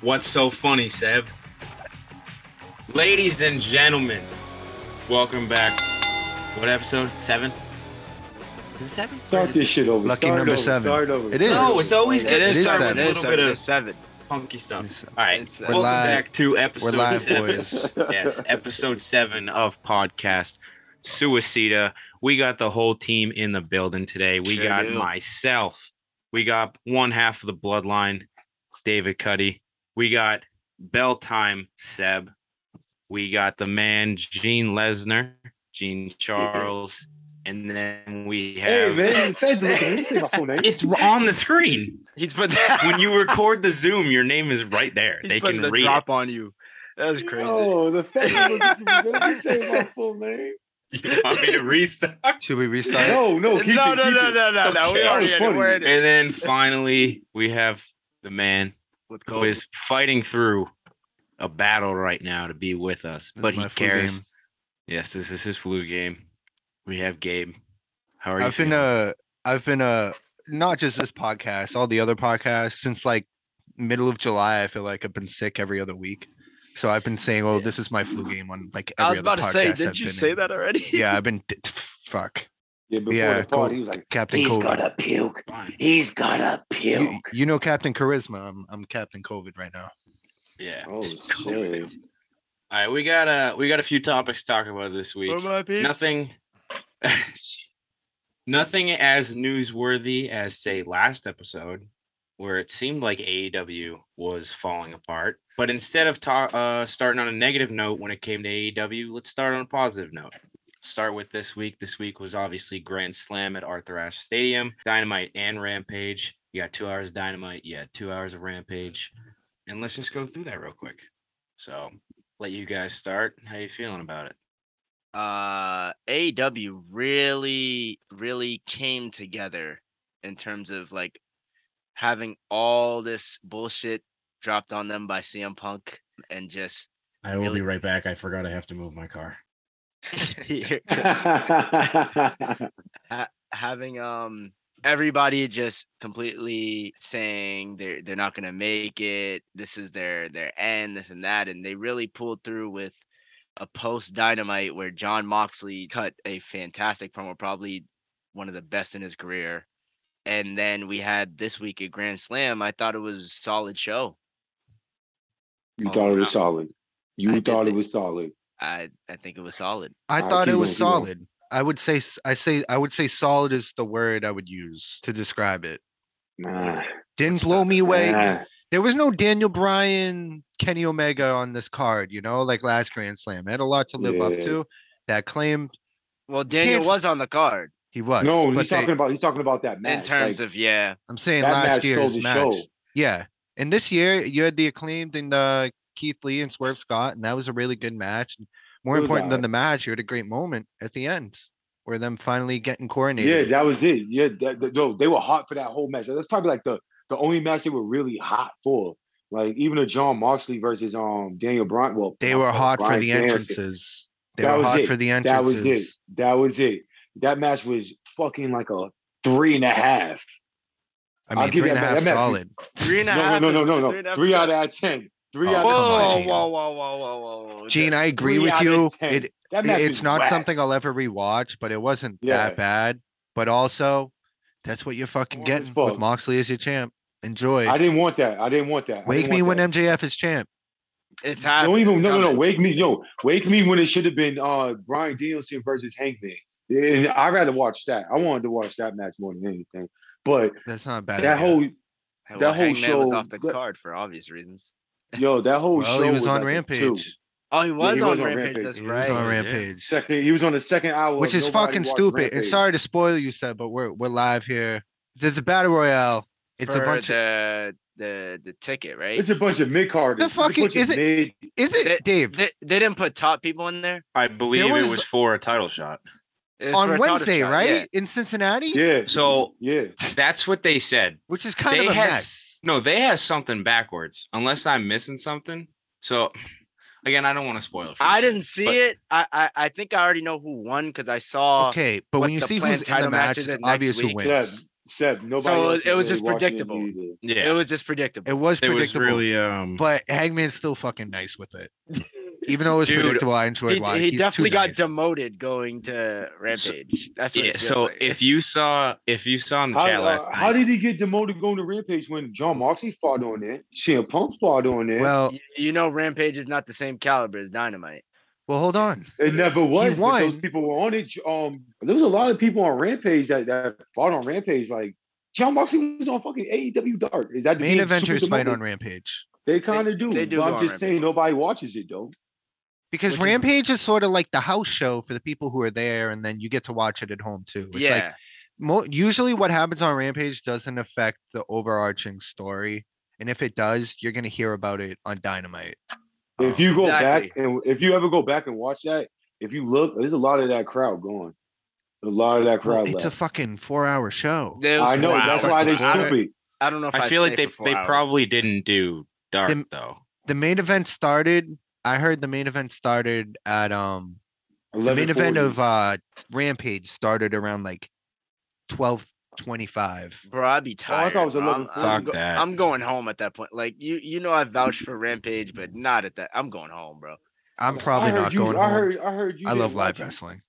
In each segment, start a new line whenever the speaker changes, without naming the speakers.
What's so funny, Seb? Ladies and gentlemen, welcome back. What episode? Seven? Is it seven?
Start this shit over.
Lucky
Start
number
over.
seven.
Start over.
It is.
No, it's always good
It
to
is
start
seven.
with a
It
little bit of
seven.
funky stuff.
It's-
All right,
it's-
welcome
We're live.
back to
We're
episode
live,
seven.
boys.
yes, episode seven of podcast Suicida. We got the whole team in the building today. We
Sure
got
do.
myself. We got one half of the bloodline, David Cuddy. We got Bell Time Seb. We got the man Gene Lesnar, Gene Charles, and then we
Hey
have
man, fans looking. You say my full name.
it's on the screen.
He's put
When you record the Zoom, your name is right there.
he's
they
putting
can
the
read
drop on you. That was crazy.
Oh, the fans looking. Man, you say my full name.
it. You want me to restart?
Should we restart?
No, no,
No,
keep it,
no, no,
keep
no,
it.
no, no, no. We
Okay.
already
That was
had it.
funny.
We're in it.
And then finally, we have the man
With
who is fighting through a battle right now to be with us,
This is
but he
my flu
cares.
game.
Yes, this is his flu game. We have Gabe. How are you?
I've been
feeling?
uh I've been uh not just this podcast, all the other podcasts since like middle of July. I feel like I've been sick every other week. So I've been saying, "Oh, this is my flu game." On like every
I was about to
other
say,
podcast I've
did you
been
say
in.
that already?
Yeah, I've been. d- t- fuck.
Yeah, before
Yeah,
the party,
cool.
he was like,
Captain
He's
COVID.
gonna puke.
Fine.
He's gonna puke.
You, you know Captain Charisma. I'm I'm Captain COVID right now.
Yeah.
"Oh shit."
All right, we got uh we got a few topics to talk about this week.
Where are my peeps?
Nothing. Nothing as newsworthy as say last episode, where it seemed like AEW was falling apart. But instead of ta- uh, starting on a negative note when it came to AEW, let's start on a positive note. Start with this week. This week was obviously Grand Slam at Arthur Ashe Stadium, Dynamite and Rampage. You got two hours of Dynamite, you got two hours of Rampage, and let's just go through that real quick. So, let you guys start. How you feeling about it?
uh AEW really really came together in terms of like having all this bullshit dropped on them by CM Punk and just
I will
Really?
be right back. I forgot I have to move my car.
having um everybody just completely saying they're they're not gonna make it. This is their their end, this and that, and they really pulled through with a post dynamite where John Moxley cut a fantastic promo, probably one of the best in his career. And then we had this week at Grand Slam. I thought it was solid show.
you thought it was
Oh,
solid.
I
You
did
thought it
thi-
was solid.
I I think it was solid.
I
Alright,
thought
keep
it
going,
was
keep going.
solid. I would say s- I say I would say solid is the word I would use to describe it.
Nah,
Didn't blow me away.
nah.
there was no Daniel Bryan, Kenny Omega on this card, you know, like last Grand Slam. It had a lot to live up
Yeah.
to. That claim
Well, Daniel
Can't-
was on the card
he was.
No,
but
he's
they-
talking about he's talking about that match.
in terms of yeah.
I'm saying
that
last
match sold
year's
the
match.
show.
Yeah. And this year you had the acclaimed and uh, Keith Lee and Swerve Scott, and that was a really good match. And More
It was
important than
alright.
the match, you had a great moment at the end where them finally getting
yeah,
coronated.
that was it. Yeah, that, that- no, they were hot for that whole match. That's probably like the the only match they were really hot for. Like even a John Moxley versus um Daniel Bryan. Well,
they
not-
were
uh,
hot for
Bryan
the
Danielson.
entrances. They
That
were
was
hot
it.
for the entrances.
That was it. That was it. That match was fucking like a three and a half.
I
I'll
mean,
give you
three and a
that-
half
that match-
solid.
Three and a
No,
half
no, no,
is-
no,
three
no,
and
no.
a half
Three
is-
out of ten. Three
Oh,
out
come
of
on,
ten.
Whoa,
Gene.
whoa, whoa, whoa, whoa, whoa, whoa.
Gene, I agree
Three
with
out of
you.
10.
It
That
it-
match
it's
was
not
whack.
something I'll ever rewatch, but it wasn't
Yeah.
that bad. But also, that's what you're fucking
Boring as
getting with
fuck.
Moxley as your champ. Enjoy.
I didn't want that. I didn't want that. I
Wake
didn't
me
want
when
that.
MJF is champ.
It's happening.
Don't
it's
even no no no.
coming.
Wake me yo. Wake me when it should have been uh Brian Danielson versus Hangman. And I'd rather watch that. I wanted to watch that match more than anything. But
That's not a bad.
that
idea.
whole
Hey,
That
well,
whole
Hangman was
show-
off the
that-
card for obvious reasons.
yo that whole
well,
show
he was, on
like a two.
Rampage.
Oh, he was,
was
on,
on
Rampage.
Rampage.
That's
He was
right.
on
Yeah.
Rampage,
Second, he was on the second hour,
which
of
is
Nobody
fucking
Watched
stupid. And
Rampage.
sorry to spoil you, said, but we're we're live here. There's a battle royale. It's a
For
bunch. of,
the the the ticket, right?
It's a bunch of mid carders.
The fucking- is it-
Mid,
is it
that-
Dave?
they, they didn't put top people in there
I believe
was-
it was for a title shot.
It was for a
on
title
Wednesday,
shot,
right
yeah.
in Cincinnati,
yeah,
So
yeah.
that's what they said.
which is kind
They
of a
had
mess.
No, they have something backwards, unless I'm missing something. So again, I don't want to spoil. it for
I
you,
didn't see
but-
it. I, I I think I already know who won because I saw.
Okay, but
what
when you
the
see
planned
who's in the
title match
match,
is
it's
at next
obvious who
week.
wins.
Yeah, Seb, nobody.
So it
else
was-
is
it was just
watching
predictable.
either.
Yeah,
It was just predictable.
It was
it was
predictable,
really um.
but Hangman's still fucking nice with it. Even though it was
Dude,
predictable, I enjoyed
he,
why
he
He's too
definitely got
nice.
demoted going to Rampage. That's what
yeah,
it feels
so
like.
if you saw if you saw in the
How,
chat last
uh,
night,
how did he get demoted going to Rampage when John Moxley fought on there? CM Punk fought on there.
Well,
You- you know Rampage is not the same caliber as Dynamite.
well, hold on.
it never was. but Those
won.
people were on it. Um, there was a lot of people on Rampage that, that fought on Rampage. Like John Moxley was on fucking AEW Dark. Is that
Main
being super
eventers fight
demoted?
on Rampage
They kind of do.
they do
but
go
I'm
on
just saying
Rampage.
nobody watches it though.
because
Which is-
Rampage is sort of like the house show for the people who are there, and then you get to watch it at home too. It's
yeah,
like mo- usually what happens on Rampage doesn't affect the overarching story, and if it does, you're gonna hear about it on Dynamite.
If
Um,
you go back
exactly.
and if you ever go back and watch that, if you look, there's a lot of that crowd gone. A lot of that
well,
crowd
it's a
left.
fucking four-hour show.
There was
I know
four
that's
hours.
why they're
I don't-
stupid.
I don't know if I,
I feel like
stayed
they
for four
they
hours.
probably didn't do dark
Them-
though.
The main event started. I heard the main event started at um the main event
11:40.
of uh Rampage started around like twelve twenty-five.
Bro, I'd be
Oh, I
tired.
thought it was
bro. I'm,
11:40.
I'm
Fuck
go-
that.
I'm going home at that point. Like you, you know, I vouched for Rampage, but not at that. I'm going home, bro.
I'm probably
I heard
not
you,
going
I
home.
heard. I heard you.
I
didn't
love live
watch it.
wrestling.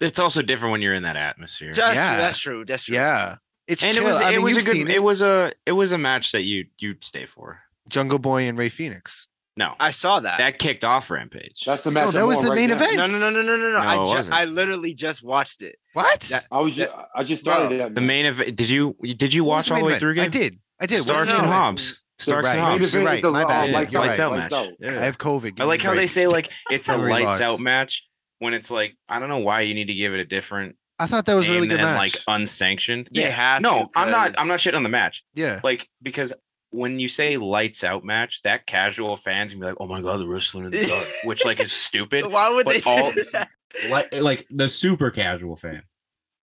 It's also different when you're in that atmosphere.
That's
Yeah.
true. That's true. That's true.
Yeah, it's
and
chill.
it was
I
it
mean,
was a
you've
good
seen
it. was a it was a match that you you'd stay for.
Jungle Boy and Ray Phoenix.
No,
I saw that.
that kicked off Rampage.
That's the match.
No, that
I'm
was
on
the
right
main
now.
event.
no, no, no, no, no, no.
No, it
I just,
wasn't.
I literally just watched it.
What?
That-
I was. Just, I just started
Bro,
that.
the
match.
main event. Did you did you
What
watch
was
all
main
the way
event?
through? Again?
I did. I did. What was
Starks
the
and
main event?
Hobbs. Starks
right.
and
Main
Hobbs.
Hobbs.
event
Right,
is a
my
lot-
bad.
oh,
Yeah,
lights
you're
out,
lights out
lights
match.
out.
Yeah.
I have COVID.
I like how they
Right.
say like it's a
Sorry,
lights
Lars.
out match when it's like I don't know why you need to give it a different
I thought that was a really
name
good
than
match.
like oh, unsanctioned.
They
Yeah.
have
No,
to,
I'm not.
'cause-
I'm not shitting on the match.
yeah,
Like because when you say lights out match, that casual fans can be like, oh my god, the wrestling in the dark, which like is stupid.
Why would
but
they?
all-
do that?
like like the super casual fan.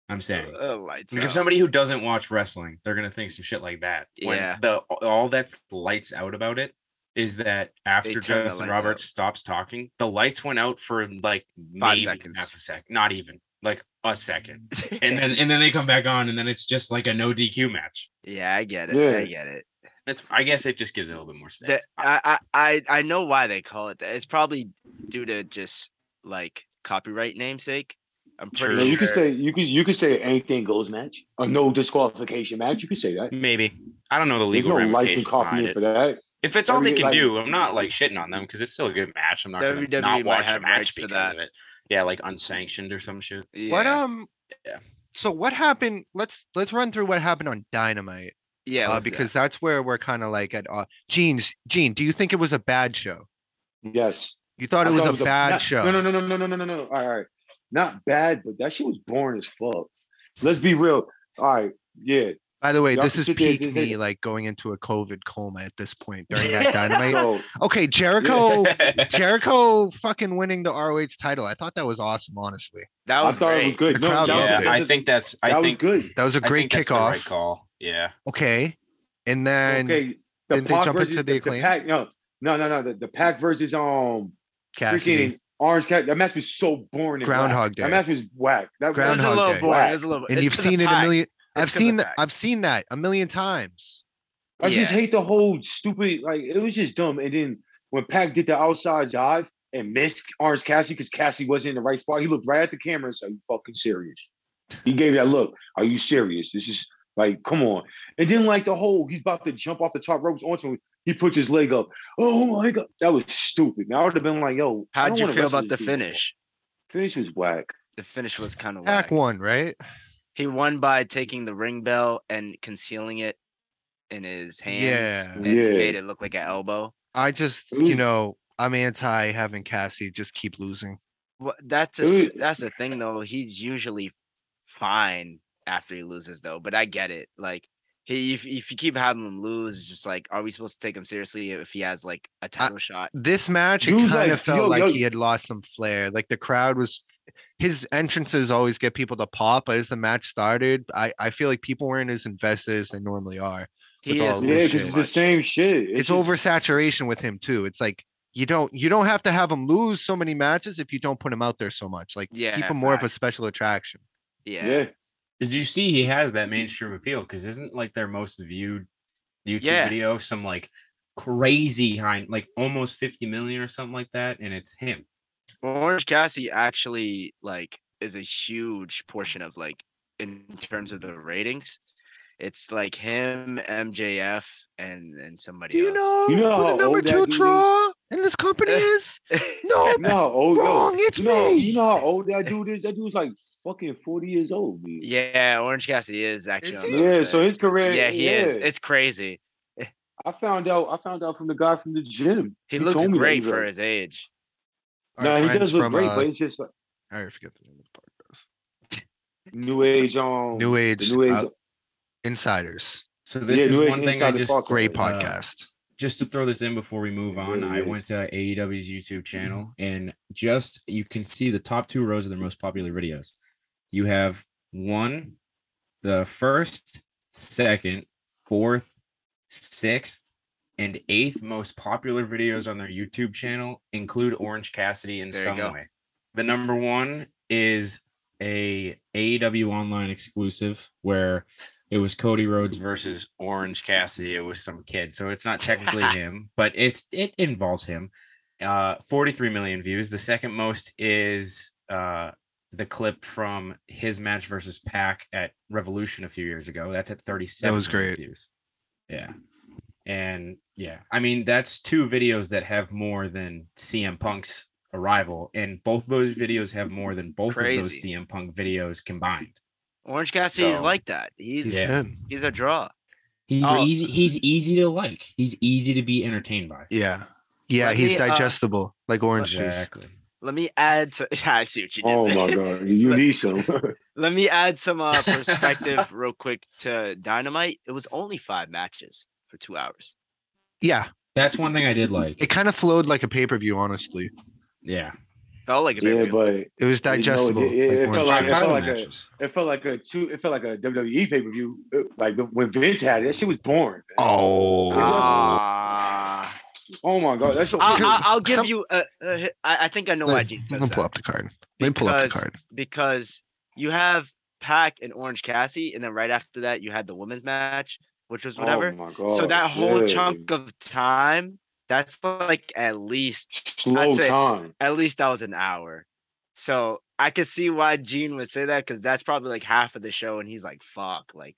I'm saying.
Uh, lights
Because
out.
somebody who doesn't watch wrestling, they're gonna think some shit like that. When
Yeah.
the all that's lights out about it is that after
turn the
Justin
lights
Roberts
out.
stops talking, the lights went out for like maybe
seconds. Mm.
half a sec, not even like a second, and then and then they come back on, and then it's just like a no DQ match.
yeah, I get it. I
Yeah.
get it.
That's I guess it just gives it a little bit more
that
sense. I-
I, I I I know why they call it that. It's probably due to just like copyright namesake. I'm pretty
True.
Yeah,
sure.
you could say you could you could say anything goes match. A no disqualification match. You could say that.
Maybe I don't know the
There's
legal
no
ramifications
license
behind
copying
it.
for that.
If it's all they
WWE
can
like-
do, I'm not like shitting on them because it's still a good match. I'm not going to
WWE
not
E might
watch a
have
match
rights to
because
that.
of it. Yeah, like unsanctioned or some shit.
yeah.
What um?
Yeah.
So what happened? Let's let's run through what happened on Dynamite
Yeah,
uh,
what's that?
because that's where we're kind of like at. Uh, Gene's Gene, do you think it was a bad show?
Yes.
You thought it
I
was a
thought
bad
not-
show?
No, no, no, no, no, no, no, no, no. All right, not bad, but that shit was boring as fuck. Let's be real. All right, yeah.
By the way,
Y'all
this
can
is
sit there and
peak
just hate
me
it.
like going into a COVID coma at this point during that Dynamite.
So
Okay, Jericho, Jericho, fucking winning the ROH title. I thought that was awesome. Honestly,
that
I
was
thought it was
great.
good.
The
No,
crowd
that was-
yeah,
loved it.
that
I
was-
think that's. I
that was
think
good.
that was a
I
great
think that's the
kickoff.
right call. Yeah,
Okay, and then
okay,
didn't they
Pac
jump
versus
into the Acclaim?
Pac, no, no, no, no. The, the pack versus um
Cassidy.
freaking Orange Cat. That match was so boring. and whack.
Groundhog Day.
That match was whack. That
It was a
Groundhog
little
Day.
boring. It was a little.
and
it's
you've
'cause of
seen it a
Pac.
million.
It's
I've
'cause of
seen that.
Pac.
I've seen that a million times.
I just
Yeah.
hate the whole stupid. Like it was just dumb. And then when Pac did the outside dive and missed Orange Cassidy because Cassidy wasn't in the right spot, he looked right at the camera and said, "Are you fucking serious?" He gave that look. Are you serious? This is like, come on. And then like the whole he's about to jump off the top ropes onto him. He puts his leg up. Oh my god, that was stupid. Now I would have been like, "Yo, I
How'd
don't
you
wanna
feel
wrestle
about the
this dude no more.
finish?
Finish was whack.
The finish was kind of
Pack one, right?
He won by taking the ring bell and concealing it in his hands.
Yeah.
and
Yeah.
made it look like an elbow.
I just,
Ooh.
you know, I'm anti having Cassie just keep losing.
Well, that's a, s-
Ooh.
that's the thing though. He's usually fine after he loses though, but I get it. Like he, if, if you keep having him lose, it's just like, are we supposed to take him seriously if he has like a title shot?
This match, it
Dude's
kind
like,
of felt
yo,
like
yo.
he had lost some flair. Like the crowd was, his entrances always get people to pop. But as the match started, I, I feel like people weren't as invested as they normally are.
He
all
is
Oh,
yeah,
this
because
shit.
it's the same shit.
It's,
just-
oversaturation with him too. It's like you don't you don't have to have him lose so many matches if you don't put him out there so much. Like
Yeah,
keep him more of a special attraction.
Yeah.
Yeah.
Did you see he has that mainstream appeal? Because isn't like their most viewed YouTube
Yeah.
video some like crazy high, like almost 50 million or something like that? And it's him.
Well, Orange Cassidy actually like is a huge portion of like in terms of the ratings. It's like him, MJF, and and somebody.
Do you
else.
know,
You know
who
how
the number
old that
two
dude is?
draw in this company is? No,
No, oh
wrong.
no.
It's
You know,
me.
you know how old that dude is? That dude's like fucking 40 years old, dude.
yeah, Orange Cassidy is actually.
Is
on
he?
the
Yeah, so
episode.
his career.
yeah, he is. It's crazy.
I found out. I found out from the guy from the gym.
He,
told
looks
me that
great
he's
for
like-
his age.
Our
No, he
friends
does look
from,
great,
uh,
but it's just like
I forget the name of the podcast.
new age. Um,
New
the
Age,
new age.
uh, Insiders.
So this
Yeah,
is
New Age
one thing I
Inside the
just
Park.
Great
Uh,
podcast.
just to throw this in before we move on,
really
I
is.
went to AEW's
Mm-hmm.
YouTube channel and just you can see the top two rows of their most popular videos. You have one, the first, second, fourth, sixth, and eighth most popular videos on their YouTube channel include Orange Cassidy in
There you
some
go.
way. The number one is a AEW online exclusive where it was Cody Rhodes versus Orange Cassidy. It was some kid, so it's not technically him, but it's it involves him. Uh, 43 million views. The second most is uh, the clip from his match versus Pac at Revolution a few years ago. That's at 37.
That was
million
great.
Views. Yeah, and yeah, I mean that's two videos that have more than CM Punk's arrival, and both those videos have more than both of those
Crazy.
CM Punk videos combined.
Orange Cassidy is
So-
like that. He's
Yeah.
him.
he's a draw.
He's
Oh.
easy. He's easy to like. He's easy to be entertained by.
Yeah. Yeah,
Let
he's
me, uh,
digestible, like orange juice.
Let me add to. I see what you did.
Oh
there.
my god, you need some.
Let me add some uh, perspective real quick to Dynamite. It was only five matches for two hours.
Yeah,
That's one thing I did like.
it kind of flowed like a pay per view. Honestly,
yeah,
Felt like a
yeah,
pay-per-view.
but
it was
know, it-
digestible.
it- it
like
felt
five
like- it felt
orange juice.
title
like a-
matches.
it felt like a two. It felt like a WWE pay per view. uh, Like the- when Vince had it, that shit was born. man.
oh,
It was-
Ah.
Oh my god, that's
I'll,
Dude,
I'll, I'll give
some-
you. A, a hi- I I think I know why
Let,
Gene
let
says
me pull
that
up the card. Let me pull up the
Because-
card.
because you have Pac and Orange Cassie, and then right after that you had the women's match, which was whatever.
Oh my god.
so that whole
yeah.
chunk of time, that's like at least
slow
I'd say-
time.
at least that was an hour. So I could see why Gene would say that because that's probably like half of the show, and he's like, "Fuck, like,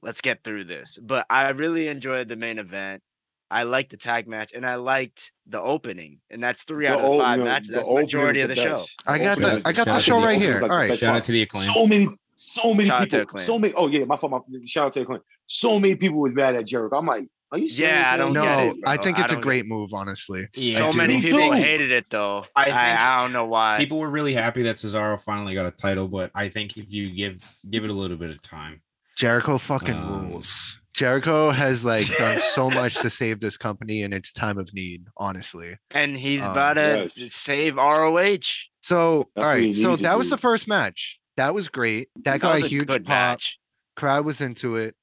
let's get through this." But I really enjoyed the main event. I liked the tag match, and I liked the opening, and that's three out of the
old-
five
you know,
matches. That's
old
majority of
period
the
was
show.
best.
I got
Old period
the
Shout
was
I
out to
got the
the-
show right
shout out to
here.
the-
All right,
Shout out to the acclaim.
So many, so many
Shout out to
people.
Acclaim.
So many. Oh yeah, my fault. My, shout out to Acclaim. So many people was mad at Jericho. I'm like, are you? serious,
Yeah, I
man?
don't get
no,
it,
I
bro.
think
I
it's a
don't get
great move. Honestly,
Yeah,
so
dude.
many
Me
people
too.
hated it though.
I
I
think
I, don't know why.
People were really happy that Cesaro finally got a title, but I think if you give give it a little bit of time,
Jericho fucking
Um,
rules. Jericho has like done so much to save this company in its time of need. Honestly,
and he's
Um,
about to
yes.
save ROH.
so
That's what
all
you
right, so
need to
that was
do.
the first match. That was great. That got
was
a huge pop.
match.
Crowd was into it.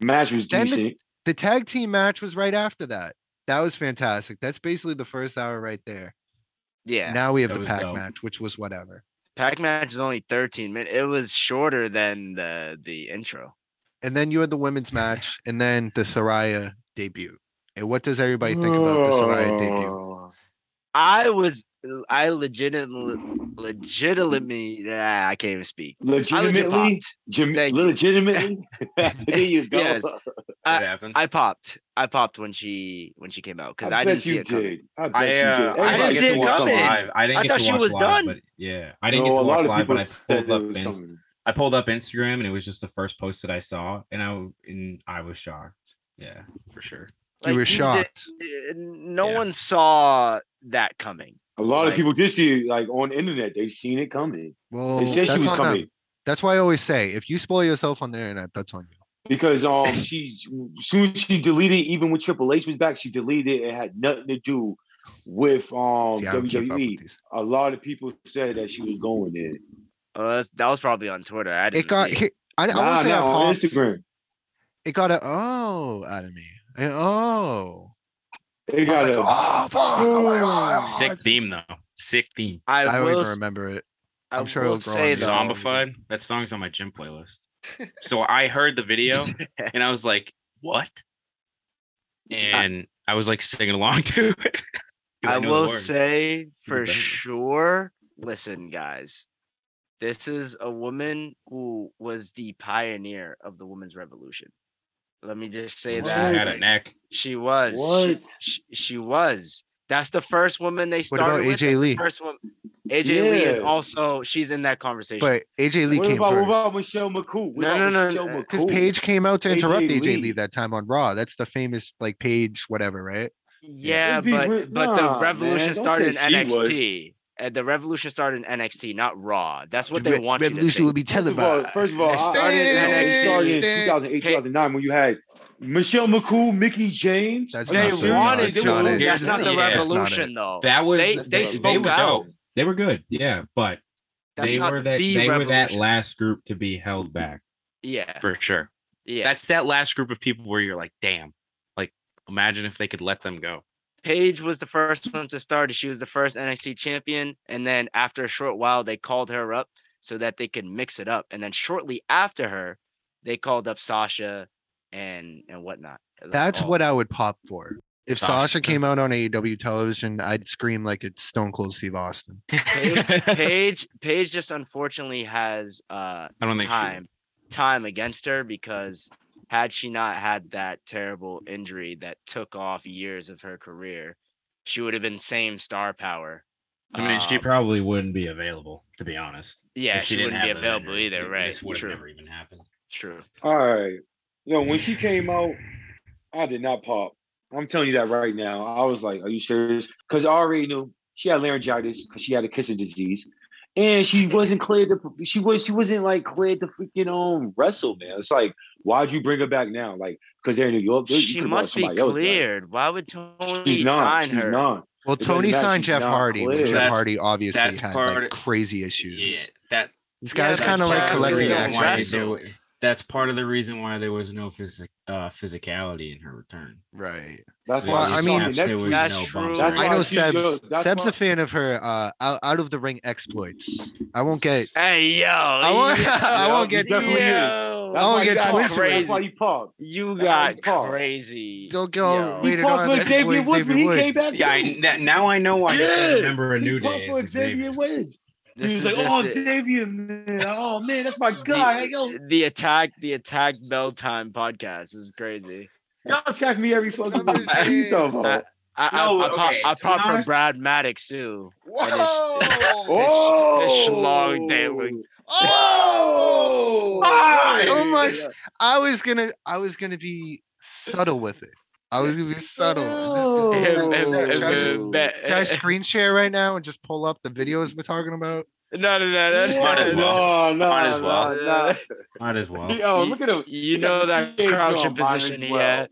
Match was
Then the-
decent.
The tag team match was right after that. That was fantastic. That's basically the first hour right there.
Yeah,
Now we have
That
the
was
pack
dope.
match, which was whatever.
Pac match is only 13 minutes. It was shorter than the the intro.
And then you had the women's match, and then the Soraya debut. And what does everybody think about the Soraya debut?
Oh.
I was I legitimately legitimately ah, I can't even speak. I legit
Legitimately,
popped.
Jim,
Thank you.
legitimately. there you go.
Yes,
it happens.
I popped. I popped when she when she came out because I,
bet
didn't see
you
it coming.
did. I bet
I, uh,
you did.
I
Everybody
didn't get
didn't see
to
it
gets
watch
coming.
live. I didn't
I
get
thought
to
she
watch
was
live,
done.
but yeah, I didn't
No,
get
a
to
lot
watch
of
live,
people
but I
said
pulled
it
up
was
Inst-
coming.
I pulled up Instagram and it was just the first post that I saw, and I and I was shocked. Yeah, for sure.
you were
did- eh,
shocked.
no
Yeah.
one saw that coming.
A lot
Like-
of people did see it, like on the internet. They seen it coming.
Well,
They said
Oh, that's,
she was
on them.
coming
that's why I always say if you spoil yourself on the internet, that's on you.
because um she soon as she deleted even when Triple H was back, she deleted it. It had nothing to do with um
See, I don't keep up with
WWE.
these.
A lot of people said that she was going there.
Oh, that's- that was probably on Twitter. I didn't
It got
see
here. I, I
Nah,
want to say I
nah, on
popped.
Instagram.
It got a oh out of me. I- oh,
They
I'm
got
like,
a
oh, fuck, oh my God,
Mm.
oh,
Sick
it's-
theme though. Sick theme.
I,
I don't
will
even
s-
remember it. I'm
I
sure
will
it'll grow on
say
you.
though-
Zombified. That song's on my gym playlist. so I heard the video and I was like, "What?" And I was like singing along to it. 'Cause
I,
knew the
will
words.
say for
banger.
sure. Listen, guys, this is a woman who was the pioneer of the women's revolution. Let me just say
she
What?
had a
that
neck.
she was. She,
What?
she, she was. That's the first woman they
What
started.
about
with,
AJ Lee?
First one. AJ Lee is
Yeah.
also she's in that conversation.
But AJ Lee
What
came
about, what
first.
about Michelle McCool? What
No,
about
no, no,
Michelle
no,
'Cause
McCool?
Paige came out to interrupt
AJ
AJ Lee.
Lee.
that time on Raw. That's the famous like Paige whatever, right?
yeah,
It'd be
but
re-
but the
nah,
revolution
man, don't
started in
say she was.
NXT. And Eh, the revolution started in NXT, not Raw. That's what they
Re-
want. you to
Revolution
think.
will be
First of all,
televised.
first of all, I, I didn't know
Stand
it started in
there.
2008, 2009 when you had Michelle McCool, Mickey James.
That's
Are you
They
not
serious?
wanted
They
to.
were all-
Here's
That's
the
not the
thing, yeah.
revolution, though.
That was
They-
th-
they spoke
were
out.
dope. They were good. Yeah, but
That's
they
not
were that
the
they were that
revolution.
last group to be held back.
Yeah,
for sure.
yeah.
That's that last group of people where you're like, "Damn!" Like, imagine if they could let them go.
Paige was the first one to start. She was the first NXT champion, and then after a short while, they called her up so that they could mix it up. And then shortly after her, they called up Sasha and and whatnot.
That's what I would pop for. If
Sasha.
Sasha, came out on AEW television, I'd scream like it's Stone Cold Steve Austin.
Paige, Paige Paige just unfortunately has uh
I don't think she.
time time against her because had she not had that terrible injury that took off years of her career, she would have been same star power.
I mean, she
Um,
probably wouldn't be available to be honest.
yeah,
if
she, wouldn't
have
be
those
available
injuries,
either,
it-
right?
This would have
True,
never even happened.
true.
All right. Yo, when she came out, I did not pop. I'm telling you that right now. I was like, are you serious? Because I already knew she had laryngitis because she had a kissing disease. And she wasn't cleared to she was she wasn't like cleared to freaking um wrestle, man. It's like, why'd you bring her back now? Like, because they're in New York. dude, you
She
could've brought
must be
somebody else back.
cleared. Why would Tony
She's not.
sign
She's
her?
not.
Well,
doesn't
Tony
matter,
signed
she's
Jeff
not
Hardy. but
clear.
Jeff
That's-
Hardy obviously
that's
had
part-
like crazy issues.
Yeah, that
This
Yeah,
guy's
but
kind of like
Jeff
collecting
Hardy
reason
don't
action.
why
wrestle.
there wa- That's part of the reason why there was no physic, uh, physicality in her return.
Right.
That's
There
Well,
was
why
I
she's
mean-
on the
snaps, there
next
was
week.
That's
no
true.
bumps
That's
or
I
why
know
she- yo,
Seb's.
that's
Seb's
why-
a fan of her uh, out, out of the ring exploits. I won't get.
Hey yo,
I won't. I
yo,
won't
he
get.
definitely is.
yo.
I won't
why you
get
got
too
popped.
into it.
That's why you popped.
You
That's how
got
you talk.
crazy.
Don't go.
Yo.
Wait
He fought for
on.
Xavier
exploit
Woods when he
Xavier
came
Woods.
back.
Yeah, I, that, now I know why. I
Yeah.
can't remember a
He
new
popped
day.
for
as Xavier.
Xavier Woods. He was
This is
like,
just
"Oh,
it.
Xavier, man. Oh man, that's my
The-
guy. Yo,
the attack, the attack bell time podcast is crazy.
y'all attack me every fucking
I'm
week.
just
What you talking about?
I, I-
No,
I, pop,
okay,
I
to be
pop from
honest-
Brad Maddox too. And it's-
Oh,
This schlong daily.
Oh,
Ah,
Nice.
oh my s- I was gonna. I was gonna be subtle with it. I was gonna be subtle.
Oh.
Just to-
Him- him-
Seb, should I
him-
just-
Ooh.
Ba-
Can I screen share right now and just pull up the videos we're talking about?
No, no, no, that's
Might as
no,
well.
No, no,
Might as well.
no,
Might as well.
no. Yo, oh, look at him.
You know that
She ain't
crouching
doing mine
position
as
he
well.
had.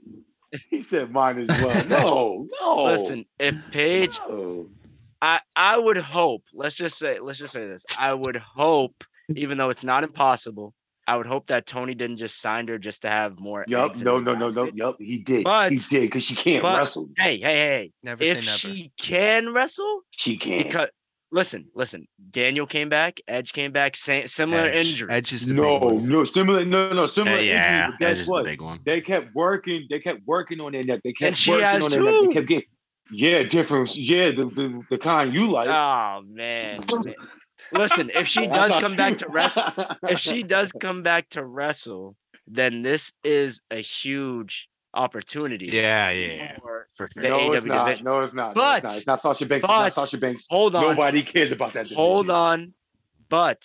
He said mine as well. No, no.
Listen, if Paige,
no.
I, I would hope. Let's just say, let's just say this. I would hope, even though it's not impossible, I would hope that Tony didn't just sign her just to have more.
Yup,
eggs in
no,
his
no, no, no.
basket.
Yup, he did.
But-
he did because she can't
but-
wrestle.
Hey, hey, hey!
Never
If
say never.
she can wrestle,
She can't.
because listen, listen. Daniel came back. Edge came back. Sa- similar
Edge.
injury.
Edge is the big
no,
one.
no, similar, no, no,
Yeah,
similar. injury,
Uh, yeah,
but
that
guess
is the
what?
big one.
They kept working. They kept working on their neck. They kept
she
working
has
on their neck.
two.
They kept getting. Yeah, different. Yeah, the, the, the kind you like.
Oh man. man. Listen, if she does come back to wrestle, if she does come back to wrestle, then this is a huge opportunity.
Yeah, yeah, yeah,
for-
for sure.
the
no, it's
AEW
not.
division.
No, it's not.
But-
no, it's not. It's not Sasha Banks. It's not
but-
Sasha Banks.
Hold on.
Nobody cares about that. Division.
Hold on. But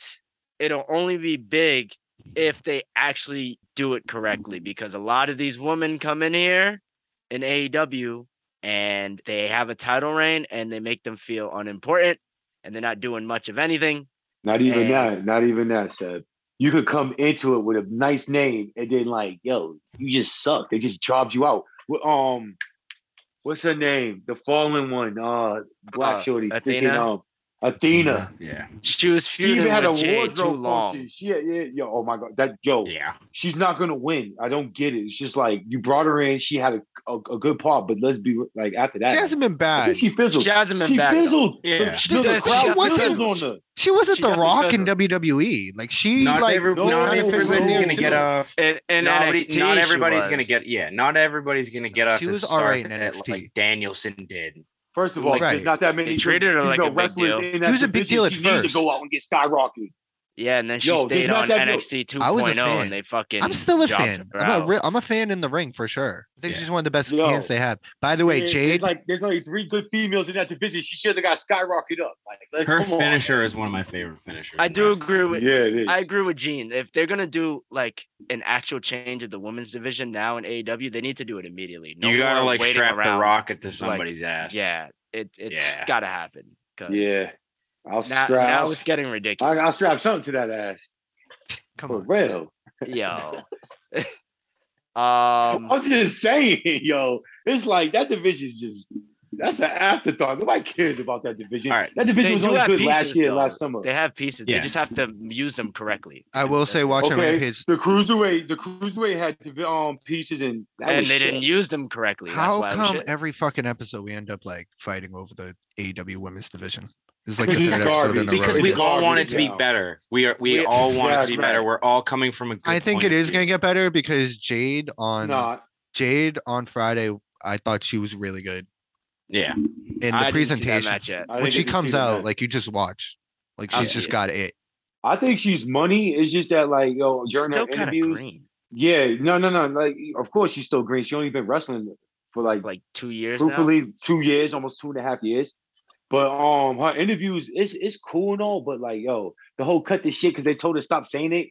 it'll only be big if they actually do it correctly because a lot of these women come in here in AEW and they have a title reign and they make them feel unimportant and they're not doing much of anything.
Not even
And-
that. Not even that, Seb. You could come into it with a nice name and then like, yo, you just suck. They just dropped you out. Wh- Um, what's her name? The fallen one. Uh, black
Uh,
shorty.
Athena?
Freaking, um, Athena.
Yeah.
She was
She even
feuding
had a
with Jay
wardrobe
too long.
function. She, yeah, yeah, yo, oh my god, that yo,
Yeah.
she's not gonna win. I don't get it. It's just like you brought her in. She had a, a, a good part, but let's be like after that,
She hasn't been
I think
bad.
she fizzled.
She hasn't been
She
back. though.
fizzled.
Yeah.
The-
She
the
does-
crowd
she wasn't-
fizzled on her.
She was at
she
The
hasn't
Rock in
fizzled.
WWE. Like she
Not
like
every,
no,
not
no,
everybody's
no,
gonna get
no.
off.
In, in
not, every-
NXT,
not
she
everybody's gonna
was.
get yeah. Not everybody's gonna get off.
She
to
was
the
alright
start
in
that,
NXT.
Like Danielson did.
First of all,
Like,
there's
Right.
not that many
They treated her
female
like a big
wrestlers
deal.
in that
She was a big
division.
deal at
she needs to
first.
go out and get skyrocketed.
Yeah, and then she
Yo, there's
stayed
not
on
that good.
NXT
I was a
2.0,
fan.
and they fucking.
I'm still a
jumped
fan.
her
I'm a,
out.
re- I'm a fan in the ring for sure. I think
Yeah.
she's one of the best
Yo.
hands they have. By the way,
There-
Jade,
There's like there's only three good females in that division. She should have got skyrocketed up. Like let's,
Her
come on.
finisher is one of my favorite finishers.
I
in
do
wrestling.
agree with.
Yeah, it is.
I agree with Gene. If they're gonna do like an actual change of the women's division now in AEW, they need to do it immediately. No
you gotta
more
like
waiting
strap the
around.
rocket to somebody's ass.
Yeah, it it's
Yeah.
gotta happen. 'cause
Yeah, I'll
now,
strap.
now
I'll-
it's getting
I,
ridiculous.
I'll strap something to that ass.
come
For
on.
real.
Yo. um.
I'm just saying, yo, it's like that division's just that's an afterthought. Nobody cares about that division.
All right.
That
They
division was
do
only
have
good last
pieces,
year,
though.
last summer.
They have pieces. They just
Yes.
have to use them correctly.
I will say, watching
Okay.
Rampage,
The cruiserweight, the cruiserweight had divi- um pieces, and that
and
was
they
shit.
didn't use them correctly. That's
how
why it was
come
shit.
every fucking episode we end up like fighting over the AEW women's division? It's like the
Because
third
it's
episode in
garbage.
a
Because
row.
we
It's
all want
already
it to be
down.
better. We are. We
We-
all want it
That's
to be
right.
better. We're all coming from a good.
I think
point
it
of
is
view.
gonna get better because Jade on
Nah,
Jade on Friday, I thought she was really good
Yeah.
in the
I didn't see that
presentation.
match yet.
I
When
didn't
she
even see
comes
the
out,
match.
like you just watch, like
I'll
she's
see
just
it.
got it.
I think she's money. It's just that, like, yo,
She's
during
still
her
kind of
interviews,
green,
yeah, no, no, no, like, of course she's still green. She only been wrestling for like
like two years. now.
truthfully two years, almost two and a half years. But um, her interviews, it's it's cool and all, but like yo, the whole cut the shit because they told her stop saying it.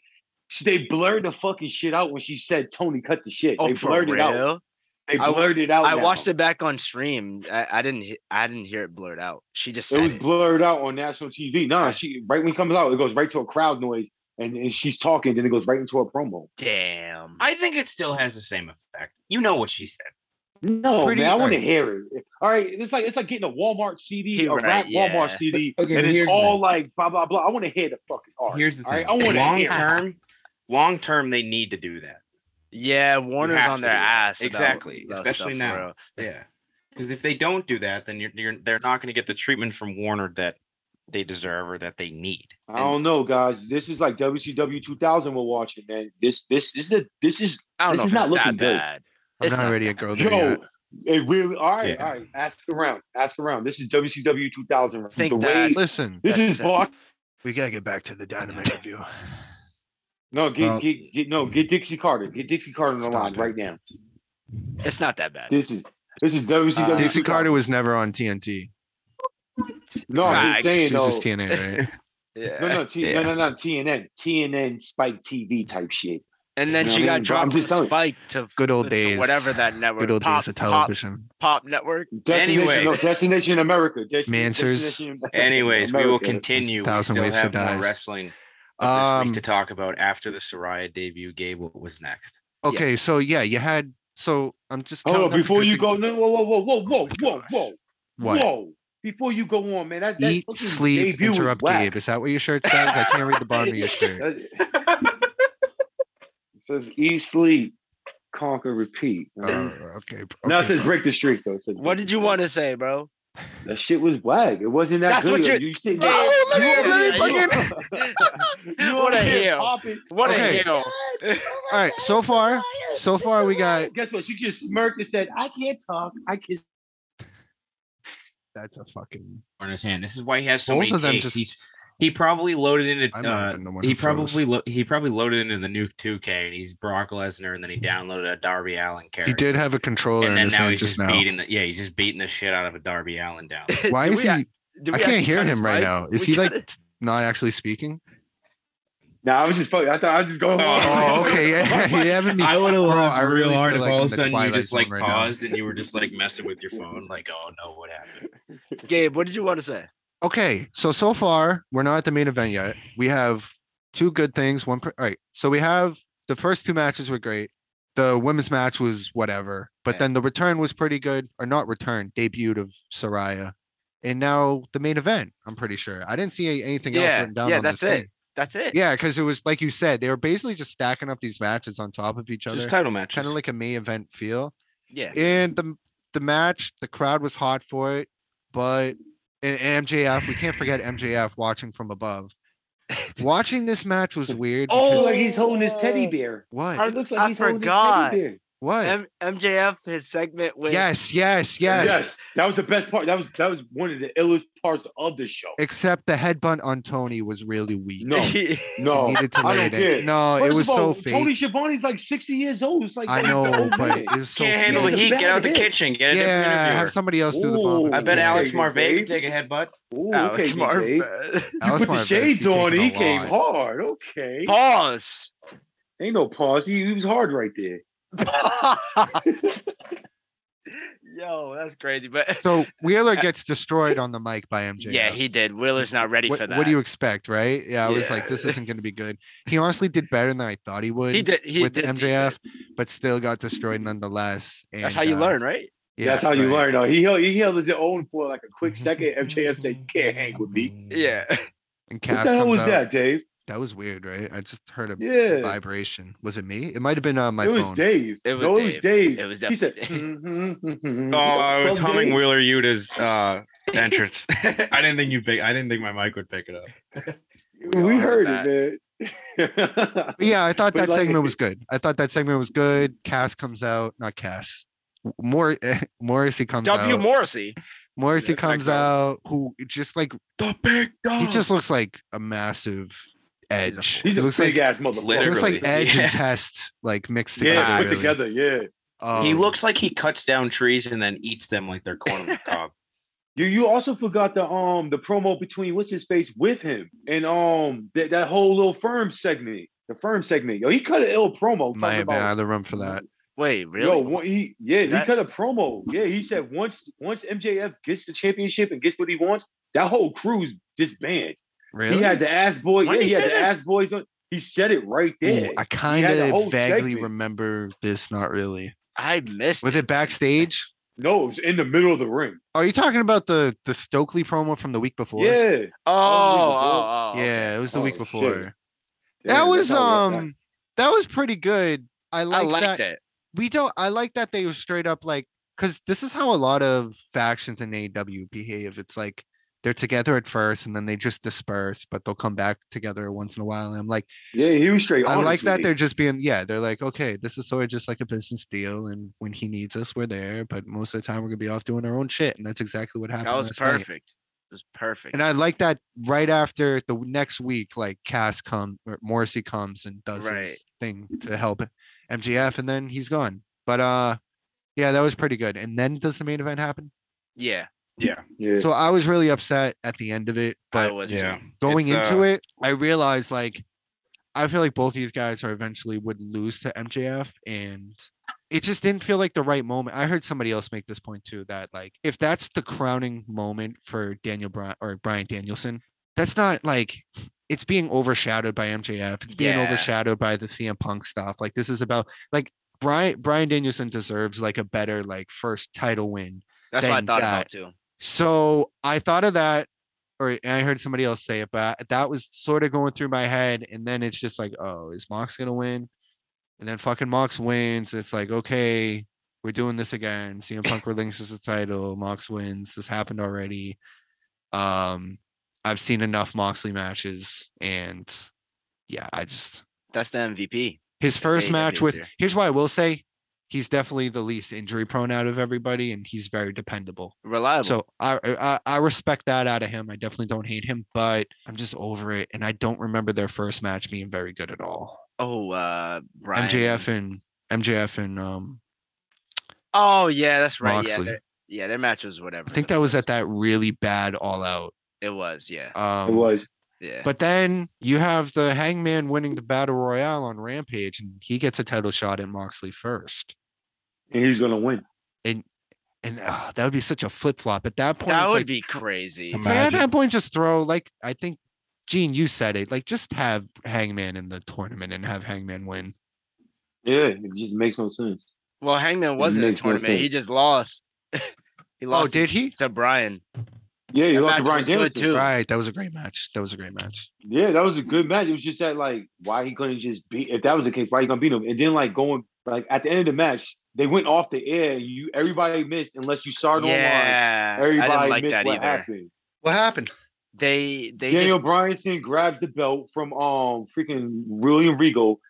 She, they blurred the fucking shit out when she said Tony cut the shit.
Oh,
they
for
blurred it out.
real?
They
I-
blurred it out.
I
now.
watched it back on stream. I, I didn't. he- I didn't hear it blurred out. She just
It
said
was
it.
blurred out on national TV. Nah, she right when it comes out, it goes right to a crowd noise, and, and she's talking. Then it goes right into a promo.
Damn.
I think it still has the same effect. You know what she said.
No,
Pretty-
man, I want to
alright.
hear it. All right, it's like it's like getting a Walmart CD,
He
a
right,
rap
yeah.
Walmart CD,
Okay, but
and
here's
it's
the
all
thing.
like blah blah blah. I want to hear the fucking art.
Here's the
All right,
thing.
I wanna
long
hear it.
term,
Long term, they need to do that.
Yeah, Warner's
have
on
to
their
do that.
ass. about-
Exactly,
about
especially
stuff,
now.
bro.
Yeah. Because if they don't do that, then you're, you're they're not going to get the treatment from Warner that they deserve or that they need.
I don't know, guys. This is like WCW 2000 we're watching, man. This this this is a, this is
I don't
This
know
is
if
not
it's
looking
that
good.
bad.
I'm
It's
not
not
ready to go there
yo.
yet.
It really all right,
Yeah.
all right. Ask around, ask around. This is WCW 2000.
Think
the way
that's-
Listen,
this
that's
is
it.
block.
we gotta get back to the dynamite review.
No, get,
Well-
get get no get Dixie Carter. Get Dixie Carter on the
Stop
line
it.
right now.
It's not that bad.
This is this is WCW.
Uh,
Dixie Carter was never on TNT.
No, I'm
Right,
just
She
saying
was
though.
just TNA, right?
Yeah.
No, no, T- no, no, no, TNN, TNN, Spike TV type shit.
And then
You know
she
what I mean? But
got
I'm
dropped from
just telling you.
Spike to
Good old
to
days.
whatever that network.
Good old
pop,
days of television.
Pop, pop network.
Destination,
Anyways.
no, Destination America. Desti-
Mansers.
Destination
Anyways, we will
America.
continue. We
Thousand
still
ways to
have
die.
more wrestling of this
Um,
week to talk about after the Soraya debut. Gabe, what was next?
okay, so yeah, you had. So I'm just.
Hold on,
counting up the
Oh, before
good
you
things
go,
that-
no, whoa, whoa, whoa, whoa, whoa,
Oh my
whoa,
gosh.
whoa.
What?
Whoa. Before you go on, man, that, that
Eat,
fucking
sleep,
debut was
interrupt
whack.
Gabe. Is that what your shirt says? I can't read the bottom of your shirt.
That- it says eat, sleep, conquer, repeat.
Oh,
right?
okay. okay,
now it says
bro.
break the streak though. It says
What
break
did
the
you
streak.
want to say, bro?
That shit was whack. It wasn't that
That's
good.
what Oh,
yo.
you-
you sitting
No,
there-
let me-
you-
let
you
What a
over there
heel.
popping. Oh
What
Okay.
a heel.
All right. So far, so far we got.
Guess what? She just smirked and said, "I can't talk. I can't."
That's a fucking.
On his hand. This is why he has so
Both
many
of them
takes.
just-
He's he probably loaded into
I'm
uh,
not even the one.
he
who froze.
probably lo- he probably loaded into the new 2K and he's Brock Lesnar and then he downloaded a Darby Allen character.
He did have a controller
and
in
then
his
now
hand
he's
just
just
now.
beating the yeah he's just beating the shit out of a Darby Allen down.
Why
Do
is
we
he?
ha-
I
do we have
can't
to
hear
cut his
him right
mic?
now. Is
We
he
cut
like
it?
not actually speaking?
Nah, I was just fucking. I thought I was just going.
Oh, okay. Yeah, you haven't been-
I would have
Bro,
laughed
I
real
really
hard
feel
if
like
all of a
I'm in the
sudden you
Twilight
just like
Zone right now.
paused and you were just like messing with your phone like oh no what happened?
Gabe, what did you want to say?
Okay, so so far we're not at the main event yet. We have two good things. One, pr- all right. So we have the first two matches were great. The women's match was whatever, but
Yeah.
then the return was pretty good, or not return debut of Soraya, and now the main event. I'm pretty sure. I didn't see a- anything else
Yeah,
written down.
yeah,
on
that's
this thing.
That's it.
Yeah, because it was like you said, they were basically just stacking up these matches on top of each other,
Just title matches.
kind of like a main event feel.
Yeah.
And the the match, the crowd was hot for it, but and- and MJF, we can't forget MJF watching from above. Watching this match was weird.
Oh,
because-
like he's holding his teddy bear.
what?
I-
It looks like
I
he's holding his
forgot.
teddy bear.
What?
M- MJF his segment with
yes, yes, yes,
Yes. that was the best part. That was that was one of the illest parts of the show.
Except the headbunt on Tony was really weak.
No,
It
no.
needed to
I don't
land it.
care.
No,
First
it
of
was
all,
so fake.
Tony Schiavone's like sixty years old. It's like
I
that's the
know,
old
but
man.
it was so
Can't
fake.
handle the
It's a
heat.
bad
Get out the
hit.
kitchen. Get a different
Yeah,
interviewer.
have somebody else do the
Ooh.
bomb.
I bet
Yeah,
Alex
you
Marvay could take
think?
a headbutt.
Ooh, okay, uh,
Alex Mar-
Dave. You
Alex
put the
Marvez be
shades on.
taking a
He came
lot.
hard. Okay,
Pause.
ain't no pause. He, he was hard right there.
Yo, that's crazy. But
So Wheeler gets destroyed on the mic by MJF.
yeah, he did. Wheeler's not ready
what,
for that.
What do you expect, right? Yeah, I was like, this
Yeah.
isn't going to be good. He honestly did better than I thought he would
He did. He
with
did
MJF, but still got destroyed nonetheless. And,
That's how you
uh,
learn, right?
yeah,
That's how you learn.
right.
Though he held, he held his own for like a quick second. MJF said, "You can't hang with me."
Yeah.
And
What
Cass
the hell
comes
was
out-
that, Dave?
That was weird, right? I just heard a
Yeah,
vibration. Was it me? It might have been on my
it was
phone.
Dave.
It was
no, it was
Dave.
Dave.
It was
he said,
definitely
"Mhm, mhm."
Oh, I was
From
humming
Dave.
Wheeler Yuta's uh, entrance.
I didn't think you pick. I didn't think my mic would pick it up.
We
all
heard
heard
it, man.
But yeah, I thought
But
that
like-
segment was good. I thought that segment was good. Cass comes out, not Cass. More Morrissey comes
W.
out.
Morrissey.
Morrissey
Yeah,
comes
Echo.
out, who just like
the big dog.
he just looks like a massive
Oh. He's a-
edge.
He's
He
a
looks
big
like
ass motherfucker.
It
Literally.
looks like Edge
Yeah.
and Test like mixed together.
Yeah, put
really.
together. Yeah,
he
Um,
looks like he cuts down trees and then eats them like they're corn on the cob.
you you also forgot the um the promo between what's his face with him and um that that whole little firm segment, the firm segment. Yo, he cut an ill promo. talking
might have been
about-
out of the room for that.
Wait, really?
Yo, one- he yeah,
That-
he cut a promo. Yeah, he said once once MJF gets the championship and gets what he wants, that whole crew's disbanded.
Really?
He had the ass boy.
When
yeah,
he
he had the
said this-
ass boys. on- He said it right
Ooh,
there.
I
a
kind of
whole
vaguely
segment.
remember this. Not really.
I missed.
Was it backstage?
no, it was in the middle of the ring.
Are you talking about the the Stokely promo from the week before?
Yeah.
Oh, oh,
Unbelievable.
oh,
yeah, it was the
Oh,
week
shit.
before.
Damn,
That was
that's how we got
um, that was pretty good. I
I
like
liked
that.
it.
We don't. I like that they were straight up like because this is how a lot of factions in AEW behave. It's like they're together at first and then they just disperse, but they'll come back together once in a while. And I'm like.
that. Yeah, he was straight.
I like
honest with
that
me.
they're just being yeah, they're like, okay, this is sort of just like a business deal, and when he needs us, we're there. But most of the time we're gonna be off doing our own shit. And that's exactly what happened.
That was
last night.
perfect. It was perfect.
And I like that right after the w- next week, like Cass comes or Morrissey comes and does
Right.
his thing to help MGF and then he's gone. But uh yeah, that was pretty good. And then does the main event happen?
yeah,
Yeah.
So I was really upset at the end of it,
I
but
was
yeah.
too.
going
It's,
into
uh,
it, I realized like I feel like both these guys are eventually would lose to MJF and it just didn't feel like the right moment. I heard somebody else make this point too that like if that's the crowning moment for Daniel Bryan or Brian Danielson, that's not like it's being overshadowed by MJF. It's being
Yeah.
overshadowed by the CM Punk stuff. Like this is about like Brian Brian Danielson deserves like a better like first title win
That's what I
Then
thought
that-
about too.
so I thought of that, or and I heard somebody else say it, but that was sort of going through my head. And then it's just like, oh, is Mox gonna win? And then fucking Mox wins. It's like, okay, we're doing this again. CM Punk relinquishes the title. Mox wins. This happened already. Um, I've seen enough Moxley matches, and yeah, I just
That's the MVP.
his first
AEW
match
is
with.
here.
Here's why I will say he's definitely the least injury prone out of everybody, and he's very dependable.
Reliable.
So I, I I- I respect that out of him. I definitely don't hate him, but I'm just over it, and I don't remember their first match being very good at all.
oh, uh, Brian.
MJF and MJF and um,
Oh yeah, that's right.
Moxley.
Yeah, their, yeah, their match was whatever.
I think that was at that really bad all out.
It was. Yeah,
Um,
it was.
yeah.
But then you have the Hangman winning the Battle Royale on Rampage, and he gets a title shot at Moxley first,
And he's gonna win.
and ah, that would be such a flip flop. At that point,
that
it's
would
like,
be crazy.
Come
it's like, at
Imagine.
that point, just throw like I think. Gene, you said it. Like, just have Hangman in the tournament and have Hangman win.
Yeah, it just makes no sense.
Well, Hangman wasn't in the
makes no
tournament. He
sense.
just lost. he
Oh,
lost
did he?
to Brian.
Yeah, you
That
lost to
match
Brian
was good,
Danielson.
too.
Right. That was a great match. That was a great match.
Yeah, that was a good match. It was just that like why he couldn't just beat if that was the case, why he gonna beat him? And then like going like at the end of the match, they went off the air. You everybody missed unless you started
yeah,
online.
I didn't
Everybody
like
missed
that
what
either.
happened.
What happened?
They they
Daniel
just
Bryanson grabbed the belt from um freaking William Regal,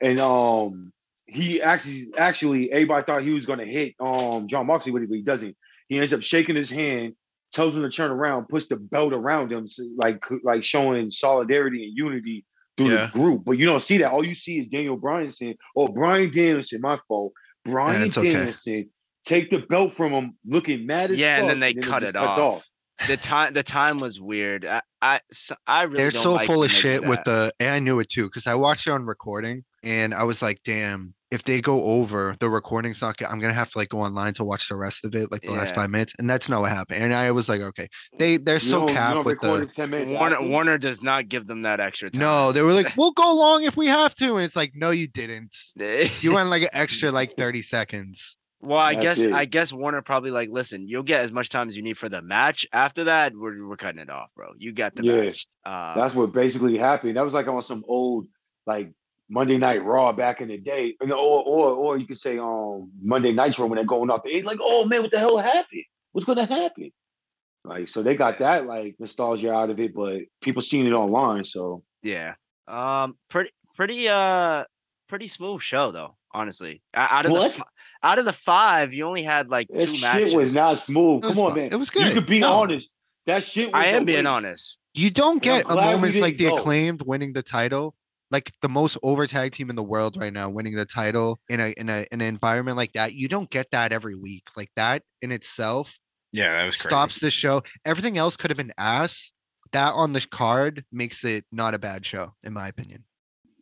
and um he actually actually everybody thought he was gonna hit um John Moxley with it, but he doesn't. He ends up shaking his hand, tells him to turn around, puts the belt around him, so, like like showing solidarity and unity through
Yeah.
the group. But you don't see that. All you see is Daniel Bryanson or Brian Danielson, my fault. Brian
it's okay.
Danielson take the belt from him, looking mad as
yeah, and
fuck,
then they cut
just
it
cuts
off. The time the time was weird. I I, so- I really
They're
don't
so
like
full
when
of
they do
shit with
that.
the, and I knew it too because I watched it on recording and I was like, damn, if they go over the recording's not, good. I'm gonna have to like go online to watch the rest of it, like the last
Yeah.
five minutes, and that's not what happened. And I was like, okay, they they're
You
so
don't- you
capped
don't
with
record
the.
it 10 minutes
Warner
after?
Warner does not give them that extra time.
No, they were like, we'll go long if we have to. And it's like, no, you didn't. You went like an extra like 30 seconds.
Well, I
That's
guess
it.
I guess Warner probably like, listen, you'll get as much time as you need for the match. After that, we're we're cutting it off, bro. You got the
Yeah.
match. Uh,
That's what basically happened. That was like on some old like Monday Night Raw back in the day, You know, or or or you could say um Monday Nitro when they're going off the air, like, oh man, what the hell happened? What's gonna happen? Like, so they got that like nostalgia out of it, but people seen it online, so
yeah. Um. Pretty pretty uh pretty smooth show though. Honestly, O- out of
What?
the fi- out of the five, you only had like
that
two
shit
matches.
was not smooth.
It was
Come on,
fun.
man,
It was
You
good.
could be
No.
honest. That shit. Was
I am
the
being
waste.
honest.
You don't
And I'm
get on
glad we
moments like the
didn't go.
acclaimed winning the title, like the most over tag team in the world right now, winning the title in a in a in an environment like that. You don't get that every week. Like that in itself
Yeah, that was crazy.
stops the show. Everything else could have been ass. That on the card makes it not a bad show, in my opinion.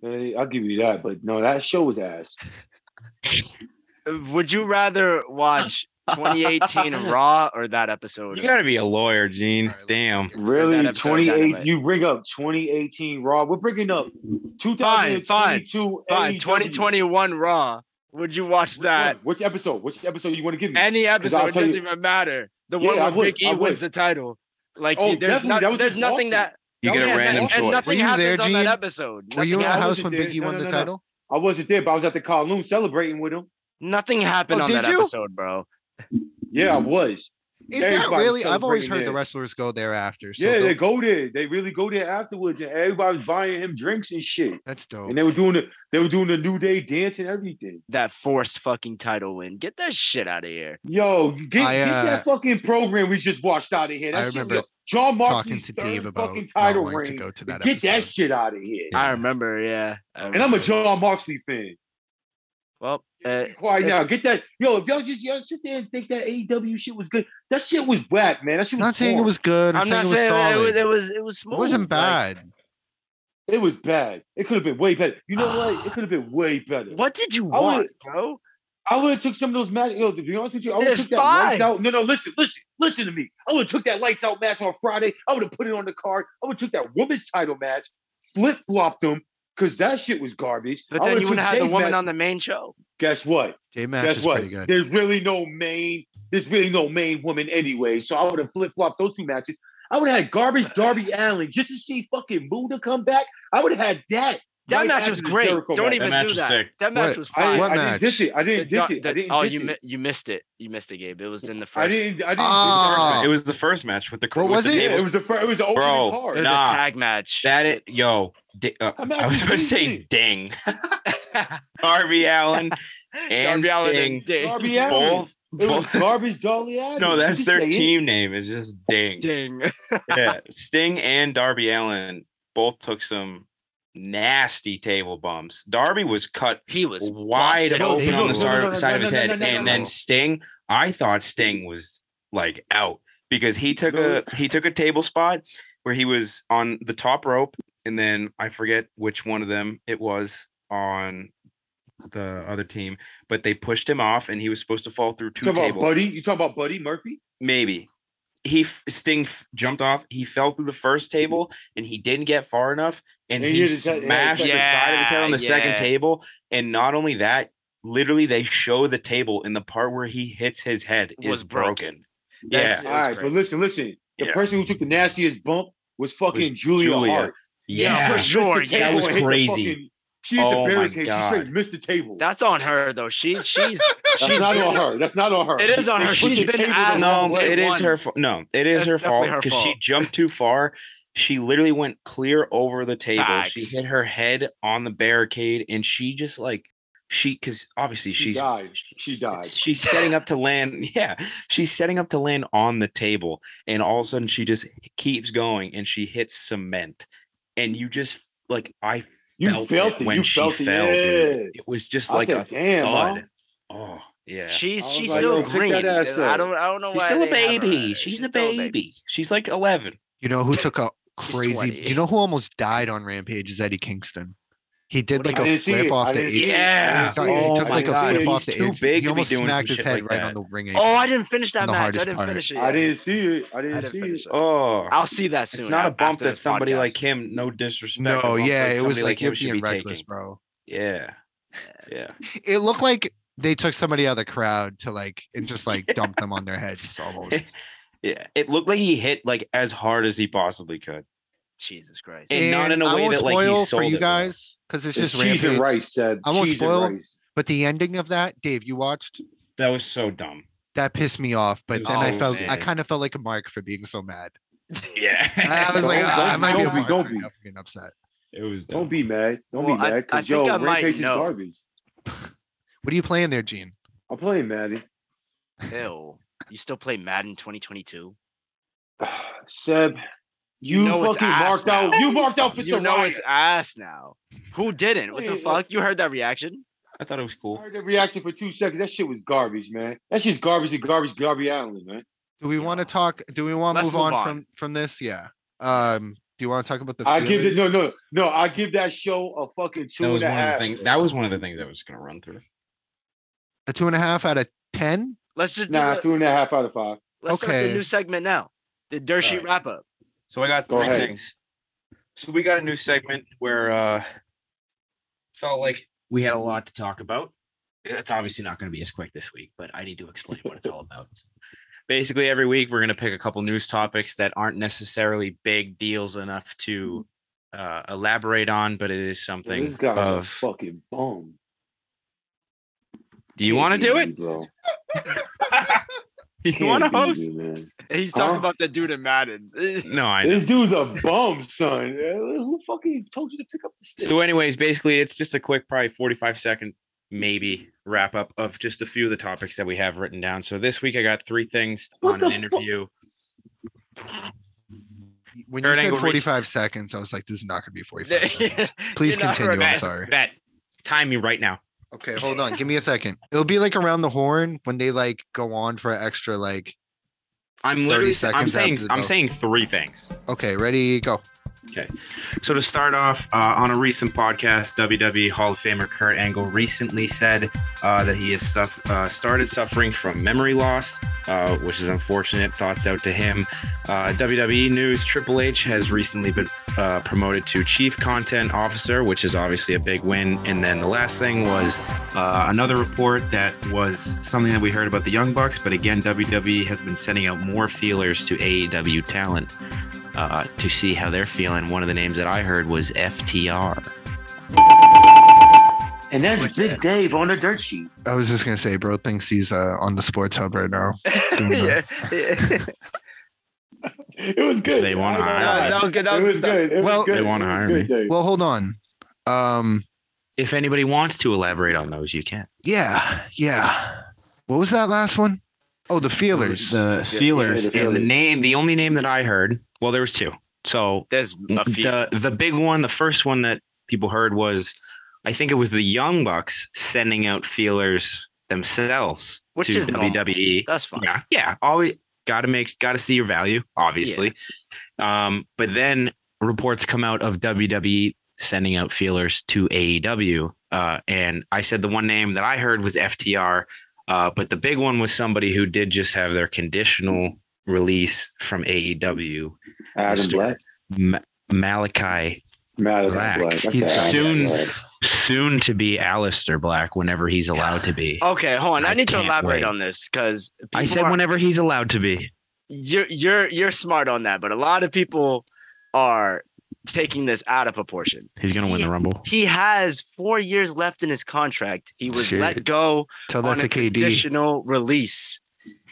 Hey, I'll give you that, but no, that show was ass.
Uh, Would you rather watch 2018 Raw or that episode?
You
of-
gotta be a lawyer, Gene.
Alright, let's
Damn.
Really,
episode of
28.
Dynamite.
You bring up 2018 Raw. We're bringing up 2022.
fine. Fine,
AEW.
2021 Raw. Would you watch
E Which
that?
one? Which episode? Which episode you want to give me?
Any
I'll
episode it
tell
doesn't
you-
even matter. The
Yeah,
one
I
where
would,
Vicky
I would.
wins the title. Like
Oh,
you- there's,
definitely,
not,
that was
there's
in Boston.
nothing that
You
That
get
was
a
in
random
Boston.
and
choice.
Were
nothing
you
happens
there,
on that
Gene?
episode.
Were you in
nothing,
the
I
hap-
house
wasn't
when
there.
Biggie
No,
won
no,
the
no, no.
title?
I wasn't there, but I was at the Kowloon celebrating with him.
nothing happened
Oh,
on
did
that
you?
episode, bro.
Yeah, I was.
Is that
Everybody
really? I've always
celebrating
heard the
it.
wrestlers go there after. So
yeah,
tho-
they go there. They really go there afterwards, and everybody was buying him drinks and shit.
that's dope.
And they were doing the they were doing the New Day dance and everything.
That forced fucking title win. Get that shit out of here.
Yo, you get,
I,
get
uh,
that fucking program we just watched out of here. That
I
shit-
remember
yo, John
talking
Mark's
to
third
Dave about
fucking
not
title
wanting to
reign.
go to that
get that
episode.
shit out of here.
Yeah.
I remember, yeah. I
And I'm a
remember.
John Moxley fan.
Well, uh,
Be quiet
if-
now. Get that. Yo, if y'all just y'all sit there and think that AEW shit was good, that shit was whack, man. That shit
I'm
was
not saying it
porn.
was good. I'm,
I'm
saying
not
it was
saying it
solid.
was, it was it was smooth.
it wasn't
like,
bad.
It was bad. It could have been way better. You know what? It could have been way better.
what did you
I
want, bro?
I would have took some of those matches. Yo, to be honest with you, I would have
There's
took that lights
five.
out. No, no, listen, listen, listen to me. I would have took that lights out match on Friday. I would have put it on the card. I would have took that women's title match, flip flopped them because that shit was garbage.
But
I
then
would've
you would
took
have had the
Jay's
woman
match.
on the main show.
Guess what?
J match
Guess
is
what?
pretty good.
There's really no main. There's really no main woman anyway. So I would have flip flopped those two matches. I would have had garbage Darby Allen just to see fucking Muda come back. I would have had that.
That
right
match
after
was
the
great.
Jericho
Don't
match.
That
even
match
do
was
that.
sick.
That match
What?
was
I,
fire.
What
I didn't
match?
diss it. I
The
didn't
doc-
diss it.
the-
I didn't
oh,
diss
you mi-
it.
you missed it. You missed it, Gabe. It was in the first.
I didn't. I didn't.
Oh.
It was the first match with the
What
with
was
the
it?
diss it. Yeah,
tables.
it was the first. It was the opening
Bro,
It
card.
was
nah.
a tag match.
That it, yo. di- uh,
I'm
I was
actually
about to say
kidding.
ding. Darby Allen and
Darby Allin
Sting.
Ding.
Darby Allin.
Both.
It was
both
garbage Darby Allen.
no,
Did
that's
you
their
say it?
team name. Is just ding.
Ding.
yeah, Sting and Darby Allen both took some nasty table bumps. Darby was cut
He was
wide
busted
open
No,
on
no,
the
no,
side-
no, no,
side of
no,
his
no,
head,
no, no,
and
no.
then Sting. I thought Sting was like out because he took
No.
a he took a table spot where he was on the top rope, and then I forget which one of them it was on the other team, but they pushed him off, and he was supposed to fall through
You
two
talking about
tables
Buddy? You talking about Buddy Murphy?
maybe he f- sting f- jumped off he fell through the first table and he didn't get far enough and
And
he,
he hit his head- yeah,
smashed the side of his head on the
yeah, yeah.
second table and not only that literally they show the table and the part where he hits his head
Was
is
broken.
broken,
That
yeah
shit
All
was
right,
crazy.
but listen, listen. The
Yeah.
person who took the nastiest bump was fucking Julia,
Julia.
Hart.
Yeah, for
Yeah.
She
sure,
missed the
yeah.
That was
table and hit the
crazy.
fucking- She hit
Oh
the
my
barricade. She
God.
straight missed the table.
That's on her though. She she's
That's
she's
not
been-
on her. That's not on her.
It is on her.
She-
She's
she
been
tabled
asked-
us
No,
all
That's
but
day.
day
it is
one.
her fault. No, it is
That's
her
definitely
fault
her
because she
fault.
jumped too far. She literally went clear over the table. She
Facts.
hit her head on the barricade, and she just like she because obviously
She
she's
died. She
she's-
died.
She's setting up to land. Yeah, she's setting up to land on the table, and all of a sudden she just keeps going, and she hits cement, and you just like I
You
felt,
felt
it
it.
when
You
she
felt it.
fell.
Yeah.
Dude. It was just
I
like
said,
a
damn,
thud.
mom.
Oh yeah.
She's
I
she's
was like,
still
yo, pick that
green. I
ass up.
don't I don't know
She's
why
still a
they have her.
baby. She's a
still
baby. She's like 11.
You know who took a
She's
crazy?
20.
You know who almost died on Rampage is Eddie Kingston. He did
What do
like
you- I
a
didn't see
flip
it. I
off the
didn't see
apron.
it.
Yeah.
He
Oh
took
my
like a
God.
flip
He's
off the
too
apron.
big
He
to be
almost
doing some
smacked his
shit
head
like
right
that.
on the ring.
Oh,
apron.
I didn't finish that
the
match. I
hardest
didn't
part.
finish it.
I
yet.
didn't see it. I didn't,
I didn't
see
finish
it.
it.
Oh.
I'll see that soon.
it's not a
af-
bump
after
that
this
somebody
podcast.
like him, no disrespect. a
no,
bump
yeah,
that
it was
somebody
like
him
you're
should be
being reckless,
taking.
bro.
Yeah. Yeah.
It looked like they took somebody out of the crowd to like and just like dump them on their heads almost.
Yeah. It looked like he hit like as hard as he possibly could.
Jesus Christ.
And not in a
I
way
won't
that, like, he
spoil
sold
for you
it, bro.
guys because it's,
It's
just
cheese and
Rampage.
rice, said.
I won't
cheese
spoil
and rice.
But the ending of that, Dave, you watched
That was so dumb.
that pissed me off. But
It
then I
was
felt I
insane.
kind of felt like a mark for being so mad.
Yeah.
I was like,
Don't-
"Ah, I
don't-
might be a
don't be-
mark
don't
for
be.
now for being upset.
it was dumb.
Don't be mad. Don't
Well,
be
I-
mad.
I
Because, yo,
think I might
Rampage is
know.
garbage.
What are you playing there, Gene?
I'm playing Maddie.
Ew. You still play Madden 2022?
Seb, you,
know it's
fucking
ass
marked
now.
out. You marked out for
You
Soraya.
know it's ass now. Who didn't? What the
Wait,
fuck? You heard that reaction?
I thought it was
I
cool.
heard that reaction for two seconds. That shit was garbage, man. That's just garbage and garbage, garbage island, man.
Do we want to talk? Do we want to
Let's
move, on,
move on.
from from this? Yeah. Um. Do you want to talk about the?
I give it
feelings?
no, no, no. I give that show a fucking
That
two and
was
a
one of the
half.
things. That was one of the things I was gonna run through.
a two and a half out of ten.
Let's just do
Nah,
the-
two and a half out of five.
let's start
okay.
the new segment now. The dirt sheet
Alright.
wrap up.
So I got
Go
three
ahead.
things. So we got a new segment where uh felt like we had a lot to talk about. It's obviously not going to be as quick this week, but I need to explain what it's all about. Basically, every week we're going to pick a couple news topics that aren't necessarily big deals enough to uh, elaborate on, but it is
Yo, This
something
guy's a
of.
fucking bum.
Do you want to do it?
bro?
You want to host?
He's talking
Huh?
about the dude in Madden.
No, I know.
This dude's a bum, son. Uh, Who fucking told you to pick up the stick?
So, anyways, basically, it's just a quick, probably 45 second, maybe wrap up of just a few of the topics that we have written down. So, this week I got three things
What
on
the
an
fu-
interview.
When
Kurt
you said
Angle rec-
forty-five seconds, I was like, "This is not going to be forty-five seconds." Please
Please
continue. I'm
Matt,
sorry.
Matt, time me right now.
Okay, hold on. Give me a second. It'll be like around the horn when they like go on for extra like.
I'm literally. I'm
seconds
saying.
after the
I'm
bell.
saying three things.
Okay, ready, go.
So to start off, uh, on a recent podcast, WWE Hall of Famer Kurt Angle recently said uh, that he has suff- uh, started suffering from memory loss, uh, which is unfortunate. Thoughts out to him. Uh, WWE News Triple H has recently been uh, promoted to Chief Content Officer, which is obviously a big win. And then the last thing was uh, another report that was something that we heard about the Young Bucks, but again, WWE has been sending out more feelers to AEW talent uh, to see how they're feeling. One of the names that I heard was FTR.
And that's Big Dave on the dirt sheet.
I was just gonna say, bro. Thinks he's uh, on the sports hub right now.
yeah, yeah.
It was good.
They wanna
I ain't gonna
hire
lie.
him.
that was good. That was,
It was
good stuff.
good. It was
Well-
good.
They wanna
It was
hire
good,
me.
Dave.
Well, hold on. Um,
If anybody wants to elaborate on those, you can.
yeah, yeah. What was that last one? Oh, the feelers.
The feelers
yeah, the
and the
feelers.
name, the only name that I heard. Well, there was two. So
There's a few.
the the big one, the first one that people heard was, I think it was the Young Bucks sending out feelers themselves
Which
to E.
is normal.
WWE.
That's fine.
Yeah, yeah. Always got to make, got to see your value, obviously. Um, but then reports come out of WWE sending out feelers to AEW, uh, and I said the one name that I heard was FTR, uh, but the big one was somebody who did just have their conditional release from AEW,
Adam
Mr.
Black.
Ma- Malachi,
Adam
Black.
Black. That's
He's
Adam
soon-
Black.
soon to be Alistair Black, whenever he's allowed to be.
Okay, hold on. I,
I
need to
can't
elaborate
wait.
on this because
I said
Oh, are,
whenever he's allowed to be.
you're you're you're smart on that, but a lot of people are taking this out of proportion.
He's gonna win the rumble.
He has four years left in his contract. He was let
Shit.
go
Tell
on
that
a
to KD.
conditional release.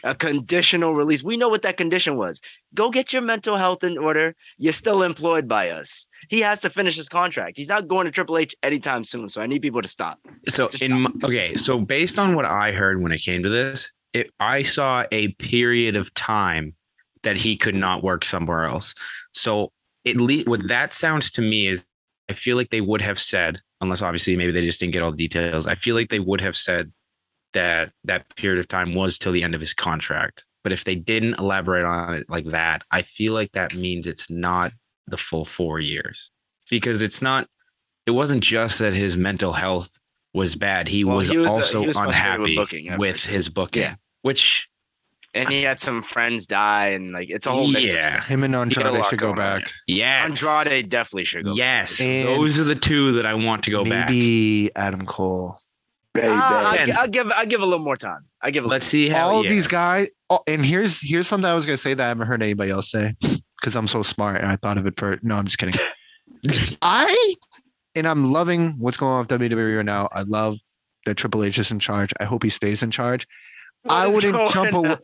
A conditional release. We know what that condition was. Go get your mental health in order. You're still employed by us. He has to finish his contract. He's not going to Triple H anytime soon. So I need people to stop.
So
Just
in my, okay, so based on what I heard when it came to this, it, I saw a period of time that he could not work somewhere else. So it le- what that sounds to me is I feel like they would have said, unless obviously maybe they just didn't get all the details. I feel like they would have said that that period of time was till the end of his contract. But if they didn't elaborate on it like that, I feel like that means it's not the full four years because it's not. It wasn't just that his mental health was bad. He,
Well,
was,
he was, uh,
also
he was frustrated
unhappy
with
with,
booking at first.
his booking,
Yeah.
which
And he had some friends die, and like it's a whole mix of
yeah,
Him and
got a
Andrade
lot
should go
going on
back.
yes,
Andrade definitely should go.
yes.
And
Those are the two that I want to go back.
Maybe Adam Cole.
Baby.
Ah,
Depends.
I, will give I give a little more time. I give a
Let's see how
all
yeah.
these guys. Oh, and here's here's something I was gonna say that I haven't heard anybody else say because I'm so smart and I thought of it first. No, I'm just kidding. I and I'm loving what's going on with WWE right now. I love that Triple H is in charge. I hope he stays in charge.
What
I
is
wouldn't
going
jump
on?
away.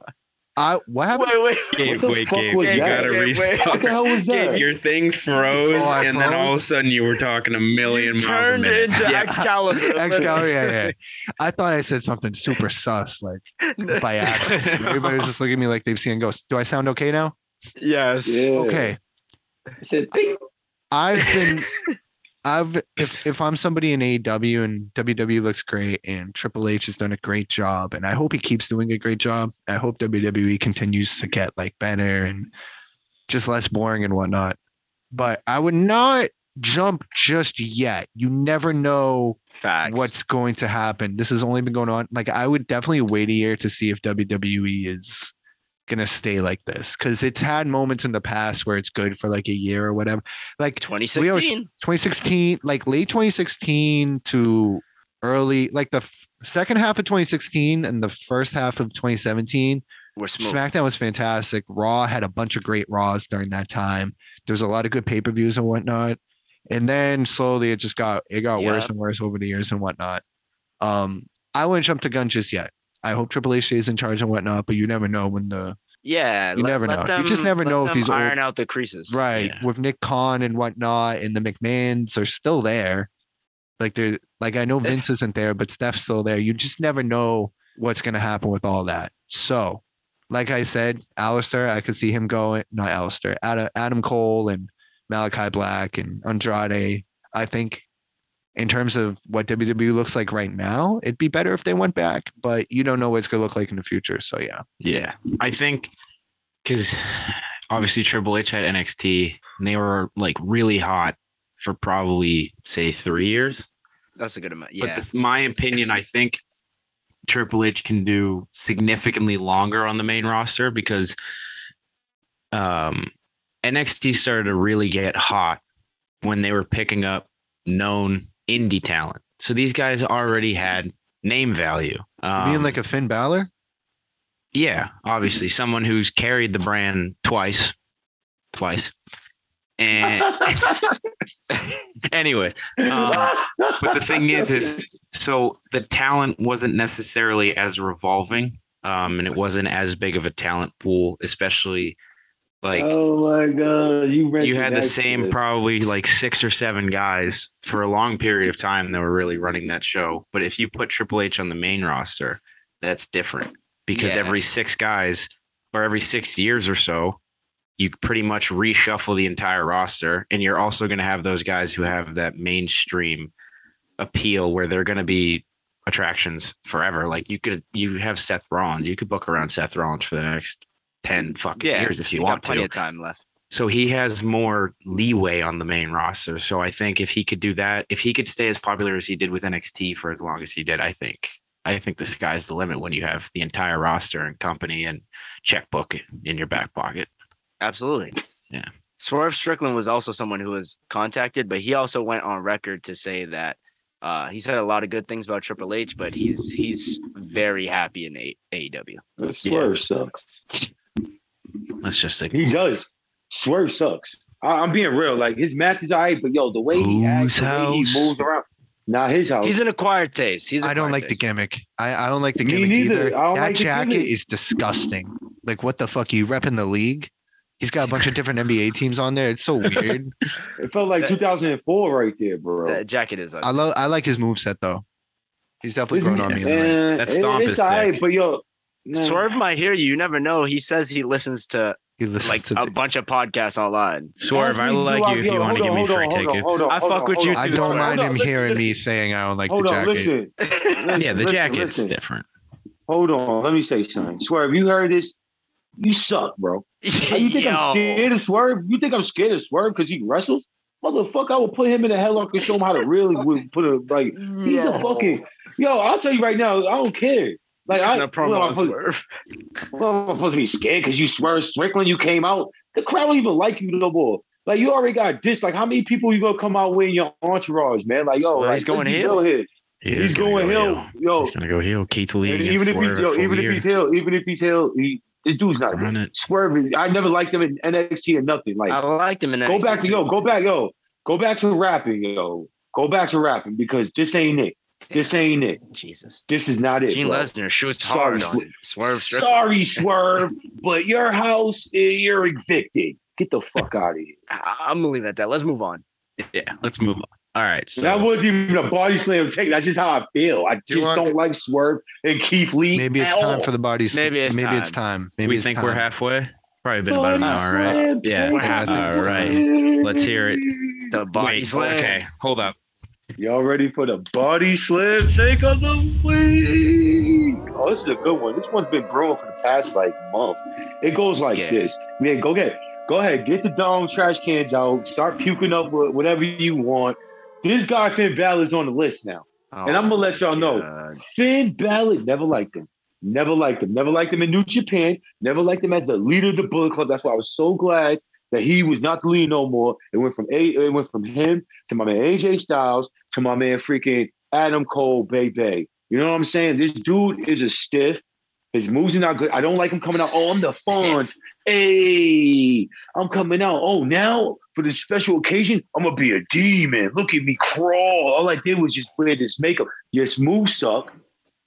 I what happened?
Wait, wait.
Gabe,
the
wait,
fuck
Gabe,
was
you
that?
gotta
Gabe, wait.
restart.
What the hell was that?
Your thing froze,
Oh, I
and then all of a
froze?
sudden you were talking a million
You
miles a
turned
minute.
into
Yeah.
Excalibur.
Excalibur, oh, yeah, yeah. I thought I said something super sus, like by accident. Everybody's just looking at me like they've seen ghosts. Do I sound okay now?
Yes.
Yeah.
Okay.
I said, "Ping."
I've been I've if if I'm somebody in AEW and WWE looks great and Triple H has done a great job and I hope he keeps doing a great job. I hope WWE continues to get like better and just less boring and whatnot. But I would not jump just yet. You never know
Facts.
what's going to happen. This has only been going on. Like I would definitely wait a year to see if WWE is gonna stay like this because it's had moments in the past where it's good for like a year or whatever. Like
2016?
2016, like late 2016 to early, like the f- second half of 2016 and the first half of 2017,
We're smooth.
SmackDown was fantastic. Raw had a bunch of great Raws during that time. There was a lot of good pay per views and whatnot. And then slowly it just got it got worse and worse over the years and whatnot. Um, I wouldn't jump the gun just yet. I hope Triple H stays in charge and whatnot, but you never know when the
Yeah.
You never know. You just never
let
know if
them
these old-
iron out the creases.
right
Yeah.
with Nick Khan and whatnot, and the McMahons are still there. Like they're like I know
Eh.
They-
Vince isn't there, but Steph's still there. You just never know what's gonna happen with all that. So, like I said, Alistair, I could see him going. Not Alistair, Adam, Adam Cole and Malachi Black and Andrade. I think in terms of what WWE looks like right now, it'd be better if they went back, but you don't know what it's gonna look like in the future. So yeah,
Yeah, I think because obviously Triple H had NXT and they were like really hot for probably say three years.
That's a good amount. Yeah.
But the, my opinion, I think Triple H can do significantly longer on the main roster because um, NXT started to really get hot when they were picking up known indie talent. So these guys already had name value.
You
Um,
being like a Finn Balor,
yeah, obviously someone who's carried the brand twice, twice. And anyways, um, but the thing is, is so the talent wasn't necessarily as revolving, um, and it wasn't as big of a talent pool, especially like
oh my god, you
you
mentioned
had the
that
same
shit.
probably like six or seven guys for a long period of time that were really running that show. But if you put Triple H on the main roster, that's different because
Yeah.
every six guys or every six years or so, you pretty much reshuffle the entire roster. And you're also going to have those guys who have that mainstream appeal where they're going to be attractions forever. Like you could, you have Seth Rollins, you could book around Seth Rollins for the next 10 fucking
yeah.
years if you
He's got
want
plenty
to.
of time left.
So he has more leeway on the main roster. So I think if he could do that, if he could stay as popular as he did with NXT for as long as he did, I think I think the sky's the limit when you have the entire roster and company and checkbook in your back pocket.
Absolutely.
Yeah.
Swerve Strickland was also someone who was contacted, but he also went on record to say that uh, he said a lot of good things about Triple H, but he's E he's very happy in A- AEW.
Swerve sucks.
Let's just
He does. Swerve sucks. I, am being real. Like his match is all right, but yo, the way he
Whose
acts, the way he
house?
moves around. Not his house.
He's an acquired taste. He's.
I don't
acquired
like the
taste.
gimmick. I, I don't like the
Me
gimmick
neither.
either.
I don't
That
like the
jacket
gimmick.
is disgusting. Like, what the fuck? You repping the league? He's got a bunch of different NBA teams on there. It's so weird.
it felt like
That-
2004 right there, bro.
That jacket is.
I
Ugly.
love. I like his moveset though. He's definitely
It's-
grown on me. In the ring.
eh,
That stomp
it's
is
all right,
sick.
but yo, nah.
Swerve might hear you. You never know. He says he listens to
He listens
like
to
a
the-
bunch of podcasts online.
Ask
Swerve, I
me do
like you if
yo,
you want to
hold
give
on,
me
hold on,
free
hold on,
tickets.
hold on,
I
hold
fuck
on,
with
hold
you
on.
I
too,
don't
Swerve.
Hold
mind him
on, listen,
hearing me
listen.
saying I don't like
Hold
the
on,
jacket.
listen. listen,
Yeah, the
listen,
jacket's
listen.
different.
Hold on, let me say something. Swerve, you heard this? You suck, bro. Hey, you think I'm scared of Swerve? You think I'm scared of Swerve because he wrestles? Motherfucker, I will put him in a headlock and show him how to really would put a like. He's a fucking yo. I'll tell you right now, I don't care. Like I,
Gonna
what am
promo
I supposed-
Swerve.
Well, I'm supposed to be scared because you swerved Strickland. You came out. The crowd don't even like you no more. Like you already got dissed. Like how many people you gonna come out with in your entourage, man? Like yo,
Well,
like,
he's going
let's be
heel.
real here.
He
He's,
is gonna
going
go
heel. Yo,
He's gonna go heel. Keith Lee.
and
against
even if he's
Swerve at
yo,
full
even if
gear.
he's heel, even if he's heel, he, this dude's not good.
Run it.
Swerve. I never liked him in NXT or nothing. Like
I liked him in that.
go back to yo, go back yo, go back to rapping yo, go back to rapping because this ain't it. This ain't it.
Jesus.
This is not it.
Gene
bro.
Lesnar shoots
Sorry,
hard on Swerve. Strickland.
Sorry, Swerve, but your house, eh, you're evicted. Get the fuck out of here.
I- I'm gonna leave it at that. Let's move on.
Yeah, let's move on. All right. So
that wasn't even a body slam take. That's just how I feel. I
you
just
want-
don't like Swerve and Keith Lee.
Maybe it's time for the bodies.
Maybe it's
maybe it's
time.
time. Maybe
we
it's
think
time.
we're halfway. Probably been about an hour, right? Yeah,
we're halfway.
All
All
right. Let's hear it.
The body
Wait.
slam.
Okay. Hold up.
Y'all ready for the body slam take of the week? Oh, this is a good one. This one's been brewing for the past like month. It goes like
Scared.
this. Man, go get, go ahead, get the dome trash cans out. Start puking up with whatever you want. This guy Finn Balor is on the list now.
Oh
And I'm gonna let y'all
my
know.
God.
Finn Balor never liked him. Never liked him. Never liked him in New Japan. Never liked him as the leader of the Bullet Club. That's why I was so glad that he was not the leader no more. It went from a it went from him to my man AJ Styles to my man freaking Adam Cole Bay Bay. You know what I'm saying? This dude is a stiff. His moves are not good. I don't like him coming out. Oh, I'm the Fonz. Hey, I'm coming out. Oh, now for this special occasion, I'm gonna be a demon. Look at me crawl. All I did was just wear this makeup. Yes, moves suck.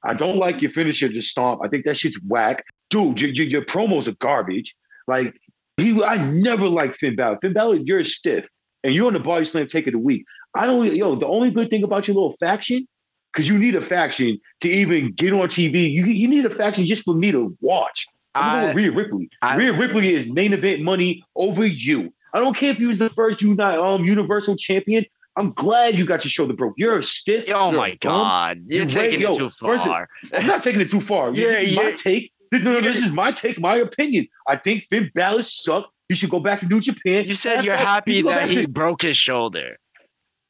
I don't like your finisher, the stomp. I think that shit's whack, dude. Your, your, your promos are garbage. Like he, I never liked Finn Balor. Finn Balor, you're stiff, and you're on the body slam take of the week. I don't, yo. The only good thing about your little faction, because you need a faction to even get on TV. You you need a faction just for me to watch. I'm going
I,
with Rhea Ripley.
I-
Rhea Ripley is main event money over you. I don't care if you was the first uni- um, Universal Champion. I'm glad you got your shoulder broke. You're a stiff.
oh
you're a
my
bum.
god, you're,
You're
taking
right.
it
Yo,
too
first of-
far.
I'm not taking it too far.
Yeah,
this is my
yeah.
take. This, no, no, this is my take, my opinion. I think Finn Balor sucked. He should go back to New Japan.
You said
Matter
you're
of fact,
happy
should go
that
back
he
to-
broke his shoulder.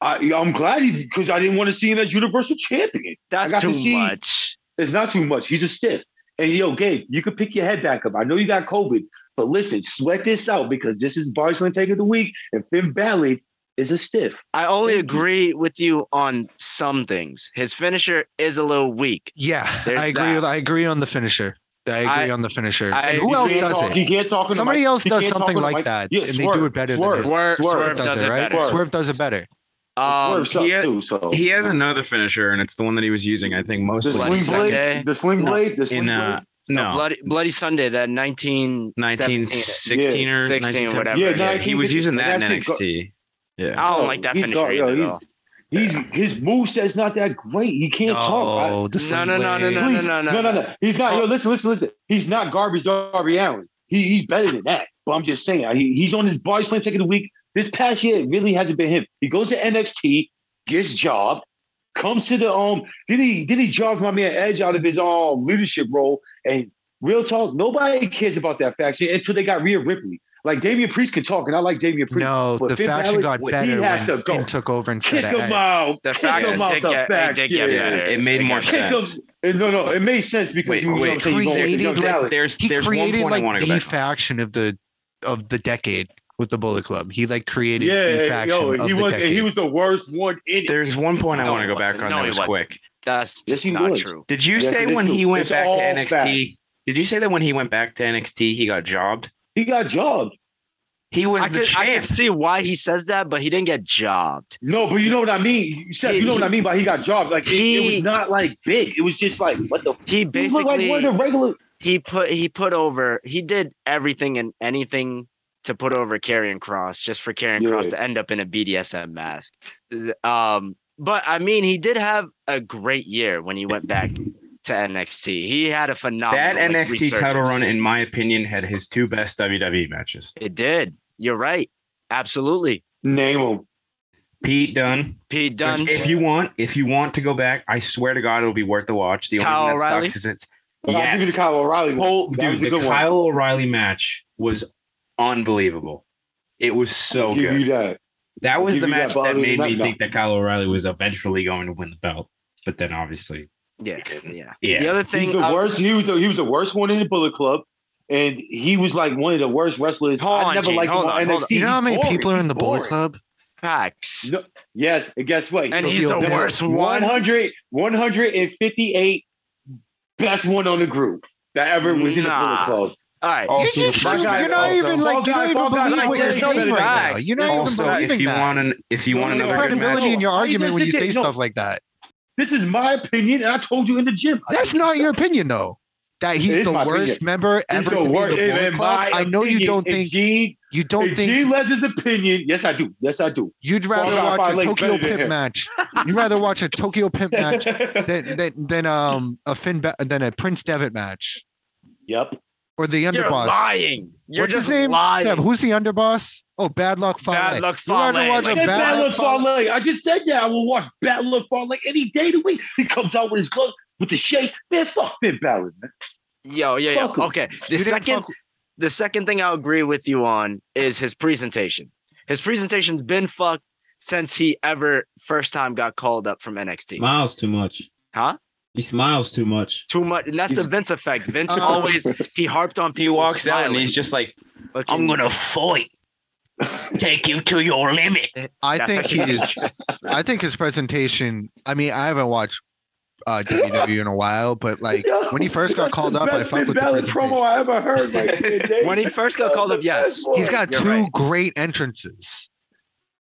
I, I'm glad he because I didn't want to see him as Universal Champion.
That's
got to
too
see-
much.
It's not too much. He's a stiff. And yo, Gabe, you could pick your head back up. I know you got COVID, but listen, sweat this out because this is Barcelona Take of the Week, and Finn Balor is a stiff.
I only agree with you on some things. His finisher is a little weak.
Yeah,
There's
I agree.
that.
With, I agree on the finisher. I agree
I-
on the finisher.
I-
And who else
He can't
does
talk- He
it?
can't talk. in the
Somebody
mic.
else
He
does
can't talk
something
in the
like
mic.
that,
Yeah,
and they
swerve,
do it better
swerve,
than him.
Swerve,
Swerve
Swerve does, it better.
Swerve.
Swerve does it better.
Um,
Swerve sucks
he-
too. So
He has another finisher, and it's the one that he was using, I think,
the
mostly.
Bloody
sling
Sunday.
blade, the sling
No,
blade, the sling
in uh,
blade.
no,
Bloody, Bloody Sunday, that 19,
1916 or
16,
1917.
whatever.
Yeah,
Yeah, he was
1916,
using that
and
in
that shit's go-
NXT. Yeah.
I don't
Yo,
like that
he's
finisher
got- yo,
either,
he's-
though.
He's his moveset's not that great. He can't talk. I-
No, the
No,
same
no, no, no,
way.
no,
Please,
no, no,
no, no,
no.
no. He's not. Yo, listen, listen, listen. He's not garbage Darby Allen. He, he's better than that. But I'm just saying, he, he's on his body slam taking the week. This past year, it really hasn't been him. He goes to NXT, gets job, comes to the um. Did he did he job my man Edge out of his um leadership role? And real talk, nobody cares about that faction until they got Rhea Ripley. Like Damian Priest can talk, and I like Damian Priest.
No,
But
the
Finn
faction
Balor,
got
he
better
has
when
to go.
Finn took over
Kick
instead of
him
Edge.
out.
The
Kick
fact
him
is,
out
they
the
get, they
back,
did
yeah.
get
Yeah,
better.
it made
They
more
got
Kick
better.
him.
sense.
And no, no, it made sense because
Wait,
you know what I'm
wait.
saying, you gonna- you
Created
gonna
that-
validate.
There's
He
there's one
created
point I want
like
to go
the
back. on.
faction of the of the decade with the Bullet Club. He like created the
Yeah,
faction
yo,
of
he
the
was
decade.
he was the worst one in it.
There's one point I
No,
want to
he
go back
wasn't.
on
No,
that
he
was
wasn't.
quick.
That's
Yes,
just
he
not
was.
true.
Did you
Yes,
say
it is
when
true.
he went
It's
back to
all
NXT? Did you say that when he went back to NXT, he got jobbed?
He got jobbed.
He was
I
the
could, I could
champ.
see why he says that, but he didn't get jobbed.
No, but you know what I mean. You said you know what I mean by he got jobbed. Like it, it
He-
was not like big. It was just like what the
He
he looked like
basically
one of the regular.
he put he put over he did everything and anything to put over Karrion Cross just for Karrion
Yeah.
Cross to end up in a BDSM mask. Um, but I mean, he did have a great year when he went back to NXT. He had a
That
phenomenal like,
NXT title
resurgence.
run, in my opinion, had his two best WWE matches.
It did. You're right. Absolutely.
Name him.
Pete Dunne.
Pete
which
Dunne.
if you want, if you want to go back, I swear to God, it'll be worth the watch. The only
Kyle
thing that
O'Reilly?
sucks is it's
But I'll give you the
yes.
Kyle O'Reilly. one.
Whole,
That
dude,
was a
the
good one.
Kyle O'Reilly match was unbelievable. It was so
I'll give
good.
you that.
That was
give
the
you that
match
Bobby
that made me
Lashley.
think that Kyle O'Reilly was eventually going to win the belt, but then obviously,
yeah,
couldn't.
yeah. The
yeah,
other
He's
thing,
the
I-
worst. He was the, he was the worst one in the Bullet Club, and he was like one of the worst wrestlers.
Hold
I
on,
never
Gene,
liked
hold
him on,
on, hold
NXT.
on.
You know how many
He's boring.
people are in
He's
the Bullet
boring.
Club?
facts.
No, Yes, and guess what?
and
He'll
he's
be
the
okay.
worst one.
100, 158 best one on the group that ever was in the Bullet
Nah.
Club.
All right.
Also,
You're, just,
the first
you're
guy-
not
also-
even like
Fall guy,
you don't even
fall guy,
believe
like,
what you're
there's
saying
no
right now.
facts.
You're not
also,
even believing
if you
that.
want an if you
No,
want
no,
There's
another good
credibility
match,
in your
Why you
argument when you
just
say
did- no.
stuff like that.
This is my opinion, and I told you in the gym.
That's not your opinion, though. That
It
he's
is
the
my
worst
opinion.
member
It's
ever to be in the
worst.
Bullet
In
Club.
my
I know you
opinion,
don't
in
think
Gene,
you don't
in
think
Gene Les's opinion. Yes, I do. Yes, I do.
you'd
Fall
rather
Guy
watch a
probably
Tokyo
better than
Pimp
him.
match. You'd rather watch a Tokyo Pimp match than than, than um a Finn Ba- than a Prince Devitt match
Yep.
or the
You're
underboss.
lying. You're
What's
just
his name?
lying.
Seb, who's the underboss? Oh, Bad Luck Fale.
Bad Luck
You'd rather
Fale.
watch a
Like,
That's
Bad
Bad
Luck
Luck
Fale-
Parlay. I just said that. I will watch Bad Luck Parlay any day of the week. He comes out with his gloves, with the shakes. Man, fuck Finn Balor, man.
Yo, yeah, yeah.
Fuck 'em.
Okay. The
You didn't
second
fuck-
the second thing I'll agree with you on is his presentation. His presentation's been fucked since he ever first time got called up from NXT.
Smiles too much.
Huh?
He smiles too much.
Too much, and that's the Vince effect. Vince
Uh,
always he harped on people.
he walks out and Oh. he's just like, "I'm gonna fight, take you to your limit."
I
That's
think he
actually-
is. I think his presentation. I mean, I haven't watched uh, WWE in a while, but like
Yo,
when he first got
that's
called
the
up, I
best
fucked
Finn
with the
Balor
presentation.
promo I ever heard. Like,
When he first got called up, yes.
He's got
You're
two
right.
great entrances.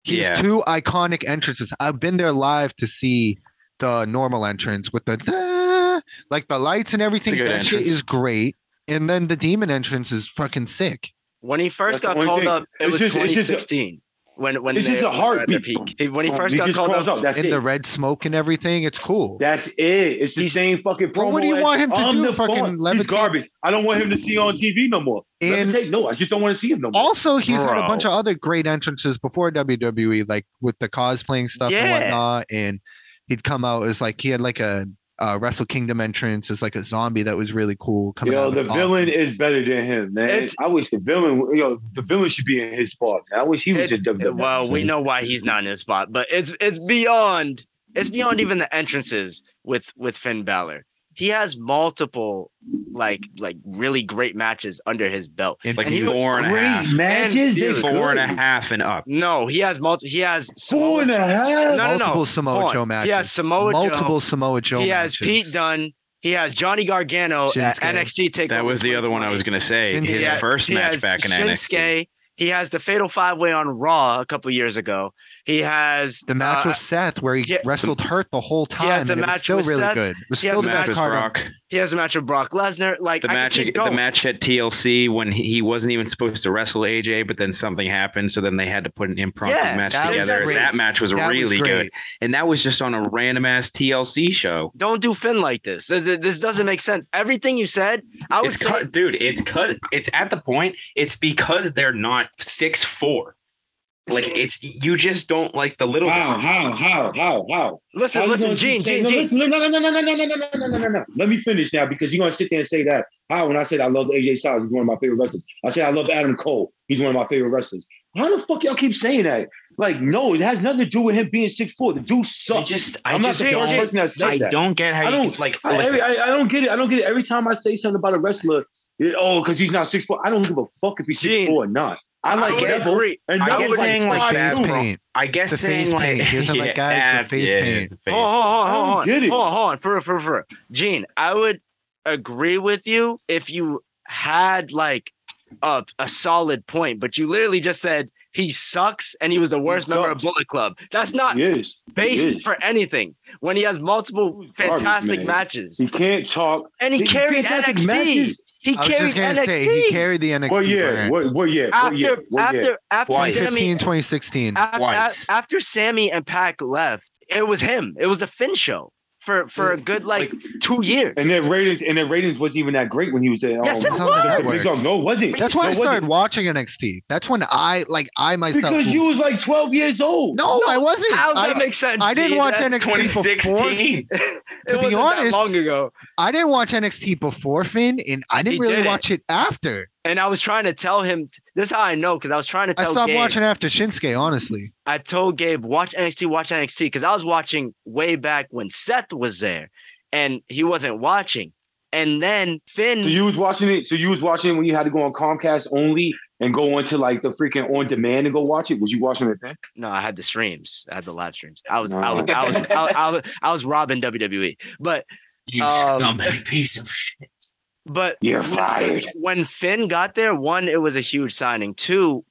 He has
Yeah.
two iconic entrances. I've been there live to see the normal entrance with the "Da," like the lights and everything.
good
That shit
entrance.
is great. And then the demon entrance is fucking sick.
when he first
That's the only
got called
thing.
up. It
It's
was
just- it's just a-
2016. When when
it's
they-
just a
when they were at their
heartbeat.
peak. He- When he first got
just
called
calls
up,
up. That's
And the
it.
red smoke and everything. It's cool.
That's it. It's the
He's-
same fucking promo.
Well, what do you
as,
want him to
"I'm
do,
the
fucking
boss." He's
levitate?
garbage. I don't want him to see on TV no more.
And-
Levitate? No, I just don't want to see him no more.
Also, he's had a bunch of
Bro.
other great entrances before WWE, like with the cosplaying stuff and
Yeah.
whatnot. And he'd come out as like he had like a uh, Wrestle Kingdom entrance as like a zombie that was really cool. Coming out
Yo,
of
the
coffin.
villain is better than him, man.
It's-
I wish the villain, yo, the villain should be in his spot. man. I wish he was
It's-
in WWE.
well, we know why he's not in his spot, but it's it's beyond it's beyond even the entrances with with Finn Balor. He has multiple like like really great matches under his belt.
And
Like
he was-
four and a half,
Three matches,
And
they
dude,
four and a
good.
half and up.
No, he has multi. He has
Four
Samoa
and a half.
No, no, no.
multiple
Hold
Samoa
on.
Joe matches.
He has Samoa
multiple
Joe.
Samoa Joe
he
matches.
has Pete Dunne. He has Johnny Gargano at
Shinsuke.
NXT Takeover.
That was the other one I was gonna say.
Shinsuke.
His
Yeah,
first
He
match
has
back in NXT.
Shinsuke. He has the Fatal Five Way on Raw a couple years ago. He has
The match
uh,
with Seth where he
yeah.
wrestled hurt the whole time.
has the
and it was
match
still
with
really
Seth.
good. It was
He has
still
The
the
match
best
with
card. on-
Brock.
He has a match with Brock Lesnar. Like
The
I could
match,
keep
the
going.
match at TLC when he, he wasn't even supposed to wrestle AJ, but then something happened, so then they had to put an impromptu
Yeah,
match
that was
together. and
great.
That match was
That was
really
great.
good, and that was just on a random ass TLC show.
Don't do Finn like this. This, this doesn't make sense. Everything you said, I was
It's cut, dude. It's cut. It's at the point. It's because they're not six four. Like it's you just don't like the little
How,
guys.
how, how, how, how?
listen,
How you
listen,
gonna
Gene,
keep saying-
Gene, Gene.
No, listen, no, no, no, no, no, no, no, no, no, no, no, no, no. Let me finish now because you're gonna sit there and say that. How when I said I love AJ Styles, he's one of my favorite wrestlers. I said I love Adam Cole, he's one of my favorite wrestlers. How the fuck y'all keep saying that? Like, no, it has nothing to do with him being six four. The dude
I
sucks.
just, I
I'm not
just
the first
don't.
person that said
I
that.
don't get how
I
you
don't-
can, like.
I,
listen,
every- I, I don't get it. I don't get it. Every time I say something about a wrestler, it- oh, because he's not six four. I don't give a fuck if he's six
Gene,
four or not. I
I
like
would
Neville,
agree.
and
I
Neville's
get saying
like,
like
five,
that,
Face
two.
bro.
paint.
I guess
It's a
saying
face
like
paint. He doesn't like guys with
that-
face
yeah,
paint.
it's a
Hold
face.
on,
I
hold
don't
on, hold
get
on,
it.
hold on, hold on. For, for, for. Gene, I would agree with you if you had like a, a solid point, but you literally just said he sucks and he was the worst member of
sucks.
Bullet Club. That's not
He is.
basis
is.
for anything when he has multiple
Garbage,
fantastic
man.
matches.
He can't talk.
and he
Did-
carried
fantastic
NXT.
matches?
He
I was
carried
just gonna
NXT.
say he carried the NXT
Well, yeah.
brand.
What, well, yeah. Well,
after
yeah. Well, yeah.
after after
Why?
Sammy
2015, 2016.
af- af-
Twice.
after Sammy and Pac left, it was him. It was the Finn show for for a good like two years.
And their ratings and their ratings wasn't even that great when he was there.
Yes,
Um,
it
It's on the
was.
network.
Big Dog, no, it wasn't.
That's why
No, it
I
wasn't.
started watching NXT. That's when I like I myself.
Because you was like 12 years old.
no, I wasn't.
How that
I,
makes sense?
I didn't
G?
watch
That-
NXT before.
2016.
it
to be
wasn't that
honest,
long ago,
I didn't watch NXT before Finn, and I didn't
He
really
did it.
watch it after.
and I was trying to tell him. This is how I know because I was trying to
I
tell.
stopped
Gabe,
watching after Shinsuke. Honestly,
I told Gabe, watch NXT, watch NXT, because I was watching way back when Seth was there, and he wasn't watching. And then Finn,
So you was watching it. So you was watching it when you had to go on Comcast only and go onto like the freaking on demand and go watch it. Was you watching it then?
no, I had the streams, I had the live streams. I was, I
No.
was, I was, I, I was, I was robbing WWE, but
You
Um,
scumbag piece of shit.
but
You're
when-
fired.
When Finn got there, one, it was a huge signing. Two,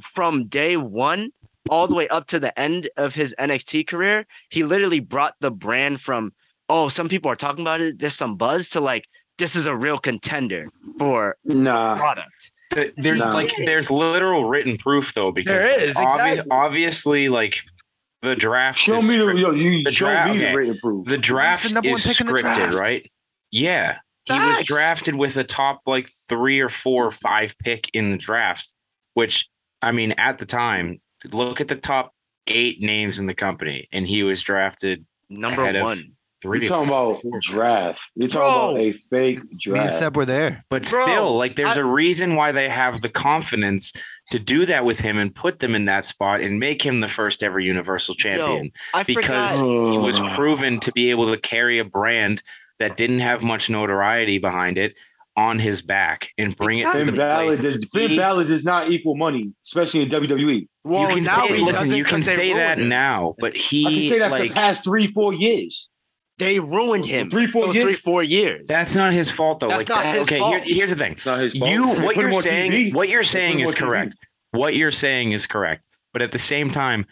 from day one all the way up to the end of his NXT career, he literally brought the brand from oh, some people are talking about it. There's some buzz to like this is a real contender for
Uh,
Nah.
product.
Th- There's
No.
like there's literal written proof though because
There is, exactly.
obviously like the draft.
Show
is
me the
script-
yo, you
The
show
draft-
me the
okay.
rate of proof.
the draft
the number one
is
pick in the
scripted,
draft.
right? Yeah, he
Facts.
was drafted with a top like three or four or five pick in the draft, which I mean at the time, look at the top eight names in the company, and he was drafted
Number
Ahead of-
one.
three. to
You're talking about draft. You're talking
Bro.
about a fake
me and
draft.
Seb were there.
But
Bro,
still, like, there's
I-
a reason why they have the confidence to do that with him and put them in that spot and make him the first ever Universal Champion
I
Because-
forgot.
he was
Uh-huh.
proven to be able to carry a brand that didn't have much notoriety behind it on his back and bring it to
Finn
the place.
Balor does Finn Balor does not equal money, especially in E. WWE.
Well,
Oh, you can
now
say,
he
listen,
doesn't
you can
'cause they
say that
ruined him.
now, but he
I can say that for
like
the past three, four years.
They ruined him.
Three, four
Those
years?
three, four years.
that's not his fault though. like
That's not
that,
his
okay,
fault.
Here, here's the thing.
It's not his
You
They
what
put him
you're
on
saying
TV.
what you're
They put
saying
him
is
on TV.
correct. What you're saying is correct. But at the same time,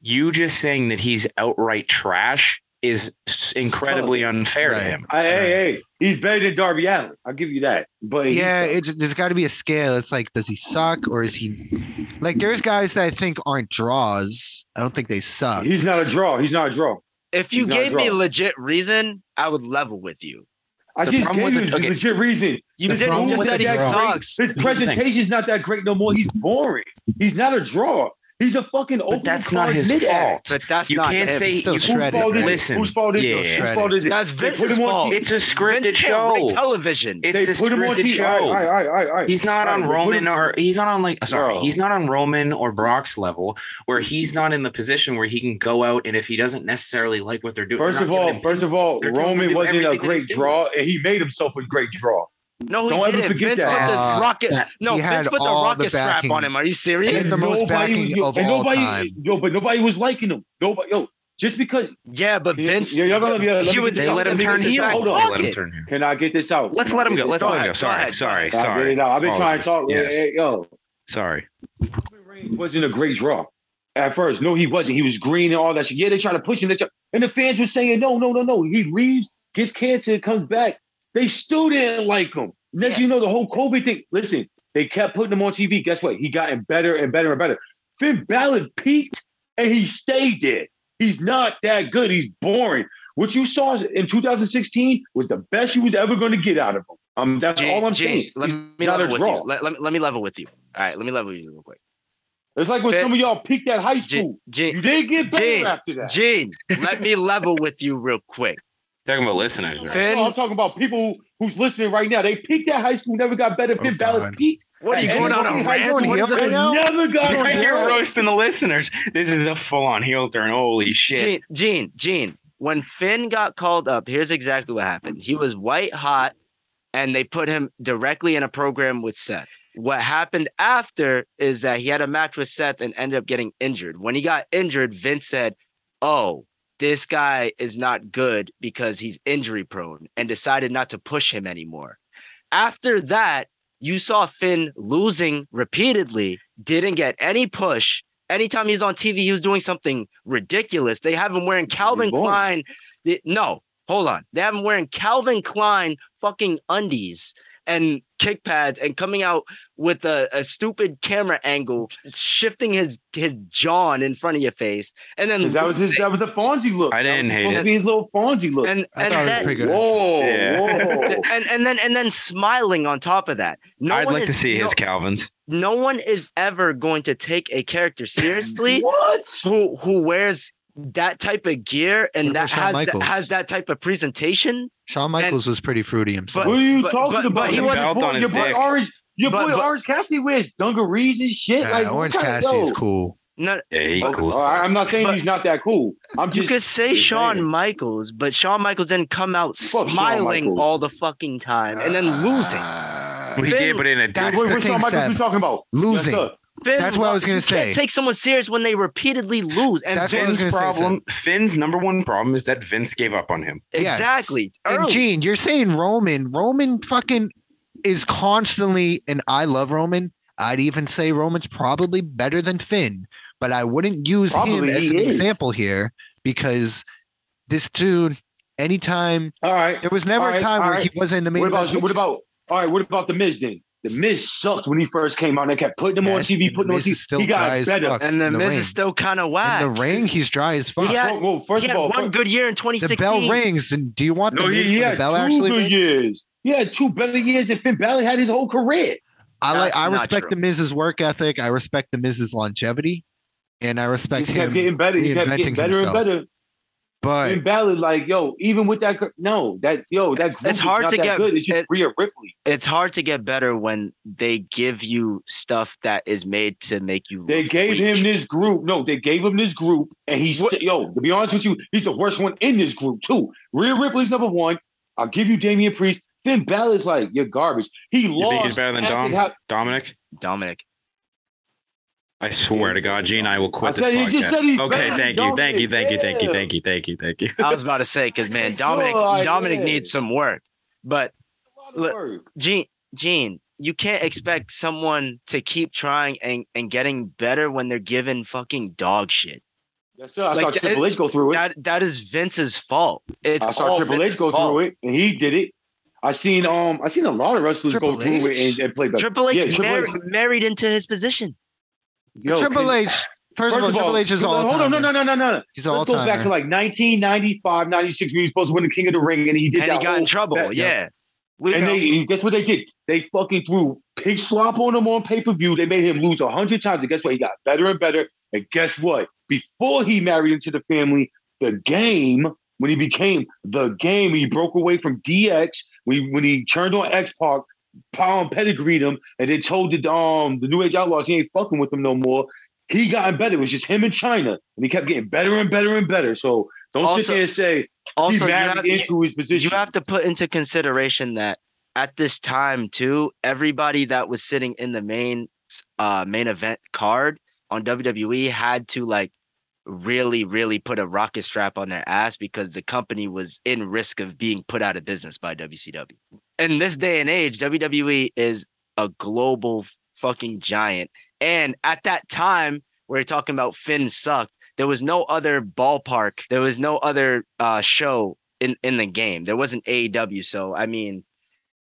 you just saying that he's outright trash is s- incredibly unfair to
Right.
him.
I, hey, hey, he's better than Darby Allen. I'll give you that. But he-
Yeah, it, there's got to be a scale. It's like, does he suck or is he like? There's guys that I think aren't draws. I don't think they suck.
he's not a draw. He's not a draw.
If you
He's not
gave me
wrong.
legit reason, I would level with you.
I
The
just
problem
gave
with
you
the- okay.
legit reason.
You
The
didn't
problem
you just
with
said
the
he
draw-
sucks.
His
the thing.
presentation's not that great no more. He's boring. He's not a draw. He's a fucking open.
But that's not his fault.
But that's
you
not
can't
him.
say
Still
you
Whose
shredded,
fault is
Listen,
it? Whose fault is
yeah.
it? Whose fault is it?
That's
They put
Vince's
him on
fault.
TV.
It's a
Vince
scripted
can't write
show.
television.
It's
They
a
put him on
scripted
TV. All right,
show.
all right, all right, all right, all right.
He's not
All
on
right, they put
Roman
him-
or he's not on like sorry,
Bro.
he's not on Roman or Brock's level where he's not in the position where he can go out and if he doesn't necessarily like what they're doing.
First
they're
of
not giving
all,
him-
first of all,
they're telling him to
Roman
do
wasn't a
everything that
great
he's doing.
draw, and he made himself a great draw.
no, he
Don't ever
didn't.
forget
Vince
that.
put this
Uh,
rocket.
that-
no,
he
Vince
had
put the
all
rocket
the
strap
backing.
on him. Are you
He
serious?
has the most backing
was, yo,
of
and
all
nobody,
time.
Yo, but nobody was liking him. Nobody, yo, just because
Yeah, but
Yeah,
Vince.
yeah, y'all gonna- yeah, let
he
me
was.
get
they
this
let him
Vince
turn
is
heel.
not- hold
They
on.
let him turn heel.
Can I get this out?
Let's let him go. Let's
Go
let him
ahead,
go.
go
Sorry,
ahead.
sorry,
Can I get
sorry.
it out? I've been trying to
Apologies.
talk.
Yes.
Hey, hey, yo,
Sorry.
Roman Reigns wasn't a great draw at first. No, he wasn't. He was green and all that shit. Yeah, they tried to push him. They tried, and the fans were saying, no, no, no, no. He leaves, gets cancer, comes back. They still didn't like him. Next, thing you know, the whole COVID thing. Listen, they kept putting him on TV. Guess what? He gotten better and better and better. Finn Balor peaked and he stayed there. He's not that good. He's boring. What you saw in 2016 was the best you was ever going to get out of him. Um, that's
Gene-
all I'm
Gene,
saying.
Let
He's
me
not a
level with
draw.
you. Let, let me, let me level with you. All right, let me level with you real quick.
It's like when
Finn-
some of y'all peaked at high
Gene,
school. You
Gene,
did get better
Gene,
after that.
Gene, let me level with you real quick.
Talking about listeners. right?
No,
Finn,
I'm talking about people who, who's listening right now. They peaked at high school, never got better.
Oh,
Finn Balor
God.
peaked.
what are you
at
going on a
NXT high
rant?
school,
What is
they
it now?
Never got
Now
on
You're
that.
roasting the listeners. This is a full-on heel turn. Holy shit!
Gene, Gene, Gene, when Finn got called up, here's exactly what happened. He was white hot, and they put him directly in a program with Seth. What happened after is that he had a match with Seth and ended up getting injured. When he got injured, Vince said, Oh, this guy is not good because he's injury prone and decided not to push him anymore. After that, You saw Finn losing repeatedly, didn't get any push. Anytime he's on TV, he was doing something ridiculous. They have him wearing Calvin
boring.
Klein. the- no, hold on. They have him wearing Calvin Klein fucking undies and kick pads and coming out with a, a stupid camera angle, shifting his his jaw in front of your face, and then
'Cause that was his. That was the Fonzie look.
I
That was
didn't hate
supposed to
it.
Be his little Fonzie look.
and
I thought
and
it was
that,
pretty good.
whoa,
Yeah.
whoa.
and and then and then smiling on top of that. No
I'd
one
like to
is-
see
no,
his Calvin's.
No one is ever going to take a character seriously
what?
who who wears that type of gear
What
and
about
that
Shawn
has that,
Michaels?
has that type of presentation.
Shawn Michaels was pretty fruity himself.
What are you
but-
talking
but-
about?
but he
Your
wasn't
belt
boy-
on his
your boy
dick.
Orange, your
But-
boy
but-
Orange Cassidy wears dungarees and shit.
Yeah,
like what
Uh, Orange
kinda-
Cassidy's
yo.
cool.
No,
Yeah, he
Okay,
cool
all right,
stuff.
I'm not saying
But-
he's not that cool. I'm
you
just
could say
just
Shawn
saying.
Michaels, but Shawn Michaels didn't come out
Fuck Shawn
smiling
Michaels.
all the fucking time and
Ah,
then losing.
Well, he
Finn-
did, but in a
That's
Wait,
different-
the
which
thing,
Shawn Michaels
Seb.
we talking about?
Uh, Losing.
Yes, sir.
Finn
That's what I
lo-
was gonna
you can't
say.
take someone serious when they repeatedly lose, and
That's what I
Finn's
was gonna say,
problem. Finn's number one problem is that Vince gave up on him.
Yes.
exactly
And
early.
Gene, you're saying Roman. Roman fucking is constantly, and I love Roman. I'd even say Roman's probably better than Finn, but I wouldn't use
Probably
him as
he
an
is.
example here because this dude, anytime
All right.
there was never
Alright,
a time where
alright.
he wasn't in the main
What about
event
what about all right? What about the Miz then? The Miz sucked when he first came out. They kept putting him
Yes,
on TV,
and
putting
the
him on
Miz is
TV.
still
he
dry
got
as
better.
fuck.
and the
in the
Miz
ring.
is still kind of
in
whack.
the ring, he's dry as fuck.
Yeah.
Well, well, first
he
of
had
all,
one
first-
good year in
The
2016.
bell rings, and do you want the
no,
Miz
he, he
when
had
the bell
two
actually?
good
rings?
years. He had two better years, and Finn Balor had his whole career.
I like.
That's
I
not
respect
true.
the Miz's work ethic. I respect the Miz's longevity, and I
He
respect
just
him.
kept getting better. He kept getting
reinventing
better
himself.
and better.
But
Finn Balor, like yo, even with that, cur- no, that yo, that
It's-
group
it's
is
hard
not
to
that
get-
good. It's just
it-
Rhea Ripley.
It's hard to get better when they give you stuff that is made to make you.
They
look
gave
weak.
him this group. No, they gave him this group, and he's yo. To be honest with you, he's the worst one in this group too. Rhea Ripley's number one. I'll give you Damian Priest. Finn Balor's like you're garbage. He
You
lost.
think he's better than
after
Dom?
how-
Dominic?
Dominic.
I swear to God, Gene, I will quit
I said
this
he
podcast.
just said he's better
okay, thank you,
than
thank you,
Dominic.
thank you, thank you,
Yeah.
thank you, thank you, thank you.
I was about to say because man, Dominic,
Sure, I
Dominic
did.
needs some work. But
A lot of
Look,
work.
Gene, Gene, you can't expect someone to keep trying and and getting better when they're given fucking dog shit.
That's it. I
like,
saw Triple H go through it.
That that is Vince's fault. It's
I saw
all
Triple H
Vince's
go
fault.
through it, and he did it. I seen um, I seen a lot of wrestlers go
Triple
through it
H?
and, and play better.
Triple H,
Yeah, Triple
mar-
H.
married into his position.
Yo,
Triple
can-
H. First, of all, Triple H is all.
Hold on, no, no, no, no, no.
He's all
Let's go
time.
back to like 1995, 96. We were supposed to win the King of the Ring, and he did
and
that.
he got
whole-
in trouble.
that-
yeah. We
And
know.
they and guess what they did? They fucking threw pig slop on him on pay per view. They made him lose hundred times. And guess what? He got better and better. And guess what? Before he married into the family, the game when he became the game, he broke away from DX. When he, when he turned on X Pac, Pound pedigreed him, and they told the um the New Age Outlaws he ain't fucking with them no more. He gotten better. It was just him and China, and he kept getting better and better and better. So don't sit
Also-
there and say he's
also, you
married
have,
into his
you
position.
have to put into consideration that at this time too, everybody that was sitting in the main uh main event card on WWE had to like really, really put a rocket strap on their ass because the company was in risk of being put out of business by WCW. In this day and age, WWE is a global fucking giant. And at that time, we're talking about Finn sucked. There was no other ballpark. There was no other uh, show in, in the game. There wasn't AEW. So I mean,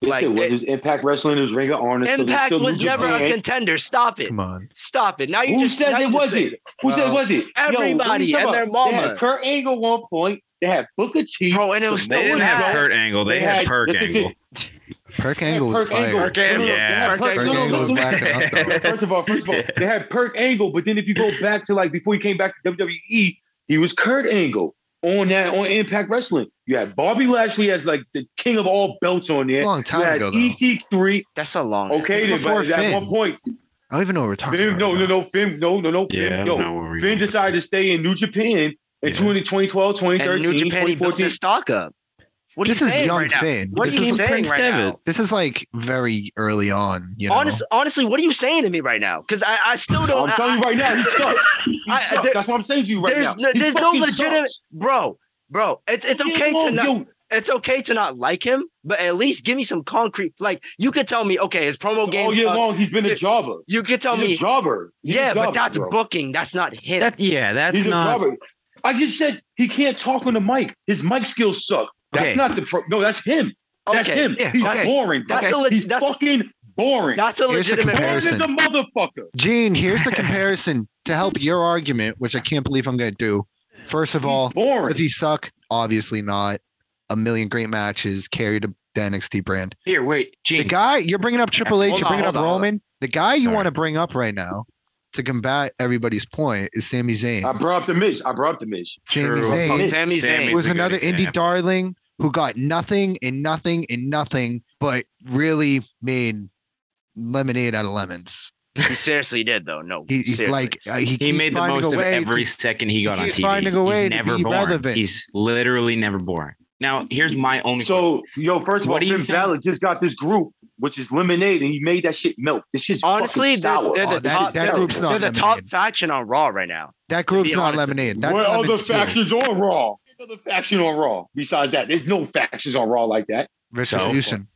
This
Like,
shit was
it-
just Impact Wrestling. It was Ring of Honor. so there's
Impact
still New
was never a
Japan.
contender. Stop it.
Come on.
Stop it. Now you
Who
just now
says
you
it
just say
wasn't?
it.
Who says it
Well,
wasn't? Yo, what are you
everybody
talking
and their
about? They
mama.
had Kurt Angle one point. They had Booker T.
Bro, and it was
They
so
didn't have
bad.
Kurt Angle. They,
They
had,
had-
Perk
this is
Angle.
Perk
They had
Angle was
Perk Angle.
fire.
Perk
No, no, no,
Angle.
they had
Yeah.
Perk
Perk- no, no,
Angle was
listen, listen.
back up, though.
First of all, first of all, they had Kurt Angle, but then if you go back to like before he came back to WWE, he was Kurt Angle on that on Impact Wrestling. You had Bobby Lashley as like the king of all belts on there.
A long
you
time
had
ago, though.
EC3.
That's a long.
Okay, then,
before
but at
Finn.
one point,
I don't even know what we're talking
Finn,
about.
no, no,
now.
no, Finn, no, no, no, Finn,
Yeah.
yo,
no, we're-
Finn decided to stay in New Japan in
Yeah.
2012, 2013,
And New Japan he built
2014.
his stock up. What
This
are you
is
saying
young
right now?
Finn.
What
This
are you
is
saying
Prince
right
Devitt.
now?
This is like very early on. You know.
Honest, honestly, what are you saying to me right now? Because I, I still don't.
I'm telling you
I-
right now, he sucks. He
I-
sucks.
there-
That's what I'm saying to you right
there's
now.
no,
He
there's no
fucking
legitimate,
sucks.
bro, bro. It's it's
Leave him
okay to
alone.
not.
Yo,
it's okay to not like him, but at least give me some concrete. Like you could tell me, okay, his promo game.
All year
sucks.
long, he's been a
uh, Yeah.
jobber.
You could tell
he's
me,
a jobber. He's a
yeah, but
jobber,
that's
bro.
booking. That's not him.
That yeah, that's
he's a
not
jobber. I just said he can't talk on the mic. His mic skills suck. That's
Okay.
not the pro. No, that's him.
okay,
That's him.
yeah,
he's
okay.
boring.
That's
bro.
a leg-
he's
that's-
fucking boring.
That's a
Here's the
legitimate.
boring
comparison.
as a motherfucker.
Gene, here's the comparison to help your argument, which I can't believe I'm going to do. First of all,
He's boring.
does he suck? Obviously not. A million great matches carried the NXT brand.
Here, wait,
The
Gene.
guy you're bringing up Triple H,
Hold
you're
on,
bringing up
hold on, hold on.
Roman. The guy you
Sorry.
want to bring up right now to combat everybody's point is Sami Zayn.
I brought up the Miz. I brought up the Miz.
Sami
True.
Zayn
Oh,
It
Sami Zayn.
Sammy's
was
a good
another indie
example.
darling who got nothing and nothing and nothing, but really made lemonade out of lemons.
He seriously did though. No,
He, he's
seriously.
like uh, he,
He
keeps
made the
finding
most
a
of
way
every
to-
second he got on
keeps
TV.
finding a way
He's
to
never
be
boring.
relevant.
He's literally never boring. Now, here's my only.
So, yo, first of
What
all,
do you
Finn
think?
Balor just got this group, which is Lemonade, and he made that shit melt. This shit's
honestly,
fucking sour.
they're, they're the
Oh, that-
top.
that
they're-
group's not
they're the top
lemonade.
faction on Raw right now.
that group's
be
not
honest,
lemonade. That's
what other
lemons too.
factions on Raw? What other faction on Raw besides that? There's no factions on Raw like that.
Retribution.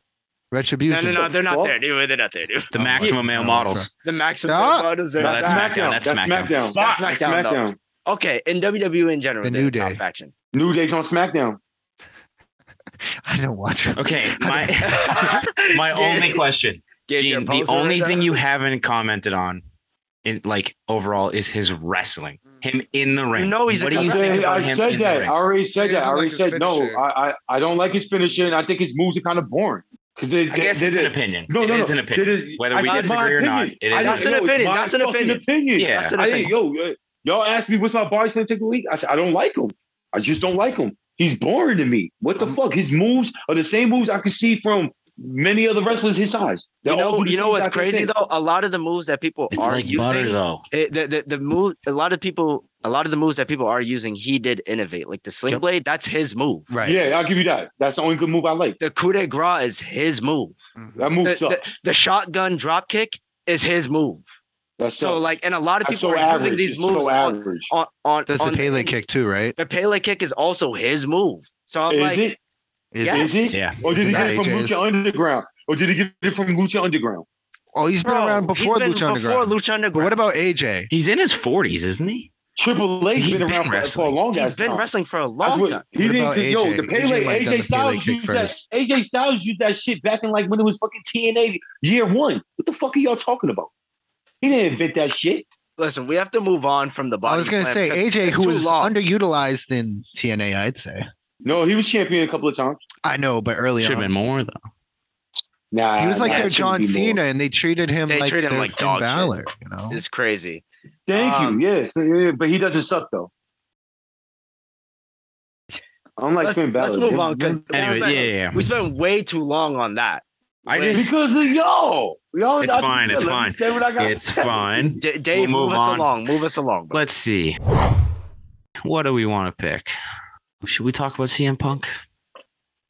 No,
Retribution.
no, no, they're not
Well-
there, dude. They're not there, dude.
the
Oh,
maximum
no,
male
that's
models.
The maximum
No.
bonus are
No,
not
that's
there.
SmackDown, that's SmackDown.
That's
Fuck.
SmackDown.
SmackDown, okay. In WWE in general,
The
they're
New
top
Day.
faction.
New Day's on SmackDown.
I don't watch.
Okay, my my only question,
Get your
Gene. The
poser
only
right
thing
there.
you haven't commented on, in like overall, is his wrestling. Him in the ring.
know he's a
what do
I
you
good-
think
said,
about
I
him
said
in the
that. I
ring?
already said
He
that. I
doesn't
already
like his
said no.
finisher.
I, I I don't like his finisher, and I think his moves are kind of boring. Because they,
I
they-
guess
they-
it's an
they-
opinion.
No, no,
it
no.
is an opinion.
It is-
Whether
I
we
said my
disagree or not,
opinion.
it
I
is
said,
an
yo, it's
opinion.
my
That's an
fucking
opinion.
Yeah.
That's an
I,
opinion.
yo, uh, y'all asked me what's my body slam take a week. I said I don't like him. I just don't like him. He's boring to me. What the
Um,
fuck? His moves are the same moves I can see from many other wrestlers his size. They
You
all
know,
do the
you
same
know what's
goddamn
crazy
thing.
though? A lot of the moves that people
It's
are
like
using,
butter, though.
it- Eh, the, the the move. A lot of people, a lot of the moves that people are using, he did innovate. Like the sling
Yep.
blade, that's his move.
Right.
Yeah, I'll give you that. That's the only good move I like.
The coup de grace is his move.
That move
The, the,
sucks.
the shotgun drop kick is his move.
That sucks.
So like, and a lot of
That's
people
so
are
average.
using these
It's
moves
so
on
average.
on on.
That's
on
the Pele kick too, right?
The Pele kick is also his move. So I'm
Is
like,
it?
Is-
Yeah.
Is it?
Yeah.
Or did he get it
Yeah,
from
AJ is-
Lucha Underground? Or did he get it from Lucha Underground?
Oh, he's been
bro,
around
he's
before
been
Lucha Underground.
Before Lucha
But what
Underground.
about AJ?
He's in his 40s, isn't he?
Triple H
He's
been
been
around for, for a
wrestling.
long ass
He's been
time.
wrestling for a
That's
long
what-
time.
He
What
didn't.
about
Yo,
AJ?
the Pele,
AJ might have done the
AJ Styles
Pele kick
used that.
first.
AJ Styles used that shit back in like when it was fucking TNA year one. What the fuck are y'all talking about? He didn't invent that shit.
Listen, we have to move on from the body.
I was gonna
slam
say
because
AJ,
it's
who
too
was
long.
underutilized in TNA, I'd say.
No, he was champion a couple of times.
I know, but early
Should have
on,
been more though.
Nah,
he was like
nah,
their
Uh, it shouldn't
John
be more.
Cena, and they treated him
They
like
treated him
their
like
Finn
dog shit.
Balor. You know,
It's crazy.
Thank
Um,
you. Yeah, yeah, yeah, but he doesn't suck though. Unlike
Let's,
Finn Balor.
let's move
They-
on because
Anyway, yeah, yeah, yeah.
we spent way too long on that.
I
Wait,
just,
Because of y'all, y'all.
It's
I just
fine,
said,
it's
let me
fine.
say what I gotta
it's
say.
fine.
D- Dave,
We'll
move,
move
us
on.
along. Move us along. bro.
Let's see. What do we want to pick? Should we talk about CM Punk?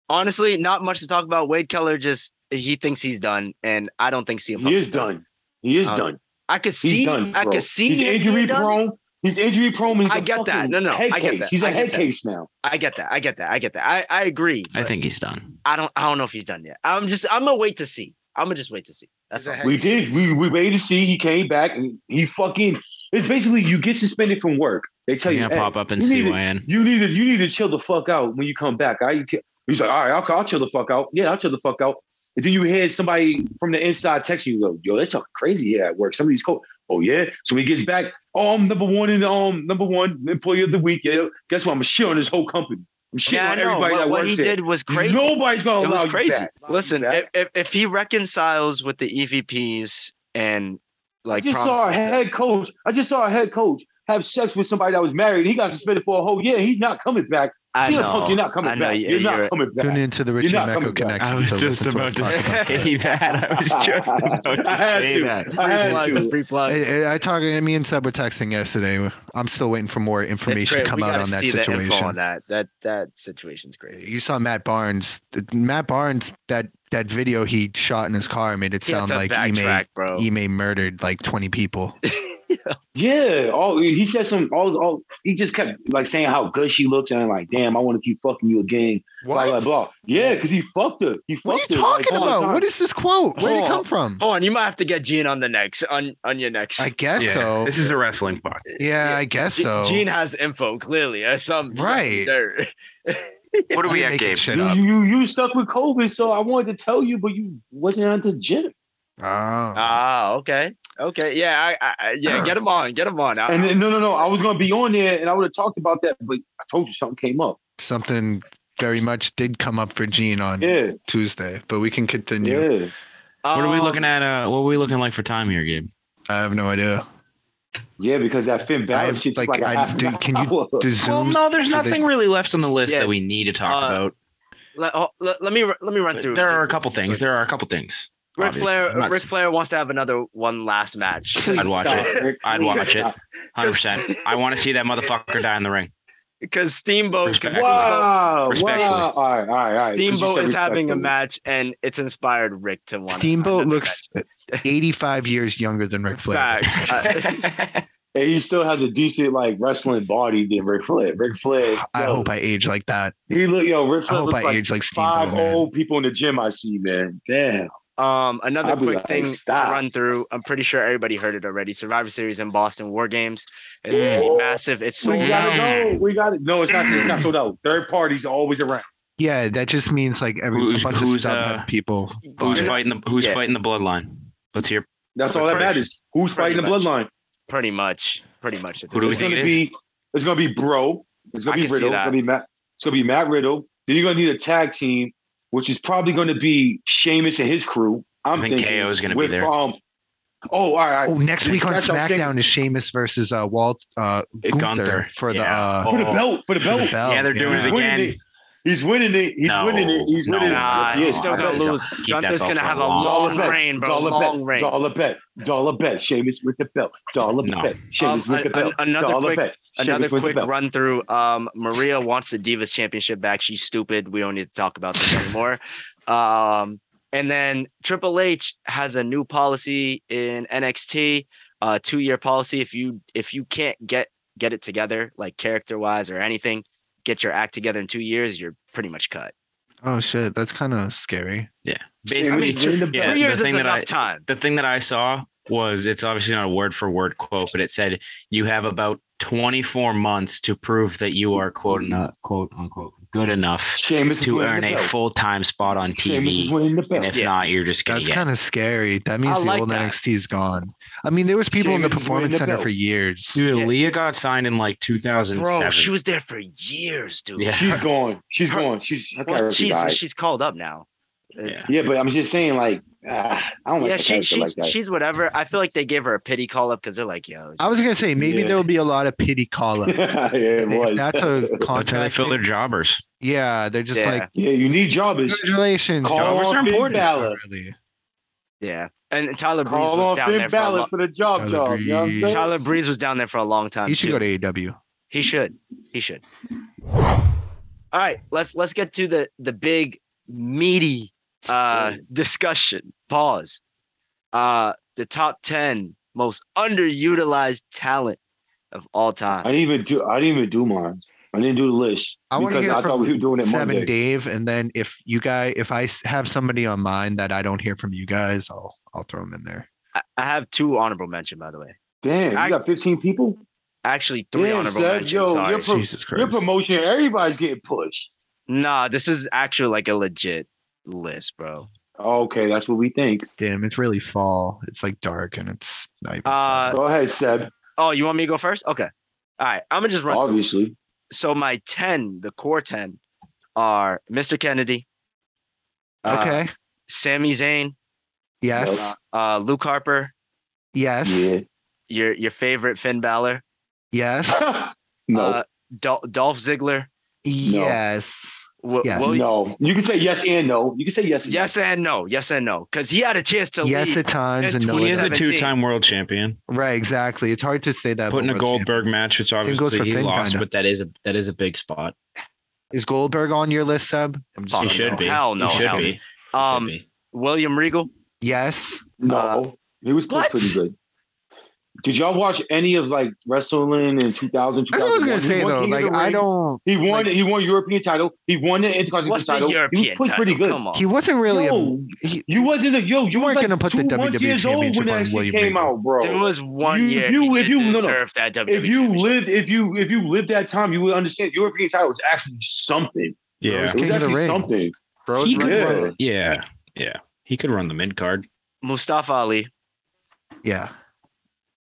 Honestly, not much to talk about. Wade Keller just he thinks he's done, and I don't think CM Punk
He is done. He is
Uh,
done.
I could see.
He's done.
I
bro.
could see.
He's
him being
injury
done.
prone. He's injury prone. He's
I
a
get that.
fucking
No, no,
head
I get
case.
that.
He's a
I get
head
that.
case now.
I get that. I get that. I get that. I, I agree.
I
but
think he's done.
I don't. I don't know if he's done yet. I'm just. I'm gonna wait to see. I'm gonna just wait to see. That's
He's a
all.
head-
We did. We we waited to see. He came back and he fucking. It's basically you get suspended from work. They tell
He's
you,
gonna
hey,
pop up and
you
see
need to-
CYN.
you need to you need to chill the fuck out when you come back. I, he's like, all right, I'll, I'll chill the fuck out. Yeah, I'll chill the fuck out. And then you hear somebody from the inside text you, go, yo, they're talking crazy here at work. Some of these co, oh yeah. So when he gets back, oh, I'm number one in um number one employee of the week. Yeah, guess what? I'm gonna shit on this whole company. I'm shitting
Yeah, I
on
know.
everybody
What,
that
what
works
he
here.
did was crazy.
Nobody's gonna
it
allow
was
you
crazy.
back.
Listen,
Allow you
if,
back.
if, if he reconciles with the EVPs and
I
like
just saw a
promises to-
head coach. I just saw a head coach have sex with somebody that was married. He got suspended for a whole year. He's not coming back.
I
CM
know.
Punk, you're not coming
I know,
back.
yeah,
You're
you're-
not coming back.
tune into the Richie
not
Mecco
coming back.
connection.
I was
to
just
listen
about to
us talk about
say that. I was just about
I
to
had
say
to.
that.
I
Free
had
plug.
to.
Free
that.
plug.
I, I- I talked. Me and Seb were texting yesterday. I'm still waiting for more
It's
information
crazy.
to come
we
out
gotta
on that
see The info on
situation.
that. That that situation's crazy.
You saw Matt Barnes. Matt Barnes. That that video he shot in his car made it
He had
sound
to
like E he
backtrack,
made
bro.
Ime murdered like 20 people.
Yeah. All he said some all all he just kept like saying how good she looks and I'm like, damn, I want to keep fucking you again. Blah blah blah. Yeah, because he fucked her. He fucked
What are you
her. like,
talking
all the
about?
time.
What is this quote? Where did it
Hold
come
on.
from?
Hold on, you might have to get Gene on the next on on your next.
I guess
Yeah,
so.
This is a wrestling pod.
Yeah,
yeah,
I guess
G-
so.
Gene has info clearly. Uh, some he got some
Right.
dirt.
What are
I'm
we at,
making
Gabe?
shit
you,
up.
you you stuck with COVID, so I wanted to tell you, but you wasn't at the gym.
Uh-huh.
Oh.
Ah, okay, okay, yeah, I, I, I- yeah, get him on, get him on. I,
And
I-
then, no, no, no. I was gonna be on there and I would have talked about that, but I told you something came up.
Something very much did come up for Gene on
Yeah,
Tuesday, but we can continue.
yeah.
What are we
um,
looking at? Uh, what are we looking like for time here, Gabe?
I have no idea.
Yeah, because that Finn
I
Balor
have,
shit's
like,
like, a
I-
half
dude,
an
can you
hour.
Do
Well,
Zooms-
no, there's
do they-
nothing really left on the list
Yeah.
that we need to talk
Uh,
about.
Let, oh, let, let me r- let me run
But
through.
there
it.
are a couple things. There are a couple things.
Ric
obviously.
Flair.
I'm not-
Ric Flair wants to have another one last match.
I'd watch
Stop,
it.
Rick.
I'd watch it.
Stop.
100%. I want to see that motherfucker die in the ring.
because Steamboat. 'cause
Respectfully.
Steamboat,
Wow!
Respectfully.
Wow! All right, all right, all right. 'Cause you
Steamboat
said
is having a
respectfully.
match, and it's inspired Rick to want.
Steamboat
another
looks 85 years younger than Ric Flair.
match. Facts. Uh,
And he still has a decent like wrestling body than Ric Flair. Ric Flair.
I
yo,
hope I age like that.
he look yo. Ric
I
Flair
hope
looks
I
like
age like Steamboat.
five
man.
old people in the gym. I see, man. Damn.
Um, another
I'll be
quick
like,
thing
"Stop."
to run through. I'm pretty sure everybody heard it already. Survivor Series in Boston War Games. It's gonna be
Yeah.
massive. It's so
we gotta
Mm.
go. We got to No, it's not. It's not sold out. Third party's always around.
Yeah, that just means like every
Who's-
a bunch of
who's,
subhead
uh,
people.
Who's
Yeah.
fighting the Who's
Yeah.
fighting the bloodline? Let's hear.
That's all that matters. Who's
Pretty
fighting the
much.
bloodline?
pretty much, pretty much. at
Who
this
do we
It's
think
gonna
it is?
be. It's gonna be bro. It's
I
gonna be
can see
Riddle. It's
that.
gonna be Matt. It's gonna be Matt Riddle. Then you're gonna need a tag team, which is probably gonna be Sheamus and his crew. I'm
I think
thinking
KO is going to be
with,
there.
Um, oh, all right.
Oh, next week on
That's our thing.
SmackDown is Sheamus versus uh, Walt uh, Gunther,
Gunther.
for the
Yeah.
uh,
Oh,
For the belt. For the
for the
belt.
belt.
yeah, they're doing
He's
it again.
winning it. He's winning it. He's
no,
winning it. He's
no,
winning it.
Nah,
Yes,
he's
yes,
still
I
gonna
bet.
lose.
Keep that
Gunther's
belt
gonna
for
have a
long
long
time.
reign, bro.
Dollar
Long
bet.
reign.
Dollar bet. Dollar bet. Sheamus with the belt. Dollar
No.
bet. Sheamus
Um,
with the
an-
belt.
an- another
Dollar
quick-
bet. Sheamus
Another
with the
quick
belt.
run through. Um, Maria wants the Divas Championship back. She's stupid. We don't need to talk about this anymore. Um, and then Triple H has a new policy in NXT, uh, two year policy. If you if you can't get get it together, like character wise or anything, get your act together in two years, you're pretty much cut.
Oh shit, that's kind of scary.
Basically,
Sheamus winning the
yeah,
belt.
two
the
years is
thing that
enough
I-
time.
the thing that I saw was it's obviously not a word for word quote, but it said you have about 24 months to prove that you are quote enough, quote unquote good enough
Sheamus is
to
winning
earn
the
a
belt.
full time spot on
Sheamus is
TV.
winning the
And
belt.
if
Yeah.
not, you're just gonna
That's
get.
kind of scary. That means
I
the
like
old
that.
NXT is gone. I mean, there was people in
Sheamus
the
is winning
performance
the
center
belt.
for years.
Dude,
Yeah.
Leah got signed in like 2007.
Bro, she was there for years, dude.
Yeah.
She's gone. She's
Her-
gone. She's. I
Well,
can't
she's
recognize.
she's called up now. Uh,
yeah.
Yeah, but I'm just saying, like, ah, I don't like
yeah,
the
she,
character
she's
like that.
she's whatever. I feel like they gave her a pity call up because they're like, yo,
I was gonna say maybe
Yeah.
there will be a lot of pity call ups.
yeah, it was.
That's a
That's how they
contract.
fill their jobbers.
yeah, they're just
Yeah.
like
yeah, you need jobbers.
congratulations.
Call
John."
Jobbers
on
are
Finn
important.
Balor.
Really.
yeah. And Tyler Breeze
Call
was
on
down
Finn
there for a
Balor
long,
for the job
Tyler
job. You know what I'm
Breeze.
saying?
Tyler Breeze was down there for a long time.
You should
too.
go to E AEW.
He should. He should. All right, let's let's get to the the big meaty uh discussion. Pause. Uh the top 10 most underutilized talent of all
I
time.
didn't even do. I didn't even do mine. I didn't do the list
I wanna
because
hear
I thought
from
we were doing it
Seven
Monday.
Dave, and then if you guys, if I s- have somebody on mine that I don't hear from you guys, I'll I'll throw them in there.
I, I have two honorable mention by the way.
Damn,
I-
you got 15 people.
Actually, three
Damn,
honorable
Seth,
mentions.
yo, you're
sorry.
Pro-
Jesus Christ.
Your promotion, everybody's getting pushed.
Nah, this is actually like a legit list, bro.
Okay, that's what we think.
Damn, it's really fall. It's like dark and it's night.
Uh,
Go ahead, Seb.
Oh, you want me to go first? Okay. All right. I'm gonna just run. through.
Obviously,
So my ten, the core ten, are Mr. Kennedy, uh,
okay.
Sami Zayn,
Yes.
Nope.
uh, Luke Harper,
Yes.
yeah.
your your favorite Finn Balor,
Yes.
no,
uh, Dol- Dolph Ziggler,
Yes.
Wi-
Yes.
Will-
no. You can say yes and no. You can say yes. And
yes and no, yes and no, because he had a chance to
Yes
leave.
at times
It's
and no.
He
He
at
is
is
a
a
times.
two-time world champion.
Right. Exactly. It's hard to say that.
Put in
but
a
we're
Goldberg
champions.
match, which
goes
obviously
for
he
Finn,
lost,
kinda.
but that is a that is a big spot.
Is Goldberg on your list, Seb?
He
I'm
Fuck no.
gonna
should
know.
be.
Hell no,
He should
hell
be. He should
Um,
be.
William Regal,
Yes.
no.
uh,
he was pushed
what?
pretty good. Did y'all watch any of like wrestling in 2000?
That's what I
2001?
was gonna
He
say
won
though.
King of
Like
the
I
Ring.
don't.
He won.
like-
he won European title. He won the Intercontinental
What's the
title. he
European
was pushed pretty
title?
good.
Come on.
He wasn't really. A,
Yo,
he,
you wasn't a yo. You,
You
was
weren't
like
gonna put the
two months
WWE
years old
championship
when
on
that shit
William
came
Regal.
out, bro.
There was one
you-
year
you-
he
if
did
you- no, no.
deserve that E WWE.
if you lived, if you if you lived that time, you would understand. European title was actually something.
Yeah.
It was
King of the
actually
Ring.
something.
bro,
He
it's
could
really-
Yeah.
run. Yeah. Yeah. He could run the mid card.
Mustafa Ali,
yeah.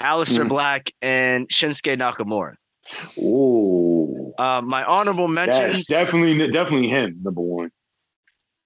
Alistair
Mm.
Black, and Shinsuke Nakamura.
Oh,
Uh, my honorable mentions.
that's definitely definitely him. Number one,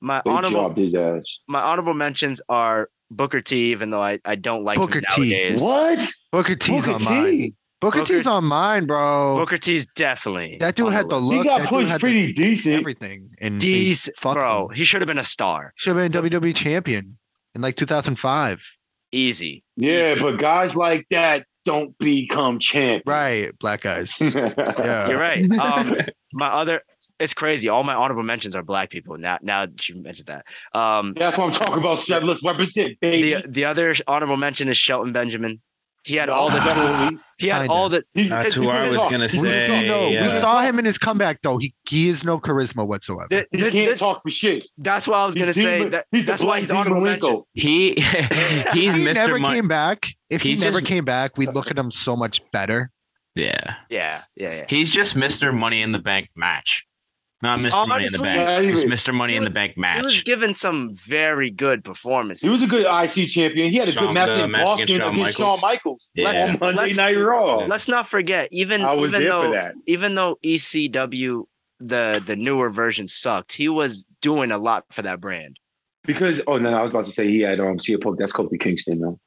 My
they
honorable
dropped his ass.
my honorable mentions are Booker T, even though I, I don't like
Booker
Booker
T.
T. Nowadays.
What?
Booker T's
Booker
on mine.
T.
Booker
Booker-
T's on mine, bro.
Booker T's definitely
that dude
on
had the
list.
look.
He got
that dude
pushed
had
pretty
the,
decent.
everything. And
D's,
fuck
bro. He should have been a star.
should have been WWE E champion in like 2005.
Easy.
Yeah, but guys like that don't become champ.
Right, black guys.
Hmm.
Yeah.
You're right. Um, my other, it's crazy. All my honorable mentions are black people. Now, now that you mentioned that. Um,
That's what I'm talking about. Seven. Let's represent, baby.
the the other honorable mention is Shelton Benjamin. He had all the
definitely.
he had
Kinda.
all the
He-
That's
it's-
who I
it's
was
all-
going to
We saw-
say.
no, we
yeah.
saw him in his comeback though. He he is no charisma whatsoever.
th-
He
th-
can't
th-
talk for shit.
that's why I was
He's
gonna say
Dean-
that.
he's the
That's why
black
he's
Dean
honorable
Malenko.
mention.
He, he's
if he
Mr.
never
Money.
came back. If he
He's
never
just-
came back, we'd look at him so much better.
yeah.
Yeah, yeah, yeah.
He's just Mr. Money in the Bank match. Not Mr. Money in the
Honestly,
Bank.
yeah,
Just
he-
Mr. Money in the Bank
He was
match.
given some very good performances.
He was a good IC champion. He had a
Shawn-
good match
the
in
match
Boston
against
against
Shawn
Shawn Michaels,
Michaels. Yeah.
on Monday
Let's-
Night Raw.
Let's not forget, even
I was
even
there
though
for that.
even though ECW the the newer version sucked, he was doing a lot for that brand.
Because oh no, no, I was about to say he had um see a poke. That's Kofi Kingston though.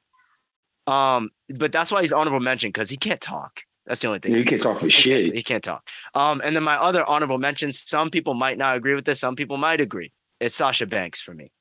Um, but that's why he's honorable mention because he can't talk. That's the only thing.
Yeah, he can't talk for
He can't-
shit.
He can't talk. Um, and then my other honorable mentions. Some people might not agree with this. Some people might agree. It's Sasha Banks for me,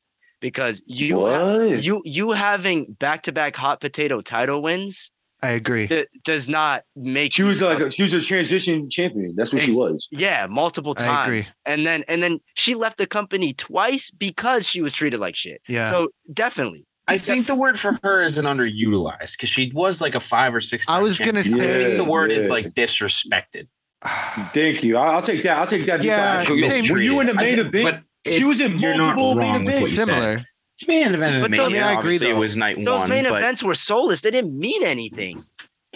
because you ha-
what?
you you having back to back hot potato title wins
I agree.
that does not make
she
you
was like
fucking-
a, she was a transition champion. That's what she
Ex-
was.
Yeah, multiple
I agree.
times. And then and then she left the company twice because she was treated like shit.
Yeah.
So definitely.
I think the word for her is an underutilized because she was like a five or six.
I
time
was gonna
champion. I
say
think the word is
Yeah.
like disrespected.
Thank you. I, will take that. I'll take that.
Yeah,
So, yo,
same.
were you in the
I
main
think-
event?
but
She
it's-
was in
you're not
multiple
wrong with
main
what
events.
you said.
similar.
Main event of
But
Mania,
those-
Yeah, I agree,
obviously, it
though.
was night
Those
one.
main
but
events were soulless. They didn't mean anything.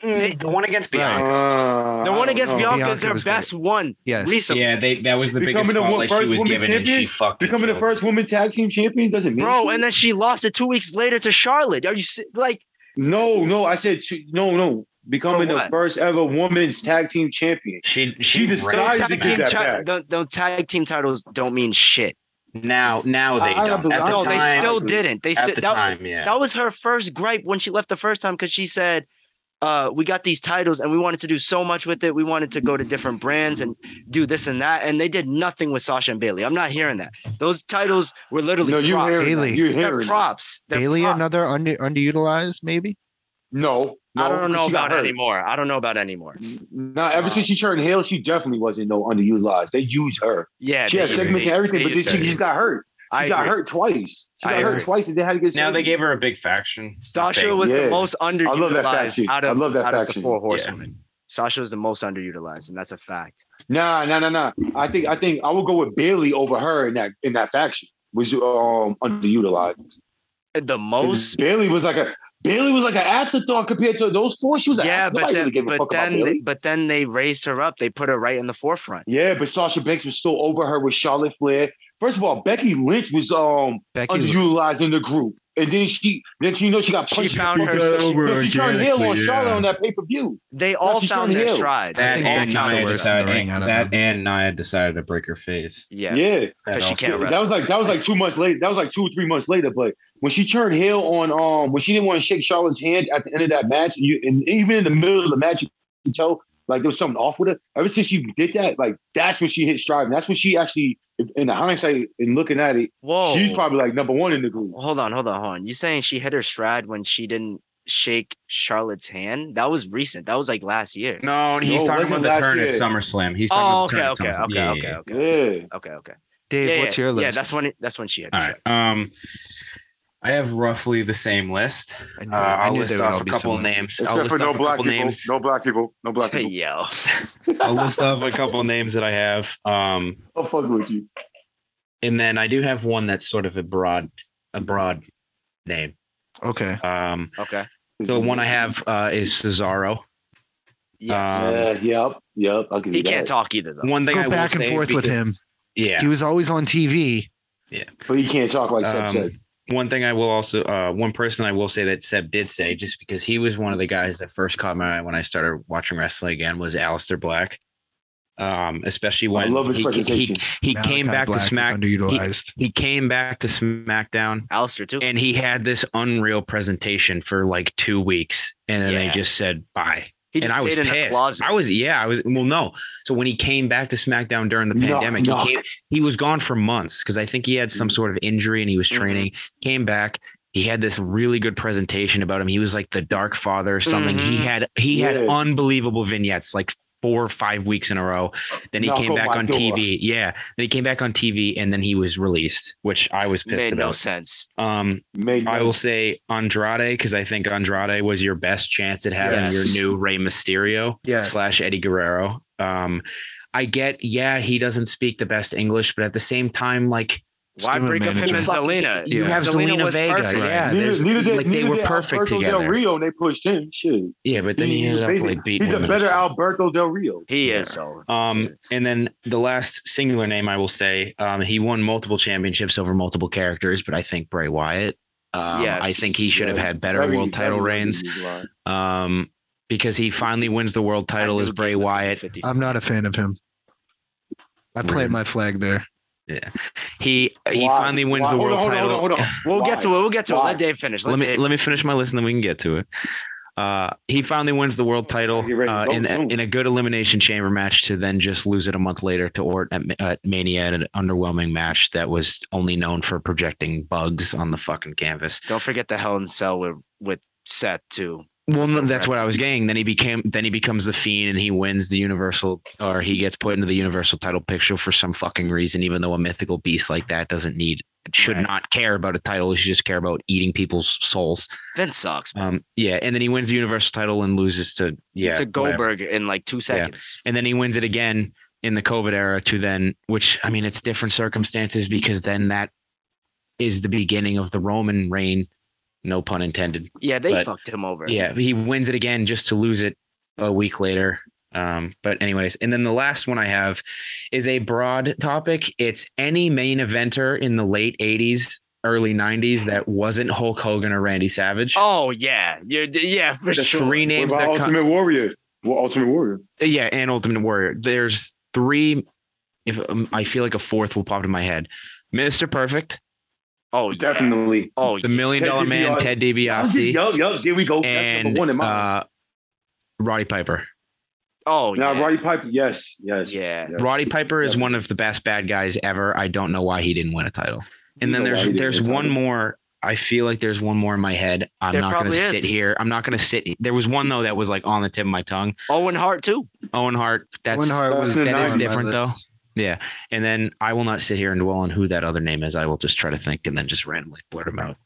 Mm, the one against
Right.
Bianca.
Uh,
The
I
one
don't
against
know.
Bianca,
Bianca
is their
was great.
best one
Yes.
recently.
Yeah, they, that was the
Becoming
biggest
the wo-
spotlight she
first
was
woman
given, and she
champion?
fucking
Becoming the
killed
first woman tag team champion doesn't mean
Bro,
shit.
and then she lost it two weeks later to Charlotte. Are you si- like
no, no, I said two, no, no, becoming
For
the
what?
first ever women's tag team champion.
it. She she,
decided
ran
to
the
do
match.
that
ti-
back.
the, the tag team titles don't mean shit?
Now now they
I- I
don't.
believe-
at the
No,
time,
they still didn't. They still
at the
that-
time, yeah.
That was her first gripe when she left the first time because she said, uh, we got these titles and we wanted to do so much with it. We wanted to go to different brands and do this and that. And they did nothing with Sasha and Bailey. I'm not hearing that. Those titles were literally
No, you
props.
hearing
Bailey.
that. You
They're
hearing that.
props. They're
Bailey,
props.
another under, underutilized, maybe.
No, no,
I don't know
she got
about
hurt.
anymore. I don't know about anymore.
Not ever since she turned heel, she definitely wasn't no underutilized. They used her.
Yeah.
She had
they-
segments and everything,
they
but then
used
she
her.
just got hurt. She
I
got
agree.
hurt twice. She
I
got hurt
agree.
twice, and they had to get.
now they
surgery.
gave her a big faction.
Sasha
Thing.
was the
Yeah.
most underutilized
faction.
out of,
I love that
out of the
faction.
four horsewomen. Sasha was the most underutilized, and that's a fact.
Nah, nah, nah, nah. I think I think I will go with Bailey over her in that in that faction. Was um underutilized.
The
Because
most
Bailey was like a Bailey was like an afterthought compared to those four. She was like,
yeah, but then,
gave a
but
fuck about
then,
Bailey.
they, but then they raised her up. They put her right in the forefront.
yeah, but Sasha Banks was still over her with Charlotte Flair. First of all, Becky Lynch was um
Becky.
underutilized in the group, and then she next you know she got
She
punched. in the
found
face.
her-
Got over
Because she turned heel on
organically,
Charlotte
yeah.
on that pay per view.
They all
she's
found
on
their
heel.
stride.
That
They
I
all
and
Becky's
found
Nia
the
their
worst
stride.
in the ring
decided
out of
that
them.
and Nia decided to break her face.
Yeah,
Yeah,
That
'Cause she
also-
can't wrestle.
that was like that was like two months later. That was like two or three months later. But when she turned heel on, um, when she didn't want to shake Charlotte's hand at the end of that match, you, and even in the middle of the match, you could tell like there was something off with her. Ever since she did that, like that's when she hit stride. And that's when she actually, in the hindsight and looking at it,
whoa.
she's probably like number one in the group.
hold on, hold on, hold on. You saying she hit her stride when she didn't shake Charlotte's hand? That was recent. That was like last year.
No, and he's
No, it
talking
wasn't
about the
last
turn at
year.
SummerSlam. He's talking
Oh,
about the
okay,
turn
okay,
at SummerSlam.
okay,
Yeah, yeah,
okay,
yeah.
okay,
Yeah,
okay, okay.
Dave,
Yeah,
what's
yeah,
your list?
Yeah, that's when it, that's when she hit. her
All
stride.
right. Um, I have roughly the same list.
I knew,
Uh,
I
I'll
knew
list
there would
off
all
a
be
couple
someone.
names. I'll
Except
list
for no
off a
black
couple
people.
names.
No black people. No black people.
Yo,
I'll list off a couple names that I have. Um,
I'll fuck with you.
and then I do have one that's sort of a broad, a broad name.
Okay.
Um,
okay,
the one I have uh, is Cesaro.
yes.
Um,
yeah, yep, yep. I'll give
he
you that.
can't talk either though.
One thing I
Go
will
back and
say
forth with
because-
him.
Yeah.
He was always on TV.
But he can't talk like Seb
Um,
said.
one thing I will also, uh, one person I will say that Seb did say, just because he was one of the guys that first caught my eye when I started watching wrestling again, was Alistair Black. Um, especially when
I love his
he,
presentation.
he, he came
Malachi
back
Black
to
was
Smack.
Underutilized.
He came back to SmackDown,
Alistair too.
and he had this unreal presentation for like two weeks, and then
Yeah.
they just said bye.
He
and
just
I was
stayed in the
pissed.
closet.
I was yeah, I was well no. So when he came back to SmackDown during the
Knock,
pandemic,
knock.
he came he was gone for months because I think he had some
Mm-hmm.
sort of injury and he was
Mhm.
training. Came back, he had this really good presentation about him. He was like the Dark Father or something. He
Mhm.
had he had
Yeah.
unbelievable vignettes like four or five weeks in a row. Then he
Knock
oh
came
on
back
my
on
door.
TV. Yeah, then he came back on TV and then he was released, which I was pissed
Made no
about.
sense.
um,
Made
I
no-
will say Andrade because I think Andrade was your best chance at having
Yes.
your new Rey Mysterio
Yes.
slash Eddie Guerrero. Um, I get, yeah, he doesn't speak the best English, but at the same time, like
Why
give him a
bring up him
manager.
and
Fuck,
Zelina?
you
Yeah.
have
Zelina
Selena
was
Vega,
perfect.
yeah, there's-
neither, neither did,
like they
neither
were
did
perfect
Alberto Del
together.
Rio, and they pushed him. Shit.
Yeah, but then he,
He-
ended up
basically-
like beating.
He's a
women.
better Alberto Del Rio.
He is so.
Um, and then the last singular name I will say, um, he won multiple championships over multiple characters, but I think Bray Wyatt. Um,
Yes.
I think he should have
Yeah.
had better
Every-
world title
every-
reigns.
every-
Um, because he finally wins the world title
I
as
knew
Bray
Gabe was gonna be
Wyatt.
50.
I'm not a fan of him. I
Weird.
played my flag there.
He he
Why?
finally wins
Why?
the
Hold
world
on, hold on,
title.
Hold on, hold on.
We'll get to it.
Why?
We'll get to it.
Why?
Let Dave finish.
Let me
Dave-
let me finish my list and then we can get to it. Uh, he finally wins the world title
Get ready to
uh,
vote
in
soon.
in a good elimination chamber match to then just lose it a month later to Orton at, Ma- at Mania in an underwhelming match that was only known for projecting bugs on the fucking canvas.
Don't forget the Hell in Cell with with Seth too.
Well, no, that's what I was getting. Then he became, then he becomes the fiend, and he wins the universal, or he gets put into the universal title picture for some fucking reason. Even though a mythical beast like that doesn't need, should
Right.
not care about a title. He should just care about eating people's souls.
Vince sucks. man.
Um, yeah, and then he wins the universal title and loses to yeah
to
whatever.
Goldberg in like two seconds.
and then he wins it again in the COVID era. To then, which I mean, it's different circumstances because then that is the beginning of the Roman reign. No pun intended.
Yeah, they
But-
fucked him over.
Yeah, he wins it again just to lose it a week later. Um, but anyways, and then the last one I have is a broad topic. It's any main eventer in the late '80s, early '90s that wasn't Hulk Hogan or Randy Savage.
Oh yeah, You're, yeah for
the
sure.
three
What
names
about
that come,
Ultimate Warrior? Well, Ultimate Warrior.
yeah, and Ultimate Warrior. There's three. If um, I feel like a fourth will pop in my head, Mister Perfect,
Oh yeah.
Definitely.
Oh
the
yeah.
Million
Ted
Dollar Man,
DiBiase.
Ted
I was just-
DiBiase,
Yup, yup. Here we go. That's
and
number one in my
uh,
mind.
Roddy Piper.
Oh yeah.
Now, Roddy Piper. Yes, yes.
yeah.
Yeah.
uh, Roddy Piper is
Yeah.
one of the best bad guys ever. I don't know why he didn't win a title. And then
know why
there's
he didn't
there's
win a
one
title.
more. I feel like there's one more in my head. I'm
There
not gonna
probably
sit
is.
here. I'm not gonna sit. There was one though that was like on the tip of my tongue.
Owen Hart too.
Owen Hart. That's
Owen Hart
that's
was
the
that is
on my
different though. Yeah. And then I will not sit here and dwell on who that other name is. I will just try to think and then just randomly blurt him out.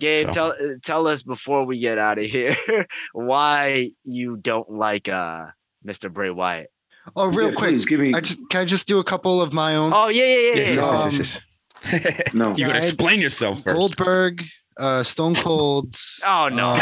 Gabe,
So-
tell uh, tell us before we get out of here why you don't like uh Mr. Bray Wyatt.
Oh, real
Yeah,
quick.
please give me
I just can I just do a couple of my own.
Oh yeah, yeah, yeah.
Yes,
yeah.
yes,
Um,
yes, yes, yes.
no.
you
Yeah,
can
I-
explain yourself first.
Goldberg, uh, Stone Cold.
Oh no.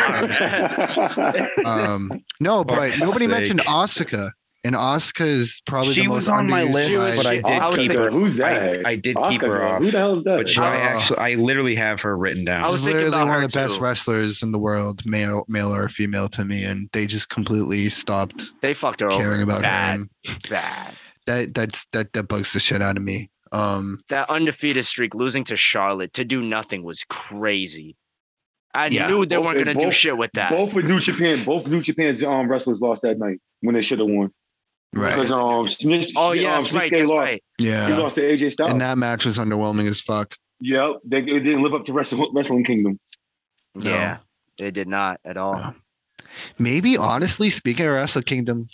Um, um, no, but
Oh. Fuck's
nobody
sake.
mentioned Asuka, and Asuka is probably
She
the
was
most
on my
underused
list,
guy.
but I
she-
did
I was
keep her.
thinking, who's
I,
that?
I did
Oscar
keep her
girl.
off.
Who the hell is that?
But she, I
Oh.
actually, I literally have her written down.
I was
She's
thinking
literally
about
one
her,
of the best
too.
wrestlers in the world, male, male or female to me, and they just completely stopped
they fucked her
caring
over.
about her.
bad,
and
bad.
That that's that that bugs the shit out of me. Um,
That undefeated streak, losing to Charlotte to do nothing was crazy. I
Yeah.
knew they
Both-
weren't gonna do
both-
shit with that.
Both with New Japan, both New Japan's um, wrestlers lost that night when they should have won.
right?
Because, um, Snis-
oh
um,
yeah, that's right.
Shinsuke
That's
lost.
right.
He
Yeah,
lost to AJ Styles.
and that match was underwhelming as fuck.
yep, they, they didn't live up to Wrestle- Wrestling Kingdom.
No.
Yeah, they did not at all.
No. Maybe honestly, speaking of Wrestle Kingdom,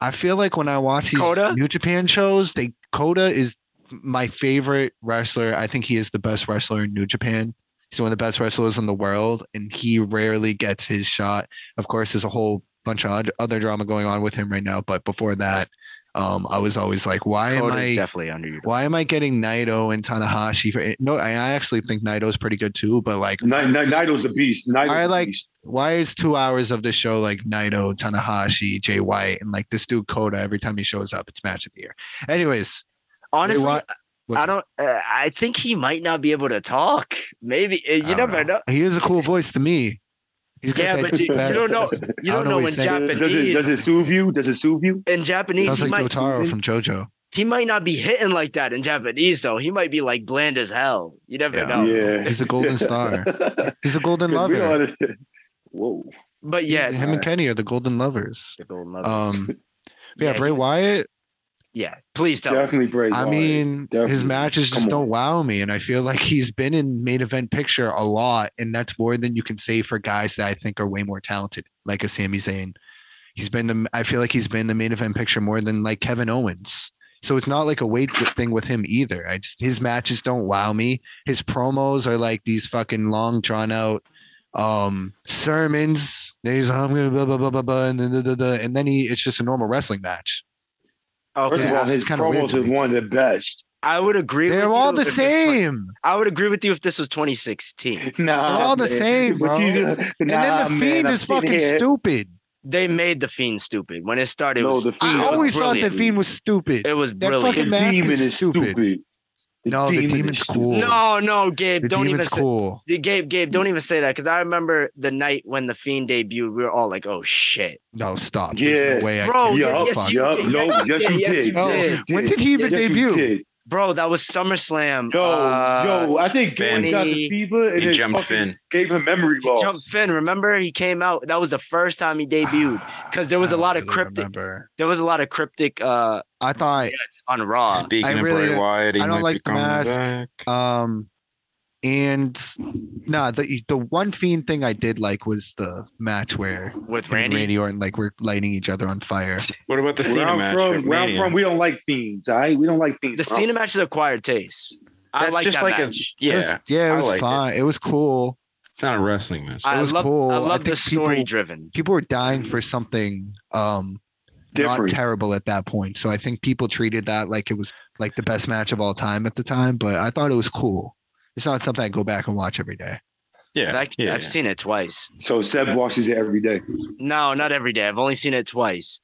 I feel like when I watch these
Kota?
New Japan shows, they Coda is my favorite wrestler. I think he is the best wrestler in New Japan. He's one of the best wrestlers in the world, and he rarely gets his shot. Of course, there's a whole bunch of od- other drama going on with him right now. But before that, um, I was always like, why am
Coda's
I?
definitely under
why am I getting Naito and Tanahashi? For, eh, no, I I actually think Naito's pretty good too, but like,
Ni- Ni- Naito's a beast. Naito's
I
a
like-
beast.
why is two hours of this show like Naito, Tanahashi, Jay White, and like this dude Coda every time he shows up, it's match of the year. Anyways,
Honestly,
Wyatt- what's
I
up?
don't. Uh, I think he might not be able to talk. Maybe uh, you
I don't
never know.
He has a cool voice to me. He's got
Yeah,
that
but you, you
bad-
don't know. You
I
don't
don't know
know
what
in
he's saying.
Japanese.
Does it does it soothe you? Does it soothe you?
in Japanese,
Sounds
he
like
might
Dotaro from JoJo.
he might not be hitting like that in Japanese though. He might be like bland as hell. You never
Yeah.
know.
yeah,
He's a golden star. He's a golden
'Cause we
lover.
don't under- Whoa.
But yeah,
him and Kenny are the golden lovers.
the Golden Lovers.
Um, yeah,
he
Bray
was-
Wyatt.
Yeah, please tell
Definitely
us.
Bray.
I
Wyatt.
mean, his
definitely.
matches just
Come
don't
on.
wow me, and I feel like he's been in main event picture a lot, and that's more than you can say for guys that I think are way more talented, like a Sami Zayn. He's been the. I feel like he's been the main event picture more than like Kevin Owens. So it's not like a weight thing with him either. I just his matches don't wow me. His promos are like these fucking long drawn out um sermons. Then He's I'm gonna blah blah blah blah blah, and then da, da, da, and then he it's just a normal wrestling match.
First
Okay,
of all,
it's
his
kinda weird
promos
to
are
me.
one of the best.
I would agree.
They're
with
all
you
the
if it's
same.
twen- I would agree with you if this was 2016.
Nah,
all the
man.
same,
But
bro.
You,
And then the fiend is fucking stupid.
They made the fiend stupid when it started. it
No,
was-
The Fiend
I
it was
was
always thought
brilliant.
the fiend was stupid.
It was
That
brilliant.
fucking
The
mask
demon
is
is
stupid.
stupid.
No, the demon's
is
cool.
No, no, Gabe,
the
don't even
demon's
say,
cool.
Dude, Gabe, Gabe, don't even say that because I remember the night when the Fiend debuted, we were all like, "Oh shit,
No, stop. There's
Yeah.
no way I
bro!"
can-
yeah,
yes,
fuck.
you
Yup,
did.
no,
Yes, you
yes,
did.
you
Yes, you
did.
No.
did.
When did he even
Yes, you
debut?
did.
bro. That was SummerSlam.
Yo,
uh,
yo, I think
Finn.
Finn got the fever and
He
then
jumped
fucking
Finn.
gave him memory
He
loss.
jumped Finn. Remember, he came out. That was the first time he debuted.
Ah.
because there was
I
a lot
don't
of cryptic-
remember.
There was a lot of cryptic uh
I thought
yes, on Raw.
Speaking of
really
Bray
don't-
Wyatt, he
I
might
don't like
be
the
coming
mask.
back.
um and nah, the the one fiend thing I did like was the match where him
With
and
Randy,
Randy Orton like we're lighting each other on fire.
What about the
Where
Cena
I'm
match? at
from, where I'm
Mania?
from, we don't like fiends. All right, we don't like fiends. Uh,
the
bro.
Cena match is acquired taste. I
That's
like
just
that
like
match.
a
It
yeah.
was- yeah,
I
it was
liked it.
fine. It. was cool.
it's not a wrestling match.
I
was
love,
cool.
I
I
love the
think people-
story driven.
People were dying for something um
Mm-hmm. Different.
not terrible at that point. So I think people treated that like it was like the best match of all time at the time, but I thought it was cool. It's not something I go back and watch every day.
yeah,
I've, act-
yeah.
I've seen it twice.
so Seb watches it every day.
No, not every day. I've only seen it twice.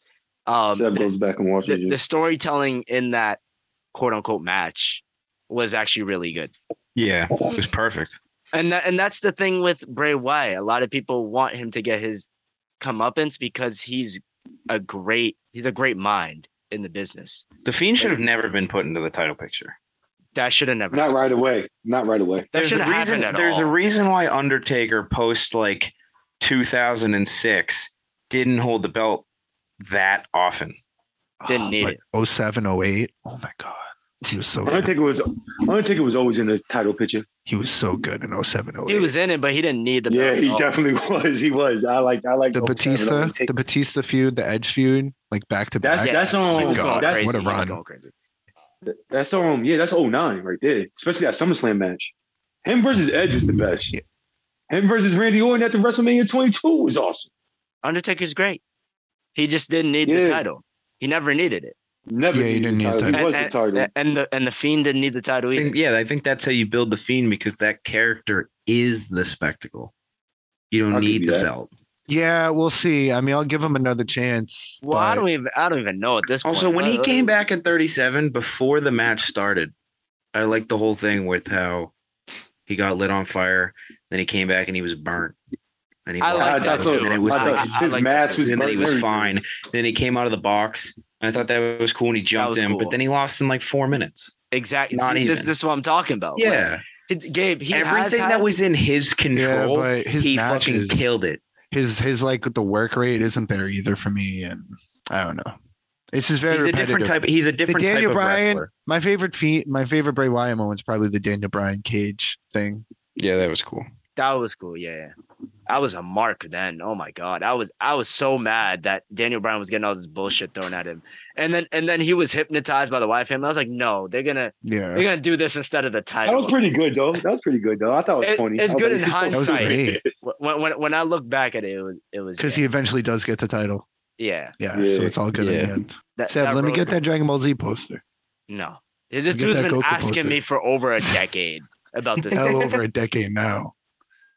Um,
Seb
the-
goes back and watches
the,
it.
the storytelling in that quote unquote match was actually really good.
yeah, it was perfect.
And that, and that's the thing with Bray Wyatt. A lot of people want him to get his comeuppance because he's a great he's a great mind in the business.
The Fiend should have never been put into the title picture.
That should have never
Not right away. Not right away.
that
there's a
shouldn't happen
reason.
at
There's
all.
a reason why Undertaker post like 2006 didn't hold the belt that often.
Didn't need
like 07, 08. Oh my god. He was so good.
Undertaker was Undertaker was always in the title picture.
He was so good in 07, 08.
He was in it, but he didn't need the
yeah,
belt at
he
all.
definitely was. He was. I like. I like
Oh. the Batista, the Batista feud, the Edge feud, like back to
That's-
back.
Yeah. on-
he was going
that's-
crazy.
what a
He was
run.
going crazy.
that's um. Yeah, that's 09 right there. Especially that SummerSlam match. Him versus Edge was the best.
Yeah.
Him versus Randy Orton at the WrestleMania 22 was awesome.
Undertaker's great. He just didn't need
Yeah.
the title. He never needed it.
Never.
Yeah, he
needed
didn't need
the title.
that.
He was the
and,
title.
and- and the and the fiend didn't need the title
I
either.
think, yeah, I think that's how you build the Fiend because that character is the spectacle. You don't
I'll give
need
you
the
that.
belt.
yeah, we'll see. I mean, I'll give him another chance.
Well, I
but-
don't even I don't even know at this point.
Also, when he
Uh,
Let-
came back at 37 before the match started, I liked the whole thing with how he got lit on fire, then he came back and he was burnt. And he
I
walked
like
out,
that
thought-
too.
and it was
I thought
like
I
his
like that
mask
too.
was
and then he was
burnt.
fine. Then he came out of the box, and I thought that was cool. And he jumped
was
in,
cool.
but then he lost in like four minutes.
Exactly.
Not
See, This,
even.
this is what I'm talking about. Like,
Yeah,
it- Gabe, Oh, he has
everything
had,
that was in his
yeah,
control,
but his
he
matches-
fucking killed it.
His his like the work rate isn't there either for me, and I don't know. It's just very
He's a different
repetitive.
type. He's a different type
Daniel
of
Bryan-
wrestler.
My favorite feat, my favorite Bray Wyatt moment is probably the Daniel Bryan cage thing.
Yeah, that was cool.
that was cool. Yeah, yeah. I was a mark then. Oh my god, I was I was so mad that Daniel Bryan was getting all this bullshit thrown at him, and then and then he was hypnotized by the wife family. I was like, no, they're gonna
Yeah.
they're gonna do this instead of the title.
That was pretty good though. That was pretty good though. I thought it was
It-
funny.
it's
I was like,
good in
this is-
That was
hindsight.
great
when when when I look back at it, it was it was
because he eventually does get the title.
yeah.
Yeah,
Yeah.
so it's all good in
Yeah.
the end.
That,
Seb, let me
road-
get that Dragon Ball Z poster.
No, this
get
dude's
that
been
Goku
asking
poster.
me for over a decade about this.
Hell over a decade now.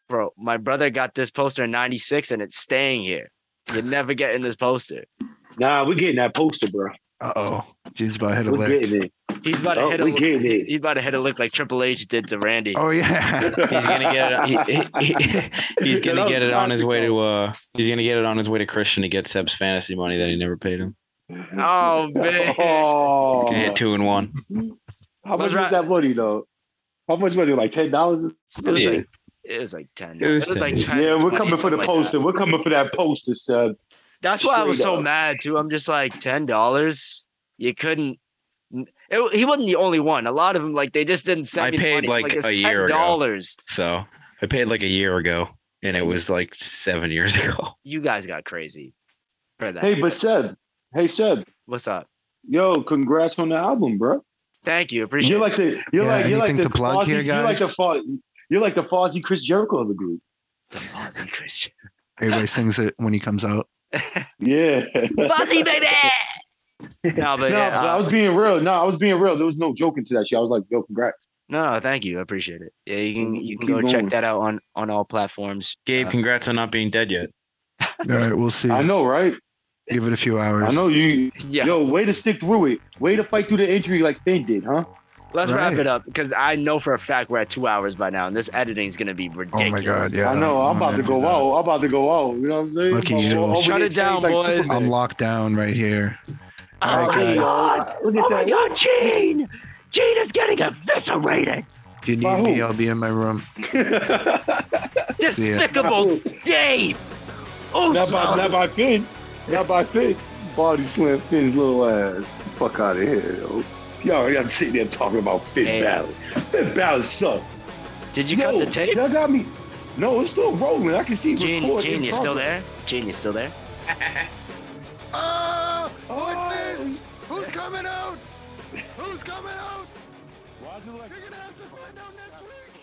bro, my brother got this poster in 96 and it's staying here. You're never getting this poster.
Nah, we're getting that poster, bro.
Uh oh. Jin's about to hit a
We're
lick.
getting it.
He's about to
Oh,
hit a
we getting it.
he's about to hit a look like Triple H did to Randy.
Oh yeah.
He's gonna get it. he- he- he's
That
gonna
was
get it on his way
practical.
to. uh He's gonna get it on his way to Christian to get Seb's fantasy money that he never paid him.
Oh man.
Oh,
Gonna hit two and one.
how much
Was
was
Ra-
that money though? How much was it? Like ten dollars?
It was
Yeah.
like it was like 10.
It was 10.
like 10.
Yeah, we're
20,
coming for the
something like
poster. We're coming for that poster, son.
that. That's why I was
Straight
so
up.
mad too. I'm just like $10. You couldn't it, he wasn't the only one. A lot of them, like they just didn't send.
I
me the
paid,
money.
like,
it's
a year ago.
Dollars.
So I paid like a year ago, and it was like seven years ago.
You guys got crazy for that.
Hey, but Seb. Hey, Seb.
What's up?
Yo, congrats on the album, bro.
Thank you. Appreciate.
You're
it.
like the you're
Yeah,
like you're like
anything
the
to plug
Fozzy-
here,
You're like the
guys?
Fo- you're like the Fozzy Chris Jericho of the group.
Fozzy Christian.
Everybody sings it when he comes out.
Yeah.
Fozzy baby. No, but,
no,
yeah,
but I
uh,
was being real. No, I was being real. There was no joking to that shit. I was like, yo, congrats.
No, thank you. I appreciate it. Yeah, you can you can
Keep
go
going.
check that out on on all platforms.
Gabe,
Uh,
congrats on not being dead yet.
All right, we'll see.
I know, right?
Give it a few hours.
I know you.
Yeah,
Yo, way to stick through it. Way to fight through the injury like Finn did, huh?
let's wrap
right.
it up because I know for a fact we're at two hours by now, and this editing is gonna be ridiculous.
Oh my god, yeah.
I know. I'm about to
gonna
go
do that.
out. I'm about to go out. You know what I'm saying?
Look at
I'm
you.
over
Shut
here
it down,
changed
boys.
I'm
Superman.
locked down right here.
Oh
All right,
my
guys.
god!
Look at
Oh my
that.
god, Gene! Gene is getting eviscerated.
If you
By
need me,
who?
I'll be in my room.
Despicable Dave.
Not by,
Oh,
not by Finn. Not by Finn. Body slam Finn's little ass. Fuck out of here, yo. Y'all got to sit there talking about Finn
Hey.
Balor. Finn Balor suck.
did you
Yo,
cut the tape?
Y'all got me. No, it's still rolling. I can see
Gene,
recording.
Gene,
in
you still there?
progress.
Gene, you still there?
Oh,
Who's coming out? Who's coming out?
Why does it look like-
gonna have to find out next week.